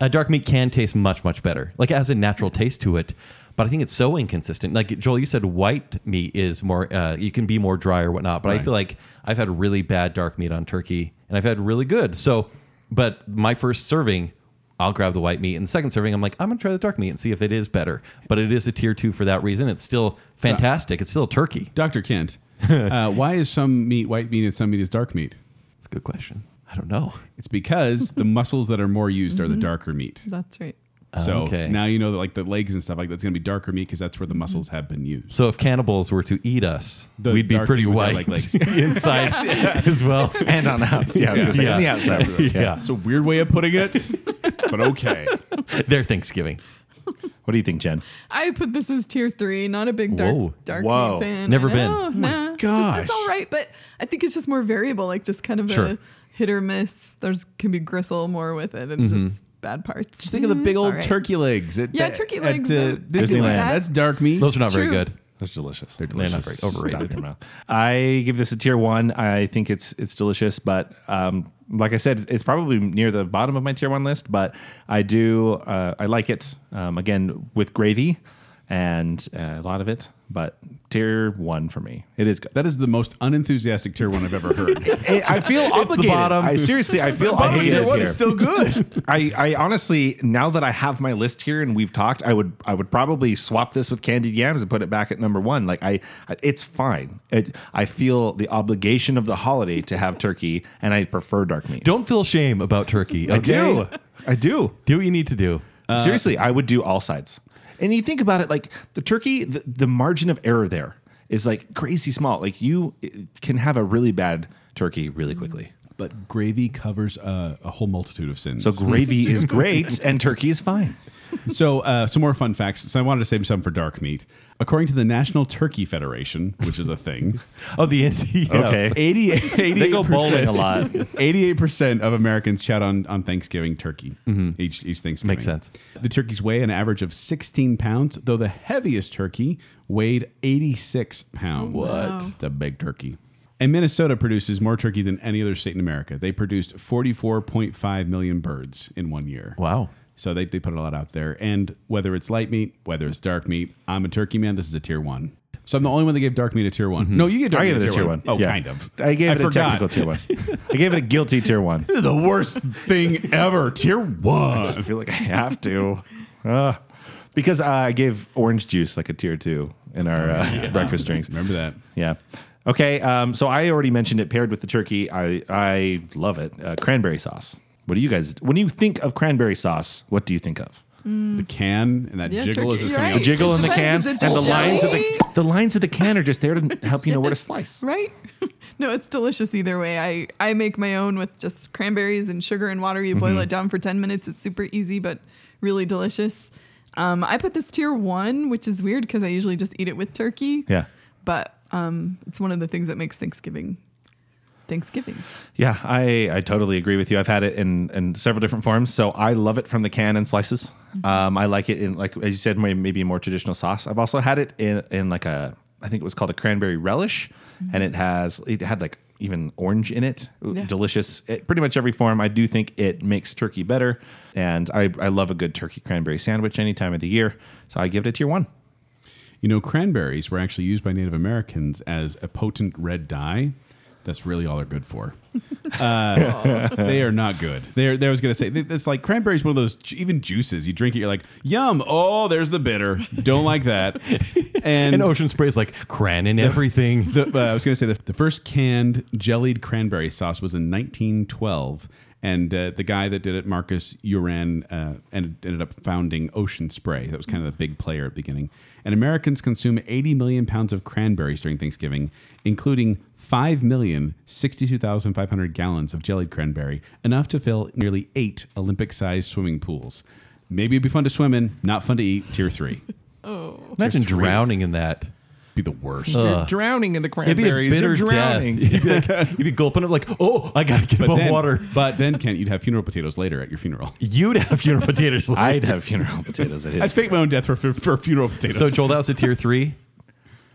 [SPEAKER 2] Uh, dark meat can taste much, much better. Like it has a natural taste to it. But I think it's so inconsistent. Like Joel, you said white meat is more, uh, you can be more dry or whatnot. But I
[SPEAKER 3] Right.
[SPEAKER 2] feel like I've had really bad dark meat on turkey and I've had really good. So, but my first serving, I'll grab the white meat. And the second serving, I'm like, I'm going to try the dark meat and see if it is better. But it is a tier two for that reason. It's still fantastic. It's still a turkey.
[SPEAKER 3] Dr. Kent, uh, why is some meat white meat and some meat is dark meat?
[SPEAKER 2] It's a good question. I don't know.
[SPEAKER 3] It's because the muscles that are more used are the darker meat.
[SPEAKER 5] That's right.
[SPEAKER 3] So
[SPEAKER 2] Okay.
[SPEAKER 3] now you know that like the legs and stuff like that's going to be darker meat because that's where the muscles have been used.
[SPEAKER 2] So if cannibals were to eat us,
[SPEAKER 3] The
[SPEAKER 2] we'd be
[SPEAKER 3] dark
[SPEAKER 2] pretty
[SPEAKER 3] meat would have,
[SPEAKER 2] white
[SPEAKER 3] like, legs.
[SPEAKER 2] inside as well.
[SPEAKER 4] and on the house. Yeah, I was gonna say,
[SPEAKER 2] Yeah.
[SPEAKER 4] on the outside. of the-
[SPEAKER 2] Yeah.
[SPEAKER 3] It's a weird way of putting it, but okay.
[SPEAKER 2] They're Thanksgiving.
[SPEAKER 4] What do you think, Jen?
[SPEAKER 5] I put this as tier three, not a big dark
[SPEAKER 2] Whoa.
[SPEAKER 5] dark
[SPEAKER 4] Whoa.
[SPEAKER 5] meat fan.
[SPEAKER 2] Never
[SPEAKER 5] I know,
[SPEAKER 2] been. Oh
[SPEAKER 5] Nah, just
[SPEAKER 3] gosh.
[SPEAKER 5] it's all right, but I think it's just more variable, like just kind of
[SPEAKER 2] Sure.
[SPEAKER 5] a hit or miss. There's can be gristle more with it and
[SPEAKER 2] Mm-hmm.
[SPEAKER 5] just bad parts. Mm,
[SPEAKER 3] Just think of the big old
[SPEAKER 5] It's all right.
[SPEAKER 3] turkey legs. At,
[SPEAKER 5] Mm-hmm. Yeah,
[SPEAKER 3] the-
[SPEAKER 5] turkey
[SPEAKER 3] at,
[SPEAKER 5] legs,
[SPEAKER 3] uh,
[SPEAKER 5] though.
[SPEAKER 4] Disneyland.
[SPEAKER 3] Disneyland. That's dark meat.
[SPEAKER 2] Those are not very
[SPEAKER 5] True.
[SPEAKER 2] good.
[SPEAKER 4] That's delicious. They're
[SPEAKER 2] They're not very overrated.
[SPEAKER 4] Stop your mouth. I give this a tier one. I think it's it's delicious, but um, like I said, it's probably near the bottom of my tier one list. But I do uh, I like it um, again with gravy and uh, a lot of it. But tier one for me, it is. Good.
[SPEAKER 3] That is the most unenthusiastic tier one I've ever heard.
[SPEAKER 4] I I feel obligated.
[SPEAKER 2] bottom.
[SPEAKER 4] I seriously, I feel
[SPEAKER 3] bottom of
[SPEAKER 4] obligated
[SPEAKER 3] tier one
[SPEAKER 4] here.
[SPEAKER 3] is still
[SPEAKER 4] good. I, I honestly, now that I have my list here and we've talked, I would I would probably swap this with candied yams and put it back at number one. Like I, I- it's fine. It, I feel the obligation of the holiday to have turkey, and I prefer dark meat.
[SPEAKER 2] Don't feel shame about turkey.
[SPEAKER 4] I
[SPEAKER 2] okay?
[SPEAKER 4] do. I do.
[SPEAKER 2] Do what you need to do.
[SPEAKER 4] Seriously, I would do all sides. And you think about it, like the turkey, the, the margin of error there is like crazy small. Like you can have a really bad turkey really quickly.
[SPEAKER 3] but gravy covers a, a whole multitude of sins.
[SPEAKER 4] So gravy is great, and turkey is fine.
[SPEAKER 3] So, uh, some more fun facts. So, I wanted to save some for dark meat. According to the National Turkey Federation, which is a thing,
[SPEAKER 2] Oh, the NCF.
[SPEAKER 4] Okay.
[SPEAKER 3] 88, 88
[SPEAKER 4] They go bowling a lot.
[SPEAKER 3] 88% of Americans shout on, on Thanksgiving turkey
[SPEAKER 4] Mm-hmm.
[SPEAKER 3] each, each Thanksgiving.
[SPEAKER 2] Makes sense.
[SPEAKER 3] The turkeys weigh an average of 16 pounds, though the heaviest turkey weighed 86 pounds. What?
[SPEAKER 5] Wow.
[SPEAKER 3] The big turkey. And Minnesota produces more turkey than any other state in America. They produced 44.5 million birds in one year.
[SPEAKER 2] Wow.
[SPEAKER 3] So they, they put a lot out there. And whether it's light meat, whether it's dark meat, I'm a turkey man. This is a tier one. So I'm the only one that gave dark meat a tier one. No, you get dark
[SPEAKER 4] Mm-hmm.
[SPEAKER 3] meat
[SPEAKER 4] I gave it a tier one.
[SPEAKER 3] Oh,
[SPEAKER 4] Yeah.
[SPEAKER 3] kind of.
[SPEAKER 4] I gave it a
[SPEAKER 3] forgot.
[SPEAKER 4] technical tier one. I gave it a guilty tier one.
[SPEAKER 3] The worst thing ever. Tier one.
[SPEAKER 4] I feel like I have to. Uh, because I gave orange juice like a tier two in our uh, breakfast drinks.
[SPEAKER 3] Remember that.
[SPEAKER 4] Yeah. Okay. Um, so I already mentioned it paired with the turkey. I, I love it. Uh, cranberry sauce. What do you guys, when you think of cranberry sauce, what do you think of?
[SPEAKER 3] The
[SPEAKER 4] Mm.
[SPEAKER 3] can and that
[SPEAKER 5] Yeah,
[SPEAKER 3] jiggle
[SPEAKER 5] turkey-
[SPEAKER 3] is just
[SPEAKER 5] you're
[SPEAKER 3] coming
[SPEAKER 5] right.
[SPEAKER 3] out.
[SPEAKER 4] Jiggle in the can
[SPEAKER 5] Depends,
[SPEAKER 4] and
[SPEAKER 5] is it
[SPEAKER 4] the
[SPEAKER 5] just
[SPEAKER 4] lines of the,
[SPEAKER 5] jelly?
[SPEAKER 4] the lines of the can are just there to help you know where to slice.
[SPEAKER 5] Right? no, it's delicious either way. I, I make my own with just cranberries and sugar and water. You
[SPEAKER 2] Mm-hmm.
[SPEAKER 5] boil it down for 10 minutes. It's super easy, but really delicious. Um, I put this tier one, which is weird because I usually just eat it with turkey.
[SPEAKER 4] Yeah.
[SPEAKER 5] But um, it's one of the things that makes Thanksgiving Thanksgiving.
[SPEAKER 4] Yeah, I, I totally agree with you. I've had it in, in several different forms. So I love it from the can and slices. Um, I like it in like as you said, may- maybe more traditional sauce. I've also had it in, in like a I think it was called a cranberry relish, and it has it had like even orange in it.
[SPEAKER 5] Yeah.
[SPEAKER 4] Delicious. It, pretty much every form. I do think it makes turkey better, and I I love a good turkey cranberry sandwich any time of the year. So I give it a tier one.
[SPEAKER 3] You know, cranberries were actually used by Native Americans as a potent red dye. That's really all they're good for. Uh, they are not good. They're, they was going to say, it's like cranberries, one of those, ju- even juices. You drink it, you're like, yum. Oh, there's the bitter. Don't like that. And,
[SPEAKER 2] And ocean spray is like cran in everything.
[SPEAKER 3] the, uh, I was going to say the, the first canned jellied cranberry sauce was in 1912, and uh, the guy that did it, Marcus Uran, uh, ended, ended up founding Ocean Spray. That was kind of the big player at the beginning. And Americans consume 80 million pounds of cranberries during Thanksgiving, including 5,062,500 gallons of jellied cranberry, enough to fill nearly eight Olympic-sized swimming pools. Maybe it'd be fun to swim in, not fun to eat. Tier three,
[SPEAKER 2] Imagine drowning in that.
[SPEAKER 3] be the worst.
[SPEAKER 4] You're drowning in the
[SPEAKER 2] It'd be a
[SPEAKER 4] cranberries.
[SPEAKER 2] bitter
[SPEAKER 4] You're
[SPEAKER 2] death.
[SPEAKER 4] drowning.
[SPEAKER 2] You'd be, like, you'd be gulping up like, oh, I gotta get above
[SPEAKER 3] then,
[SPEAKER 2] water.
[SPEAKER 3] But then, Kent, you'd have funeral potatoes later at your funeral.
[SPEAKER 2] You'd have funeral potatoes. later.
[SPEAKER 4] I'd have funeral potatoes at his.
[SPEAKER 3] I'd fake my own death for, for, for funeral potatoes.
[SPEAKER 2] so Joel, that was a tier three.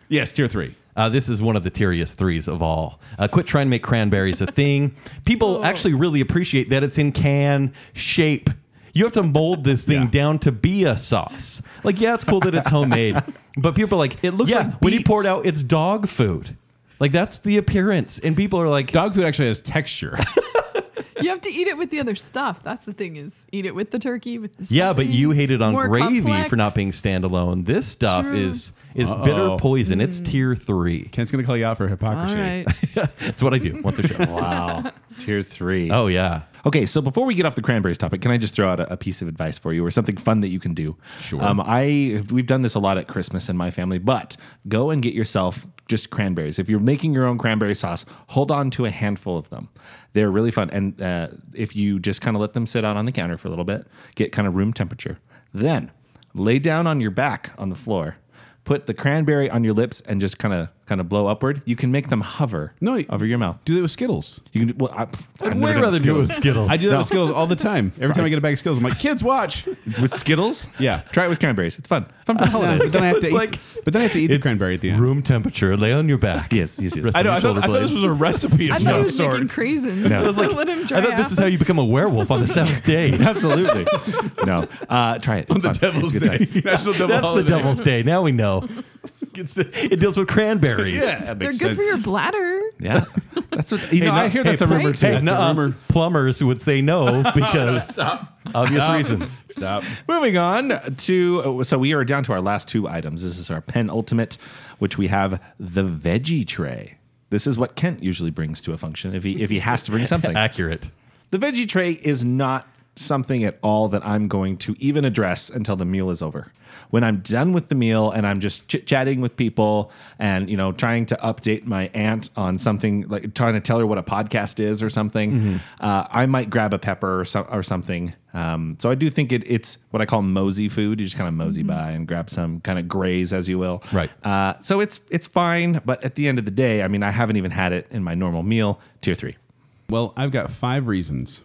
[SPEAKER 3] yes, tier three.
[SPEAKER 2] Uh, this is one of the tieriest threes of all. Uh, quit trying to make cranberries a thing. People actually really appreciate that it's in can shape. You have to mold this thing
[SPEAKER 4] Yeah.
[SPEAKER 2] down to be a sauce. Like, yeah, it's cool that it's homemade, but people are like, it
[SPEAKER 4] looks
[SPEAKER 2] yeah,
[SPEAKER 4] like
[SPEAKER 2] when you pour it
[SPEAKER 4] beets."
[SPEAKER 2] out, it's dog food. Like that's the appearance, and people are like,
[SPEAKER 3] Dog food actually has texture.
[SPEAKER 5] You have to eat it with the other stuff. That's the thing is eat it with the turkey with the
[SPEAKER 2] yeah, but
[SPEAKER 5] stuffing.
[SPEAKER 2] you hated on
[SPEAKER 5] More
[SPEAKER 2] gravy for not
[SPEAKER 5] complex.
[SPEAKER 2] being standalone. This stuff
[SPEAKER 5] True.
[SPEAKER 2] is is bitter
[SPEAKER 3] Uh-oh.
[SPEAKER 2] poison. It's tier three.
[SPEAKER 3] Kent's gonna call you out for
[SPEAKER 5] All
[SPEAKER 3] hypocrisy.
[SPEAKER 5] right.
[SPEAKER 2] That's what I do once a show.
[SPEAKER 4] Wow. Tier three.
[SPEAKER 2] Oh yeah.
[SPEAKER 4] Okay, so before we get off the cranberries topic, can I just throw out a, a piece of advice for you or something fun that you can do? Sure. Um, I we've done this a lot at Christmas in my family, but go and get yourself just cranberries. If you're making your own cranberry sauce, hold on to a handful of them. They're really fun, and uh, if you just kind of let them sit out on the counter for a little bit, get kind of room temperature, then lay down on your back on the floor. Put the cranberry on your lips and just kind of kind of blow upward. You can make them hover
[SPEAKER 3] No, y-
[SPEAKER 4] over your mouth.
[SPEAKER 3] Do that with Skittles.
[SPEAKER 4] You can. Well, I,
[SPEAKER 2] I'd way rather do it with Skittles.
[SPEAKER 3] I do that with Skittles all the time. Every time I get a bag of Skittles, I'm like, kids, watch.
[SPEAKER 4] with Skittles.
[SPEAKER 3] Yeah.
[SPEAKER 4] try it with cranberries. It's fun. It's fun for the holidays.
[SPEAKER 3] but then I have to
[SPEAKER 2] It's
[SPEAKER 3] eat,
[SPEAKER 2] like-
[SPEAKER 3] but then I have to eat the
[SPEAKER 2] It's
[SPEAKER 3] cranberry at the end.
[SPEAKER 2] Room temperature. Lay on your back.
[SPEAKER 4] Yes, yes, yes.
[SPEAKER 2] Rest on your shoulder blades.
[SPEAKER 3] recipe
[SPEAKER 5] I
[SPEAKER 3] of
[SPEAKER 5] thought he was making craisins.
[SPEAKER 2] I was like,
[SPEAKER 5] Let him dry
[SPEAKER 2] I thought this is how you become a werewolf on the seventh day.
[SPEAKER 4] Absolutely. no, uh, try it. It's fun. It's a good time.
[SPEAKER 3] National Devil
[SPEAKER 2] That's the
[SPEAKER 3] Holiday.
[SPEAKER 2] devil's day. Now we know. It's, it deals with cranberries.
[SPEAKER 3] Yeah, that
[SPEAKER 5] They're
[SPEAKER 3] makes
[SPEAKER 5] good for
[SPEAKER 3] sense.
[SPEAKER 5] your bladder.
[SPEAKER 4] Yeah, that's what you know.
[SPEAKER 2] no-
[SPEAKER 4] I hear
[SPEAKER 2] hey,
[SPEAKER 4] that's a
[SPEAKER 2] pl-
[SPEAKER 4] rumor
[SPEAKER 5] Right?
[SPEAKER 4] too.
[SPEAKER 2] Hey,
[SPEAKER 3] That's a
[SPEAKER 2] nuh-uh.
[SPEAKER 3] rumor.
[SPEAKER 2] plumbers would say no because obvious reasons.
[SPEAKER 3] Stop.
[SPEAKER 4] Moving on to so we are down to our last two items. This is our penultimate, which we have the veggie tray. This is what Kent usually brings to a function if he if he has to bring something.
[SPEAKER 2] Accurate.
[SPEAKER 4] The veggie tray is not something at all that I'm going to even address until the meal is over. When I'm done with the meal and I'm just chit chatting with people and, you know, trying to update my aunt on something, like trying to tell her what a podcast is or something, uh, I might grab a pepper or, so, or something. Um, so I do think it, it's what I call mosey food. You just kind of mosey by and grab some kind of graze, as you will.
[SPEAKER 2] Right.
[SPEAKER 4] Uh, so it's, it's fine. But at the end of the day, I mean, I haven't even had it in my normal meal. Tier three.
[SPEAKER 3] Well, I've got five reasons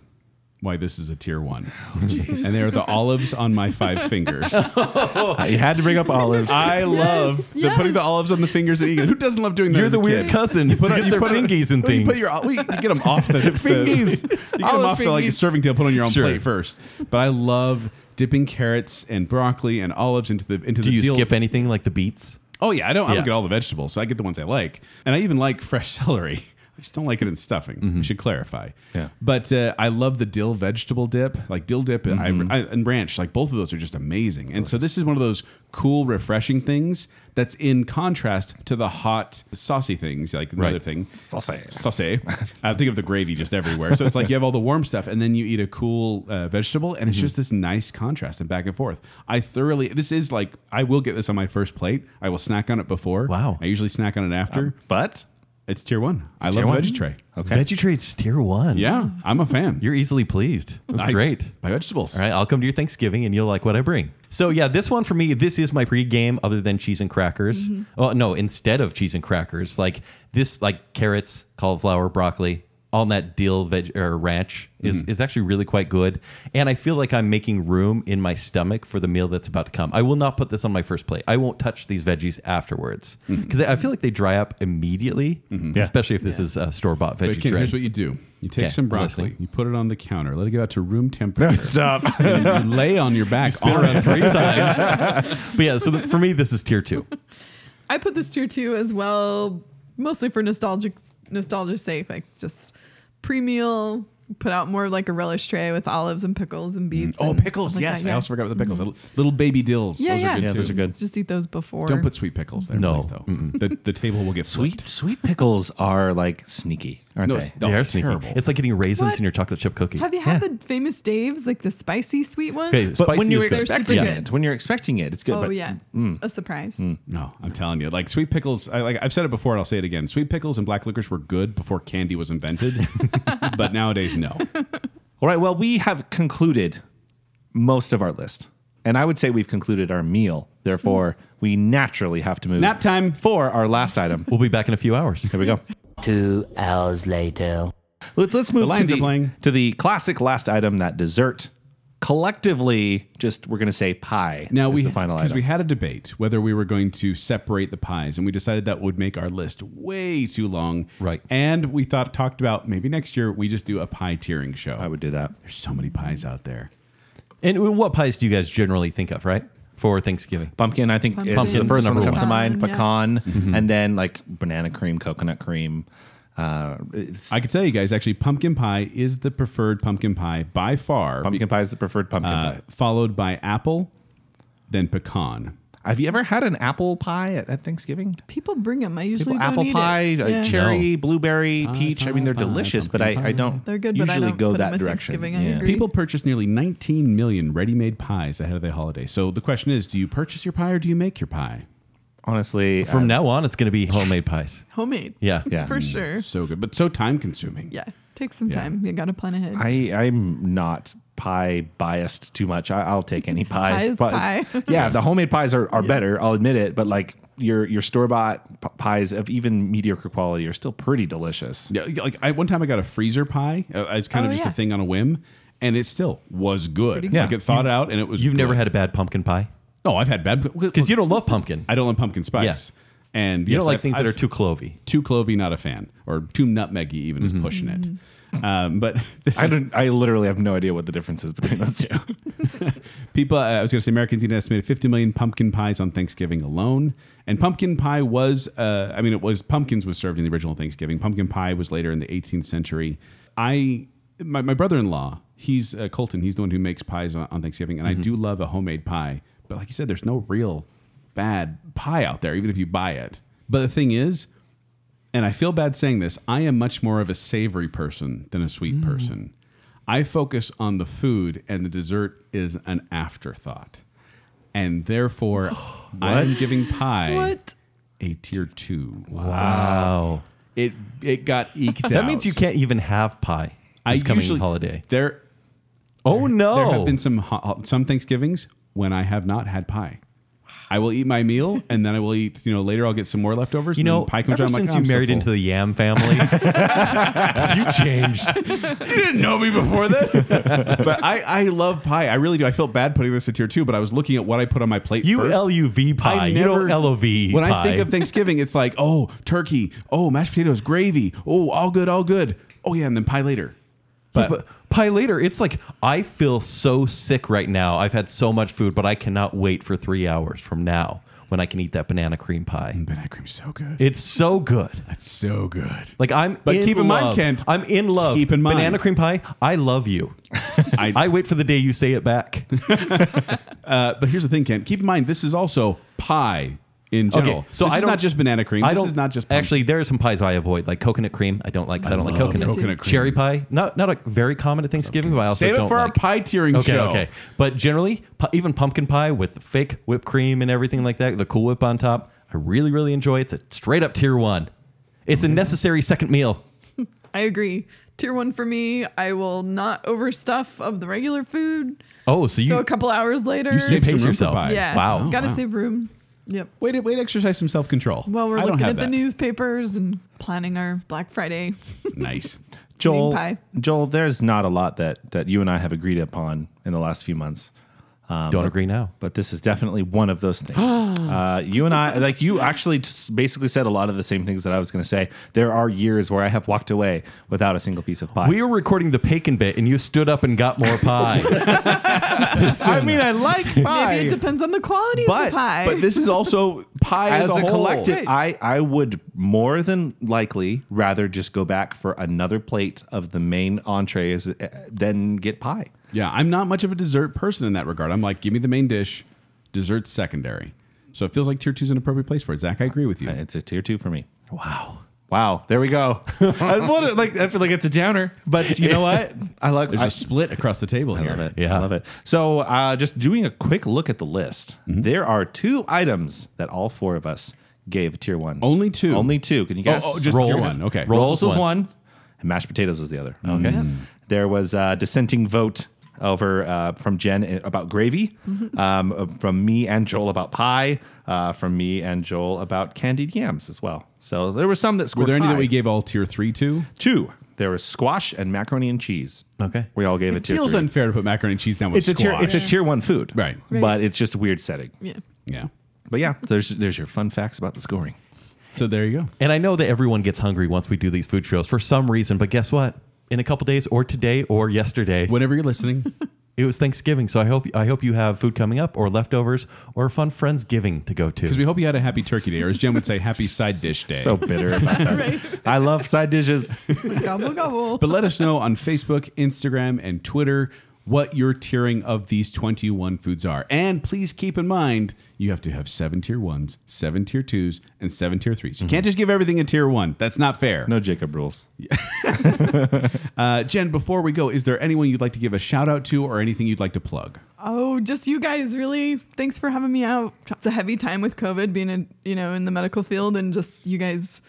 [SPEAKER 3] why this is a tier one.
[SPEAKER 5] Oh,
[SPEAKER 3] and they are the olives on my five fingers.
[SPEAKER 4] I Uh, had to bring up olives.
[SPEAKER 3] I love the, putting
[SPEAKER 5] yes.
[SPEAKER 3] the olives on the fingers and eating. it. Who doesn't love doing that?
[SPEAKER 2] You're
[SPEAKER 3] as
[SPEAKER 2] the
[SPEAKER 3] a
[SPEAKER 2] weird
[SPEAKER 3] kid?
[SPEAKER 2] cousin. You put
[SPEAKER 3] on-
[SPEAKER 2] on your fingies and
[SPEAKER 3] Well,
[SPEAKER 2] things.
[SPEAKER 3] You, put your, well, you get them off the, the
[SPEAKER 2] Fingies.
[SPEAKER 3] You get them
[SPEAKER 2] Olive
[SPEAKER 3] off the, like
[SPEAKER 2] fingies.
[SPEAKER 3] serving table. Put on your own
[SPEAKER 2] Sure.
[SPEAKER 3] plate first. But I love dipping carrots and broccoli and olives into the into
[SPEAKER 2] Do
[SPEAKER 3] the
[SPEAKER 2] you
[SPEAKER 3] dill-
[SPEAKER 2] skip anything like the beets?
[SPEAKER 3] Oh yeah, I don't. I
[SPEAKER 2] Yeah.
[SPEAKER 3] don't get all the vegetables, so I get the ones I like, and I even like fresh celery. I just don't like it in stuffing.
[SPEAKER 2] Mm-hmm.
[SPEAKER 3] We should clarify.
[SPEAKER 4] Yeah.
[SPEAKER 3] But uh, I love the dill vegetable dip, like dill dip and,
[SPEAKER 2] Mm-hmm.
[SPEAKER 3] I, I- and ranch. Like both of those are just amazing. And so this is one of those cool, refreshing things that's in contrast to the hot, saucy things, like another
[SPEAKER 2] Right.
[SPEAKER 3] thing.
[SPEAKER 4] Saucy.
[SPEAKER 3] Saucy. I think of the gravy just everywhere. So it's like you have all the warm stuff, and then you eat a cool uh, vegetable, and it's just this nice contrast and back and forth. I thoroughly. This is like I will get this on my first plate. I will snack on it before.
[SPEAKER 2] Wow.
[SPEAKER 3] I usually snack on it after.
[SPEAKER 4] But
[SPEAKER 3] it's tier one. I
[SPEAKER 4] Um, Tier
[SPEAKER 3] love
[SPEAKER 4] one?
[SPEAKER 3] the veggie tray.
[SPEAKER 4] Okay.
[SPEAKER 2] Veggie trade's tier one.
[SPEAKER 3] Yeah, I'm a fan.
[SPEAKER 2] You're easily pleased. That's
[SPEAKER 3] I-
[SPEAKER 2] great.
[SPEAKER 3] By vegetables.
[SPEAKER 2] All right, I'll come to your Thanksgiving and you'll like what I bring. So yeah, this one for me, this is my pregame other than cheese and crackers. Well, no, instead of cheese and crackers, like this like carrots, cauliflower, broccoli, all in that dill veg or ranch is is actually really quite good. And I feel like I'm making room in my stomach for the meal that's about to come. I will not put this on my first plate. I won't touch these veggies afterwards because I feel like they dry up immediately, especially if this is a store bought
[SPEAKER 3] But
[SPEAKER 2] veggie
[SPEAKER 3] Ken,
[SPEAKER 2] tray.
[SPEAKER 3] here's what you do: you take
[SPEAKER 2] Okay,
[SPEAKER 3] some
[SPEAKER 2] I'm
[SPEAKER 3] broccoli,
[SPEAKER 2] listening.
[SPEAKER 3] you put it on the counter, let it get out to room temperature,
[SPEAKER 4] stop.
[SPEAKER 3] and then you lay on your back.
[SPEAKER 2] Spin
[SPEAKER 3] on
[SPEAKER 2] around
[SPEAKER 3] it.
[SPEAKER 2] three times. but yeah, so the, for me, this is tier two.
[SPEAKER 5] I put this tier two as well, mostly for nostalgic nostalgia's sake. Like just pre meal, put out more of like a relish tray with olives and pickles and beets.
[SPEAKER 3] Oh,
[SPEAKER 5] and
[SPEAKER 3] pickles!
[SPEAKER 5] stuff like
[SPEAKER 3] yes,
[SPEAKER 5] that,
[SPEAKER 3] I
[SPEAKER 5] yeah.
[SPEAKER 3] also forgot about the pickles. Little baby dills.
[SPEAKER 5] Yeah,
[SPEAKER 3] those
[SPEAKER 5] yeah.
[SPEAKER 3] Are good
[SPEAKER 5] Yeah,
[SPEAKER 3] too.
[SPEAKER 4] those are good.
[SPEAKER 5] Let's just eat those before.
[SPEAKER 3] Don't put sweet pickles there,
[SPEAKER 2] No.
[SPEAKER 3] please, though. The, the table will get
[SPEAKER 4] Sweet
[SPEAKER 3] flipped.
[SPEAKER 4] sweet pickles are like sneaky, aren't
[SPEAKER 3] No,
[SPEAKER 4] they?
[SPEAKER 3] s-
[SPEAKER 2] they
[SPEAKER 3] no.
[SPEAKER 2] are
[SPEAKER 3] they're
[SPEAKER 2] sneaky.
[SPEAKER 3] terrible.
[SPEAKER 2] It's like getting raisins
[SPEAKER 5] What?
[SPEAKER 2] in your chocolate chip cookie.
[SPEAKER 5] Have you had the famous Dave's, like the spicy sweet ones?
[SPEAKER 2] Okay,
[SPEAKER 4] But
[SPEAKER 2] Spicy
[SPEAKER 4] when you're
[SPEAKER 2] is good.
[SPEAKER 4] expecting
[SPEAKER 5] They're super
[SPEAKER 4] it,
[SPEAKER 5] good.
[SPEAKER 4] when you're expecting it, it's good.
[SPEAKER 5] oh
[SPEAKER 4] but mm,
[SPEAKER 5] yeah, a surprise.
[SPEAKER 3] No, I'm telling you, like sweet pickles. I, like I've said it before, and I'll say it again. Sweet pickles and black licorice were good before candy was invented, but nowadays, no.
[SPEAKER 4] All right. Well, we have concluded most of our list, and I would say we've concluded our meal. Therefore,
[SPEAKER 5] Hmm.
[SPEAKER 4] we naturally have to move
[SPEAKER 3] Nap time.
[SPEAKER 4] for our last item.
[SPEAKER 2] We'll be back in a few hours.
[SPEAKER 4] Here we go.
[SPEAKER 6] Two hours later.
[SPEAKER 4] Let's, let's move to
[SPEAKER 3] Lions are
[SPEAKER 4] the,
[SPEAKER 3] playing.
[SPEAKER 4] to the classic last item, that dessert. Collectively, just we're going to say pie.
[SPEAKER 3] Now
[SPEAKER 4] is
[SPEAKER 3] we
[SPEAKER 4] the final
[SPEAKER 3] because
[SPEAKER 4] item.
[SPEAKER 3] we had a debate whether we were going to separate the pies, and we decided that would make our list way too long.
[SPEAKER 2] Right.
[SPEAKER 3] And we thought talked about maybe next year we just do a pie tiering show.
[SPEAKER 4] I would do that.
[SPEAKER 3] There's so many pies out there.
[SPEAKER 2] And what pies do you guys generally think of, right? For Thanksgiving.
[SPEAKER 4] Pumpkin, I think, is the
[SPEAKER 5] Pumpkin.
[SPEAKER 4] first one
[SPEAKER 2] Pumpkin's
[SPEAKER 4] Mm-hmm. that comes to
[SPEAKER 5] number
[SPEAKER 4] mind.
[SPEAKER 5] one.
[SPEAKER 4] Pecan, and then like banana cream, coconut cream. Uh, it's,
[SPEAKER 3] I can tell you guys, actually, pumpkin pie is the preferred pumpkin pie by far,
[SPEAKER 4] pumpkin pie is the preferred pumpkin
[SPEAKER 3] uh,
[SPEAKER 4] pie.
[SPEAKER 3] followed by apple, then pecan.
[SPEAKER 4] Have you ever had an apple pie at, at Thanksgiving?
[SPEAKER 5] People bring them. I usually
[SPEAKER 4] People,
[SPEAKER 5] don't
[SPEAKER 4] apple
[SPEAKER 5] eat
[SPEAKER 4] pie,
[SPEAKER 5] It.
[SPEAKER 4] uh,
[SPEAKER 5] Yeah.
[SPEAKER 4] cherry, blueberry, peach. I mean, they're
[SPEAKER 3] pie,
[SPEAKER 4] delicious, but I,
[SPEAKER 3] pumpkin
[SPEAKER 4] I don't.
[SPEAKER 5] They're good, but I
[SPEAKER 4] usually
[SPEAKER 5] don't
[SPEAKER 4] go
[SPEAKER 5] put 'em
[SPEAKER 4] that
[SPEAKER 5] at
[SPEAKER 4] direction.
[SPEAKER 5] Thanksgiving, I agree.
[SPEAKER 3] People purchase nearly 19 million ready-made pies ahead of the holiday. So the question is, do you purchase your pie or do you make your pie?
[SPEAKER 4] Honestly,
[SPEAKER 2] From
[SPEAKER 4] uh,
[SPEAKER 2] now on, it's going to be homemade pies.
[SPEAKER 5] homemade.
[SPEAKER 2] Yeah.
[SPEAKER 4] yeah, Mm.
[SPEAKER 5] for sure.
[SPEAKER 3] So good, but so time-consuming.
[SPEAKER 5] Yeah, take some
[SPEAKER 3] Yeah.
[SPEAKER 5] time. You got to plan ahead.
[SPEAKER 4] I I'm not pie biased too much. I, I'll take any pie.
[SPEAKER 5] Pie is
[SPEAKER 4] But-
[SPEAKER 5] pie.
[SPEAKER 4] yeah, the homemade pies are, are better. I'll admit it. But like your your store bought pies of even mediocre quality are still pretty delicious.
[SPEAKER 3] Yeah, like I, one time I got a freezer pie. Uh, it's kind of
[SPEAKER 5] Oh,
[SPEAKER 3] just
[SPEAKER 5] yeah.
[SPEAKER 3] a thing on a whim, and it still was good.
[SPEAKER 5] Pretty
[SPEAKER 3] Yeah,
[SPEAKER 5] good.
[SPEAKER 3] like it thawed out, and it was.
[SPEAKER 2] You've never
[SPEAKER 3] good.
[SPEAKER 2] had a bad pumpkin pie
[SPEAKER 3] No, I've had bad
[SPEAKER 2] because you don't love pumpkin.
[SPEAKER 3] I don't like pumpkin spice, and
[SPEAKER 2] You
[SPEAKER 3] yes,
[SPEAKER 2] don't like
[SPEAKER 3] I've-
[SPEAKER 2] things that
[SPEAKER 3] I've-
[SPEAKER 2] are too clovey.
[SPEAKER 3] too clovey, not a fan, or too nutmeggy, even
[SPEAKER 2] Mm-hmm.
[SPEAKER 3] is pushing it. Um, but this
[SPEAKER 4] I
[SPEAKER 3] is,
[SPEAKER 4] don't. I literally have no idea what the difference is between those two.
[SPEAKER 3] people, uh, I was going to say, Americans eat an estimated 50 million pumpkin pies on Thanksgiving alone. And pumpkin pie was, uh, I mean, it was pumpkins was served in the original Thanksgiving. Pumpkin pie was later in the 18th century. I, my, my brother-in-law, he's uh, Colton. He's the one who makes pies on, on Thanksgiving, and I do love a homemade pie. But like you said, there's no real bad pie out there, even if you buy it. But the thing is, and I feel bad saying this, I am much more of a savory person than a
[SPEAKER 2] Mm.
[SPEAKER 3] sweet person. I focus on the food, and the dessert is an afterthought. And therefore, I'm giving pie
[SPEAKER 5] What?
[SPEAKER 3] a tier two.
[SPEAKER 2] Wow.
[SPEAKER 3] It it got eked out.
[SPEAKER 2] That means you can't even have pie this coming holiday.
[SPEAKER 3] There,
[SPEAKER 2] Oh no.
[SPEAKER 3] there have been some ho- some Thanksgivings when I have not had pie. I will eat my meal, and then I will eat. You know, later I'll get some more leftovers.
[SPEAKER 2] you
[SPEAKER 3] and then
[SPEAKER 2] know,
[SPEAKER 3] pie comes
[SPEAKER 2] ever
[SPEAKER 3] out, I'm like,
[SPEAKER 2] since
[SPEAKER 3] "Oh, I'm
[SPEAKER 2] you
[SPEAKER 3] so
[SPEAKER 2] married
[SPEAKER 3] full."
[SPEAKER 2] into the Yam family, you changed.
[SPEAKER 3] didn't know me before that. but I, I love pie. I really do. I felt bad putting this at tier two, but I was looking at what I put on my plate.
[SPEAKER 2] You
[SPEAKER 3] first.
[SPEAKER 2] L U V pie.
[SPEAKER 3] I
[SPEAKER 2] You don't
[SPEAKER 3] never-
[SPEAKER 2] L O V.
[SPEAKER 3] When I think of Thanksgiving, it's like, oh, turkey, oh, mashed potatoes, gravy, oh, all good, all good. Oh yeah, and then pie later.
[SPEAKER 2] but, pie later, it's like I feel so sick right now. I've had so much food, but I cannot wait for three hours from now when I can eat that banana cream pie.
[SPEAKER 3] Banana cream's so good.
[SPEAKER 2] It's so good.
[SPEAKER 3] That's so good.
[SPEAKER 2] Like I'm,
[SPEAKER 3] But
[SPEAKER 2] in
[SPEAKER 3] keep in mind,
[SPEAKER 2] love.
[SPEAKER 3] Kent,
[SPEAKER 2] I'm in love.
[SPEAKER 3] keep in mind-
[SPEAKER 2] banana cream pie. I love you.
[SPEAKER 3] I,
[SPEAKER 2] I wait for the day you say it back.
[SPEAKER 3] uh, but here's the thing, Kent. Keep in mind, this is also pie in general.
[SPEAKER 2] so
[SPEAKER 3] This
[SPEAKER 2] I
[SPEAKER 3] is
[SPEAKER 2] don't-
[SPEAKER 3] not just banana cream.
[SPEAKER 2] I
[SPEAKER 3] this
[SPEAKER 2] don't,
[SPEAKER 3] is not just
[SPEAKER 2] actually. There are some pies I avoid, like coconut cream. I don't like. 'cause I, don't like
[SPEAKER 3] pumpkin.
[SPEAKER 2] coconut.
[SPEAKER 5] Love
[SPEAKER 3] coconut cream.
[SPEAKER 2] Cherry pie, not not a very common at Thanksgiving, but I also
[SPEAKER 3] Save
[SPEAKER 2] don't
[SPEAKER 3] it for our
[SPEAKER 2] like-
[SPEAKER 3] pie tiering
[SPEAKER 2] Okay,
[SPEAKER 3] show.
[SPEAKER 2] okay, but generally, pu- even pumpkin pie with the fake whipped cream and everything like that, the Cool Whip on top, I really really enjoy. It's a straight up tier one. It's a necessary second meal.
[SPEAKER 5] I agree. Tier one for me. I will not overstuff of the regular food.
[SPEAKER 2] Oh, so you
[SPEAKER 5] so a couple hours later,
[SPEAKER 2] you
[SPEAKER 3] some room
[SPEAKER 2] pace
[SPEAKER 3] for
[SPEAKER 2] yourself.
[SPEAKER 3] pie.
[SPEAKER 5] yeah,
[SPEAKER 2] Wow.
[SPEAKER 5] gotta
[SPEAKER 3] wow.
[SPEAKER 5] save room. Yep.
[SPEAKER 3] Wait, to- way to exercise some self control.
[SPEAKER 5] Well, we're
[SPEAKER 3] I don't
[SPEAKER 5] looking
[SPEAKER 3] have
[SPEAKER 5] at the
[SPEAKER 3] that.
[SPEAKER 5] newspapers and planning our Black Friday.
[SPEAKER 3] Nice.
[SPEAKER 4] Joel,
[SPEAKER 5] pie.
[SPEAKER 4] Joel, there's not a lot that that you and I have agreed upon in the last few months. Um,
[SPEAKER 2] Don't agree now.
[SPEAKER 4] but this is definitely one of those things. uh, you and I, like you actually t- basically said a lot of the same things that I was going to say. There are years where I have walked away without a single piece of pie.
[SPEAKER 2] We were recording the Pekin bit, and you stood up and got more pie.
[SPEAKER 4] I mean, I like pie.
[SPEAKER 5] Maybe it depends on the quality of
[SPEAKER 4] But-
[SPEAKER 5] the pie.
[SPEAKER 3] But this is also pie
[SPEAKER 4] as, a,
[SPEAKER 3] whole.
[SPEAKER 4] collective, I,
[SPEAKER 5] Right.
[SPEAKER 4] I would more than likely rather just go back for another plate of the main entrees uh, than get pie.
[SPEAKER 3] Yeah, I'm not much of a dessert person in that regard. I'm like, give me the main dish, dessert's secondary. So it feels like tier two is an appropriate place for it. Zach, I agree with you.
[SPEAKER 4] It's a tier two for me. Wow. Wow. There we go. I, what a- like, I feel like it's a downer, but you know what? I like
[SPEAKER 3] There's
[SPEAKER 4] I-
[SPEAKER 3] a split across the table here.
[SPEAKER 4] I love it.
[SPEAKER 2] Yeah.
[SPEAKER 4] I love it. So, uh, just doing a quick look at the list,
[SPEAKER 3] Mm-hmm.
[SPEAKER 4] there are two items that all four of us gave tier one.
[SPEAKER 3] Only two.
[SPEAKER 4] Only two. Can you guess?
[SPEAKER 3] oh, just tier
[SPEAKER 4] rolls.
[SPEAKER 3] one. Mm. Okay.
[SPEAKER 4] Rolls,
[SPEAKER 2] Rolls was
[SPEAKER 4] was one. and mashed potatoes was the other.
[SPEAKER 2] okay.
[SPEAKER 4] There was a dissenting vote over uh, from Jen about gravy,
[SPEAKER 3] Mm-hmm.
[SPEAKER 4] um, uh, from me and Joel about pie, uh, from me and Joel about candied yams as well. So there were some that
[SPEAKER 3] Were
[SPEAKER 4] scored
[SPEAKER 3] there any
[SPEAKER 4] high.
[SPEAKER 3] that we gave all tier three to?
[SPEAKER 4] Two. There was squash and macaroni and cheese.
[SPEAKER 2] Okay.
[SPEAKER 4] We all gave it, tier
[SPEAKER 3] Feels
[SPEAKER 4] three
[SPEAKER 3] unfair to put macaroni and cheese down with
[SPEAKER 4] it's a tier
[SPEAKER 3] squash.
[SPEAKER 4] it's a tier one food,
[SPEAKER 3] Right.
[SPEAKER 5] Right.
[SPEAKER 4] But it's just a weird setting.
[SPEAKER 5] yeah.
[SPEAKER 3] yeah.
[SPEAKER 4] But yeah, there's there's your fun facts about the scoring.
[SPEAKER 3] So there you go.
[SPEAKER 2] And I know that everyone gets hungry once we do these food shows for some reason, but guess what? In a couple days, or today, or yesterday,
[SPEAKER 3] Whenever you're listening,
[SPEAKER 2] It was Thanksgiving, so I hope I hope you have food coming up, or leftovers, or a fun friendsgiving to go to.
[SPEAKER 3] Because we hope you had a happy turkey day, or as Jen would say, happy side dish day.
[SPEAKER 4] So bitter about that. I love side dishes.
[SPEAKER 5] gobble gobble.
[SPEAKER 3] But let us know on Facebook, Instagram, and Twitter what your tiering of these 21 foods are. And please keep in mind, you have to have seven tier ones, seven tier twos, and seven tier threes. You can't just give everything a tier one. That's not fair.
[SPEAKER 4] No Jacob rules.
[SPEAKER 3] Uh, Jen, before we go, is there anyone you'd like to give a shout out to or anything you'd like to plug?
[SPEAKER 5] Oh, just you guys really. Thanks for having me out. It's a heavy time with COVID being in, you know, in the medical field and just you guys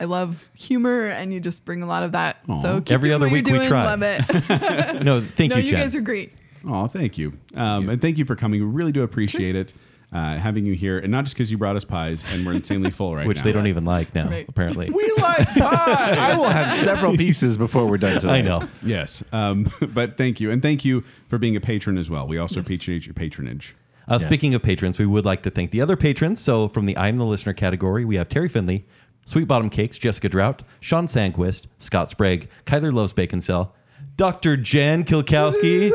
[SPEAKER 5] I love humor and you just bring a lot of that. So keep
[SPEAKER 2] Every
[SPEAKER 5] doing
[SPEAKER 2] other
[SPEAKER 5] what
[SPEAKER 2] week
[SPEAKER 5] you're
[SPEAKER 2] we
[SPEAKER 5] doing.
[SPEAKER 2] try.
[SPEAKER 5] Love it.
[SPEAKER 2] no, thank
[SPEAKER 5] no,
[SPEAKER 2] you,
[SPEAKER 5] you
[SPEAKER 2] Jen.
[SPEAKER 5] guys are great.
[SPEAKER 3] Oh, thank you. Um, And thank you for coming. We really do appreciate it. Uh, having you here, and not just because you brought us pies and we're insanely full right
[SPEAKER 2] which
[SPEAKER 3] now.
[SPEAKER 2] they don't even like now,
[SPEAKER 5] Right.
[SPEAKER 2] apparently.
[SPEAKER 3] We like pies.
[SPEAKER 4] I will have several pieces before we're done today.
[SPEAKER 2] I know.
[SPEAKER 3] Yes. Um, but thank you. And thank you for being a patron as well. We also appreciate your patronage.
[SPEAKER 2] Uh, Speaking of patrons, we would like to thank the other patrons. So, from the I'm the Listener category, we have Terry Finley, Sweet Bottom Cakes, Jessica Drought, Sean Sandquist, Scott Sprague, Kyler Loves Bacon Cell, Dr. Jan Kilkowski,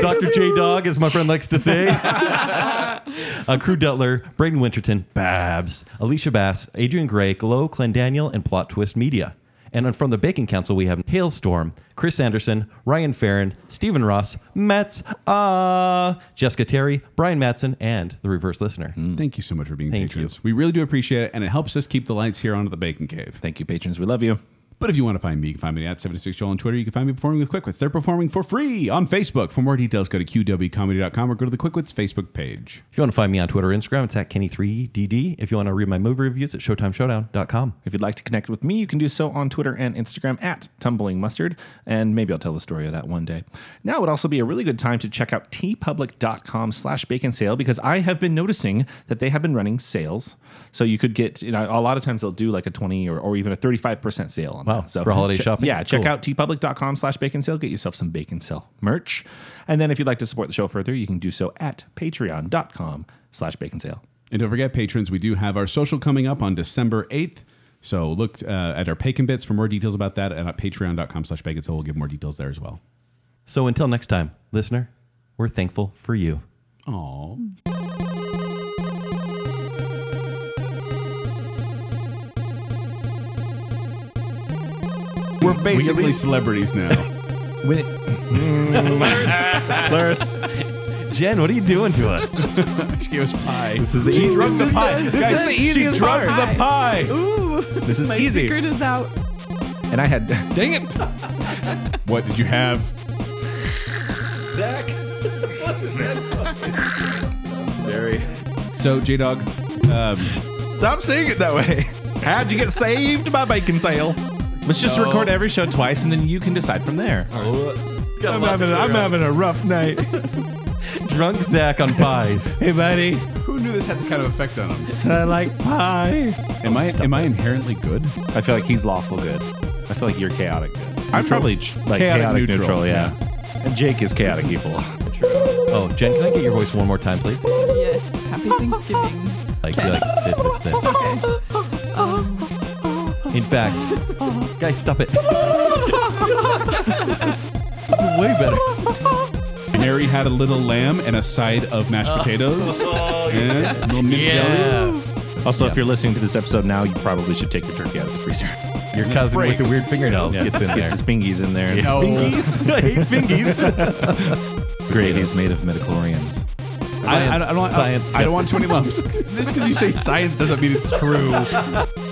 [SPEAKER 2] Dr. J Dog, as my friend likes to say, uh, Crew Dutler, Braden Winterton, Babs, Alicia Bass, Adrian Gray, Glow, Clendaniel, and Plot Twist Media. And on- from the Bacon Council, we have Hailstorm, Chris Anderson, Ryan Farron, Stephen Ross, Mats, uh, Jessica Terry, Brian Matson, and the Reverse Listener.
[SPEAKER 3] Thank you so much for being
[SPEAKER 2] Thank
[SPEAKER 3] patrons. We really do appreciate it. And it helps us keep the lights here on at the Bacon Cave.
[SPEAKER 4] Thank you, patrons. We love you.
[SPEAKER 3] But if you want to find me, you can find me at 76Joel on Twitter. You can find me performing with QuickWits. They're performing for free on Facebook. For more details, go to qwcomedy.com or go to the QuickWits Facebook page.
[SPEAKER 2] If you want to find me on Twitter or Instagram, it's at Kenny3DD. If you want to read my movie reviews, it's ShowtimeShowdown.com.
[SPEAKER 4] If you'd like to connect with me, you can do so on Twitter and Instagram at Tumbling Mustard, and maybe I'll tell the story of that one day. Now would also be a really good time to check out tpublic.com slash bacon sale because I have been noticing that they have been running sales. So you could get, you know, a lot of times they'll do like a 20 or, or even a 35% sale on
[SPEAKER 2] Wow,
[SPEAKER 4] that. So
[SPEAKER 2] for holiday
[SPEAKER 4] che-
[SPEAKER 2] shopping?
[SPEAKER 4] Yeah, check
[SPEAKER 2] Cool.
[SPEAKER 4] out tpublic.com slash bacon sale. Get yourself some bacon sale merch. And then if you'd like to support the show further, you can do so at patreon.com slash bacon sale.
[SPEAKER 3] And don't forget, patrons, we do have our social coming up on December 8th. So look uh, at our Bacon Bits for more details about that and at uh, patreon.com slash bacon. So we'll give more details there as well.
[SPEAKER 2] So until next time, listener, we're thankful for you.
[SPEAKER 3] Aww. We're basically celebrities now.
[SPEAKER 4] Laris,
[SPEAKER 2] Jen, what are you doing to us?
[SPEAKER 3] she gives pie.
[SPEAKER 4] this is the easy
[SPEAKER 3] Drunk the pie.
[SPEAKER 5] This
[SPEAKER 4] Guys,
[SPEAKER 5] is-
[SPEAKER 4] the easiest part.
[SPEAKER 5] the
[SPEAKER 4] pie.
[SPEAKER 5] Ooh,
[SPEAKER 4] This is
[SPEAKER 5] my
[SPEAKER 4] easy.
[SPEAKER 5] secret is out.
[SPEAKER 4] And I had, dang it.
[SPEAKER 3] What did you have?
[SPEAKER 2] Zach.
[SPEAKER 4] Very.
[SPEAKER 3] So, J Dog, um,
[SPEAKER 4] Stop saying it that way. How'd you get saved by bacon sale? Let's just record every show twice and then you can decide from there. I'm, having, I'm having a rough night.
[SPEAKER 2] Drunk Zach on pies.
[SPEAKER 4] hey, buddy,
[SPEAKER 3] who knew this had the kind of effect on him?
[SPEAKER 4] I like pie.
[SPEAKER 3] Am I am I inherently good?
[SPEAKER 4] I feel like he's lawful good. I feel like you're chaotic good. I'm probably like chaotic,
[SPEAKER 3] chaotic
[SPEAKER 4] neutral,
[SPEAKER 3] neutral,
[SPEAKER 4] yeah. And Jake is chaotic evil.
[SPEAKER 2] Oh, Jen, can I get your voice one more time, please?
[SPEAKER 5] Yes. Happy Thanksgiving.
[SPEAKER 2] Like, like this, this, this. In fact, guys, stop it. Way better.
[SPEAKER 3] Mary had a little lamb and a side of mashed potatoes. and a little mint jelly.
[SPEAKER 4] Also, if you're listening to this episode now, you probably should take your turkey out of the freezer.
[SPEAKER 2] Your cousin with the weird fingernails gets in
[SPEAKER 4] Gets
[SPEAKER 2] there.
[SPEAKER 4] his fingies in there.
[SPEAKER 2] Oh,
[SPEAKER 3] No.
[SPEAKER 2] Fingies? I hate fingies.
[SPEAKER 4] Gravy's made of midichlorians.
[SPEAKER 2] uh,
[SPEAKER 3] I, I, don't- I don't want
[SPEAKER 2] Science.
[SPEAKER 3] I, I don't want 20 lumps. Just because you say science doesn't mean it's true.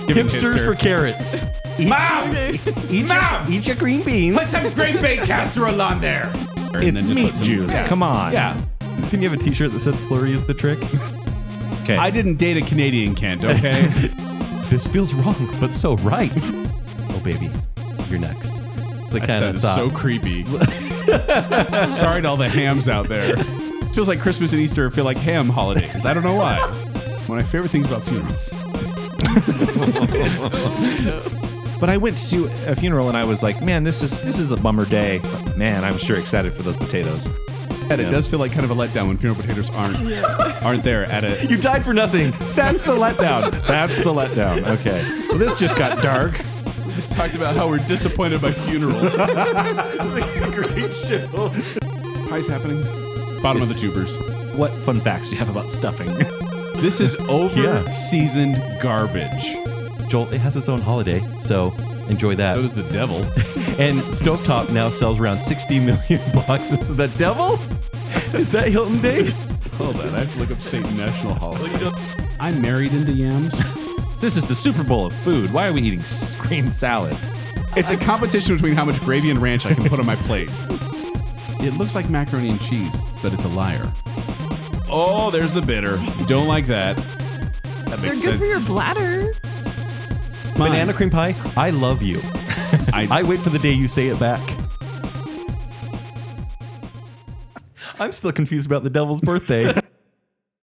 [SPEAKER 2] Hipsters for carrots.
[SPEAKER 4] Eat Mom!
[SPEAKER 2] Eat your green beans.
[SPEAKER 3] great bait casserole on there.
[SPEAKER 4] It's meat juice. Come on.
[SPEAKER 3] Yeah.
[SPEAKER 2] Can you have a T-shirt that said "Slurry is the trick"?
[SPEAKER 4] Okay.
[SPEAKER 3] I didn't date a Canadian, Kent, okay?
[SPEAKER 2] This feels wrong, but so right. Oh baby, you're next. The
[SPEAKER 3] That
[SPEAKER 2] kind of
[SPEAKER 3] sounded
[SPEAKER 2] thought.
[SPEAKER 3] so creepy. Sorry to all the hams out there. Feels like Christmas and Easter feel like ham holidays. I don't know why. One of my favorite things about funerals.
[SPEAKER 4] But I went to a funeral and I was like, man, this is this is a bummer day. But man, I'm sure excited for those potatoes.
[SPEAKER 3] And it does feel like kind of a letdown when funeral potatoes aren't aren't there at a
[SPEAKER 2] you died for nothing.
[SPEAKER 4] That's the letdown. That's the letdown. Okay. Well, this just got dark.
[SPEAKER 3] talked about how we're disappointed by funerals.
[SPEAKER 2] Great show.
[SPEAKER 3] Why is it happening? Bottom of the tubers.
[SPEAKER 4] What fun facts do you have about stuffing?
[SPEAKER 3] This is over
[SPEAKER 2] Yeah.
[SPEAKER 3] seasoned garbage.
[SPEAKER 2] Joel, it has its own holiday, so enjoy that.
[SPEAKER 3] So does the devil.
[SPEAKER 2] and Stovetop now sells around 60 million boxes. The devil? Is that Hilton Day?
[SPEAKER 3] Hold on, I have to look up Satan National Holiday. I'm married into yams.
[SPEAKER 4] this is the Super Bowl of food. Why are we eating s- green salad?
[SPEAKER 3] It's a competition between how much gravy and ranch I can put on my plate. It looks like macaroni and cheese, but it's a liar. Oh, there's the bitter. Don't like that. That
[SPEAKER 5] They're
[SPEAKER 3] makes
[SPEAKER 5] good
[SPEAKER 3] sense.
[SPEAKER 5] for your bladder.
[SPEAKER 3] Mine.
[SPEAKER 2] Banana cream pie? I love you. I wait for the day you say it back. I'm still confused about the devil's birthday.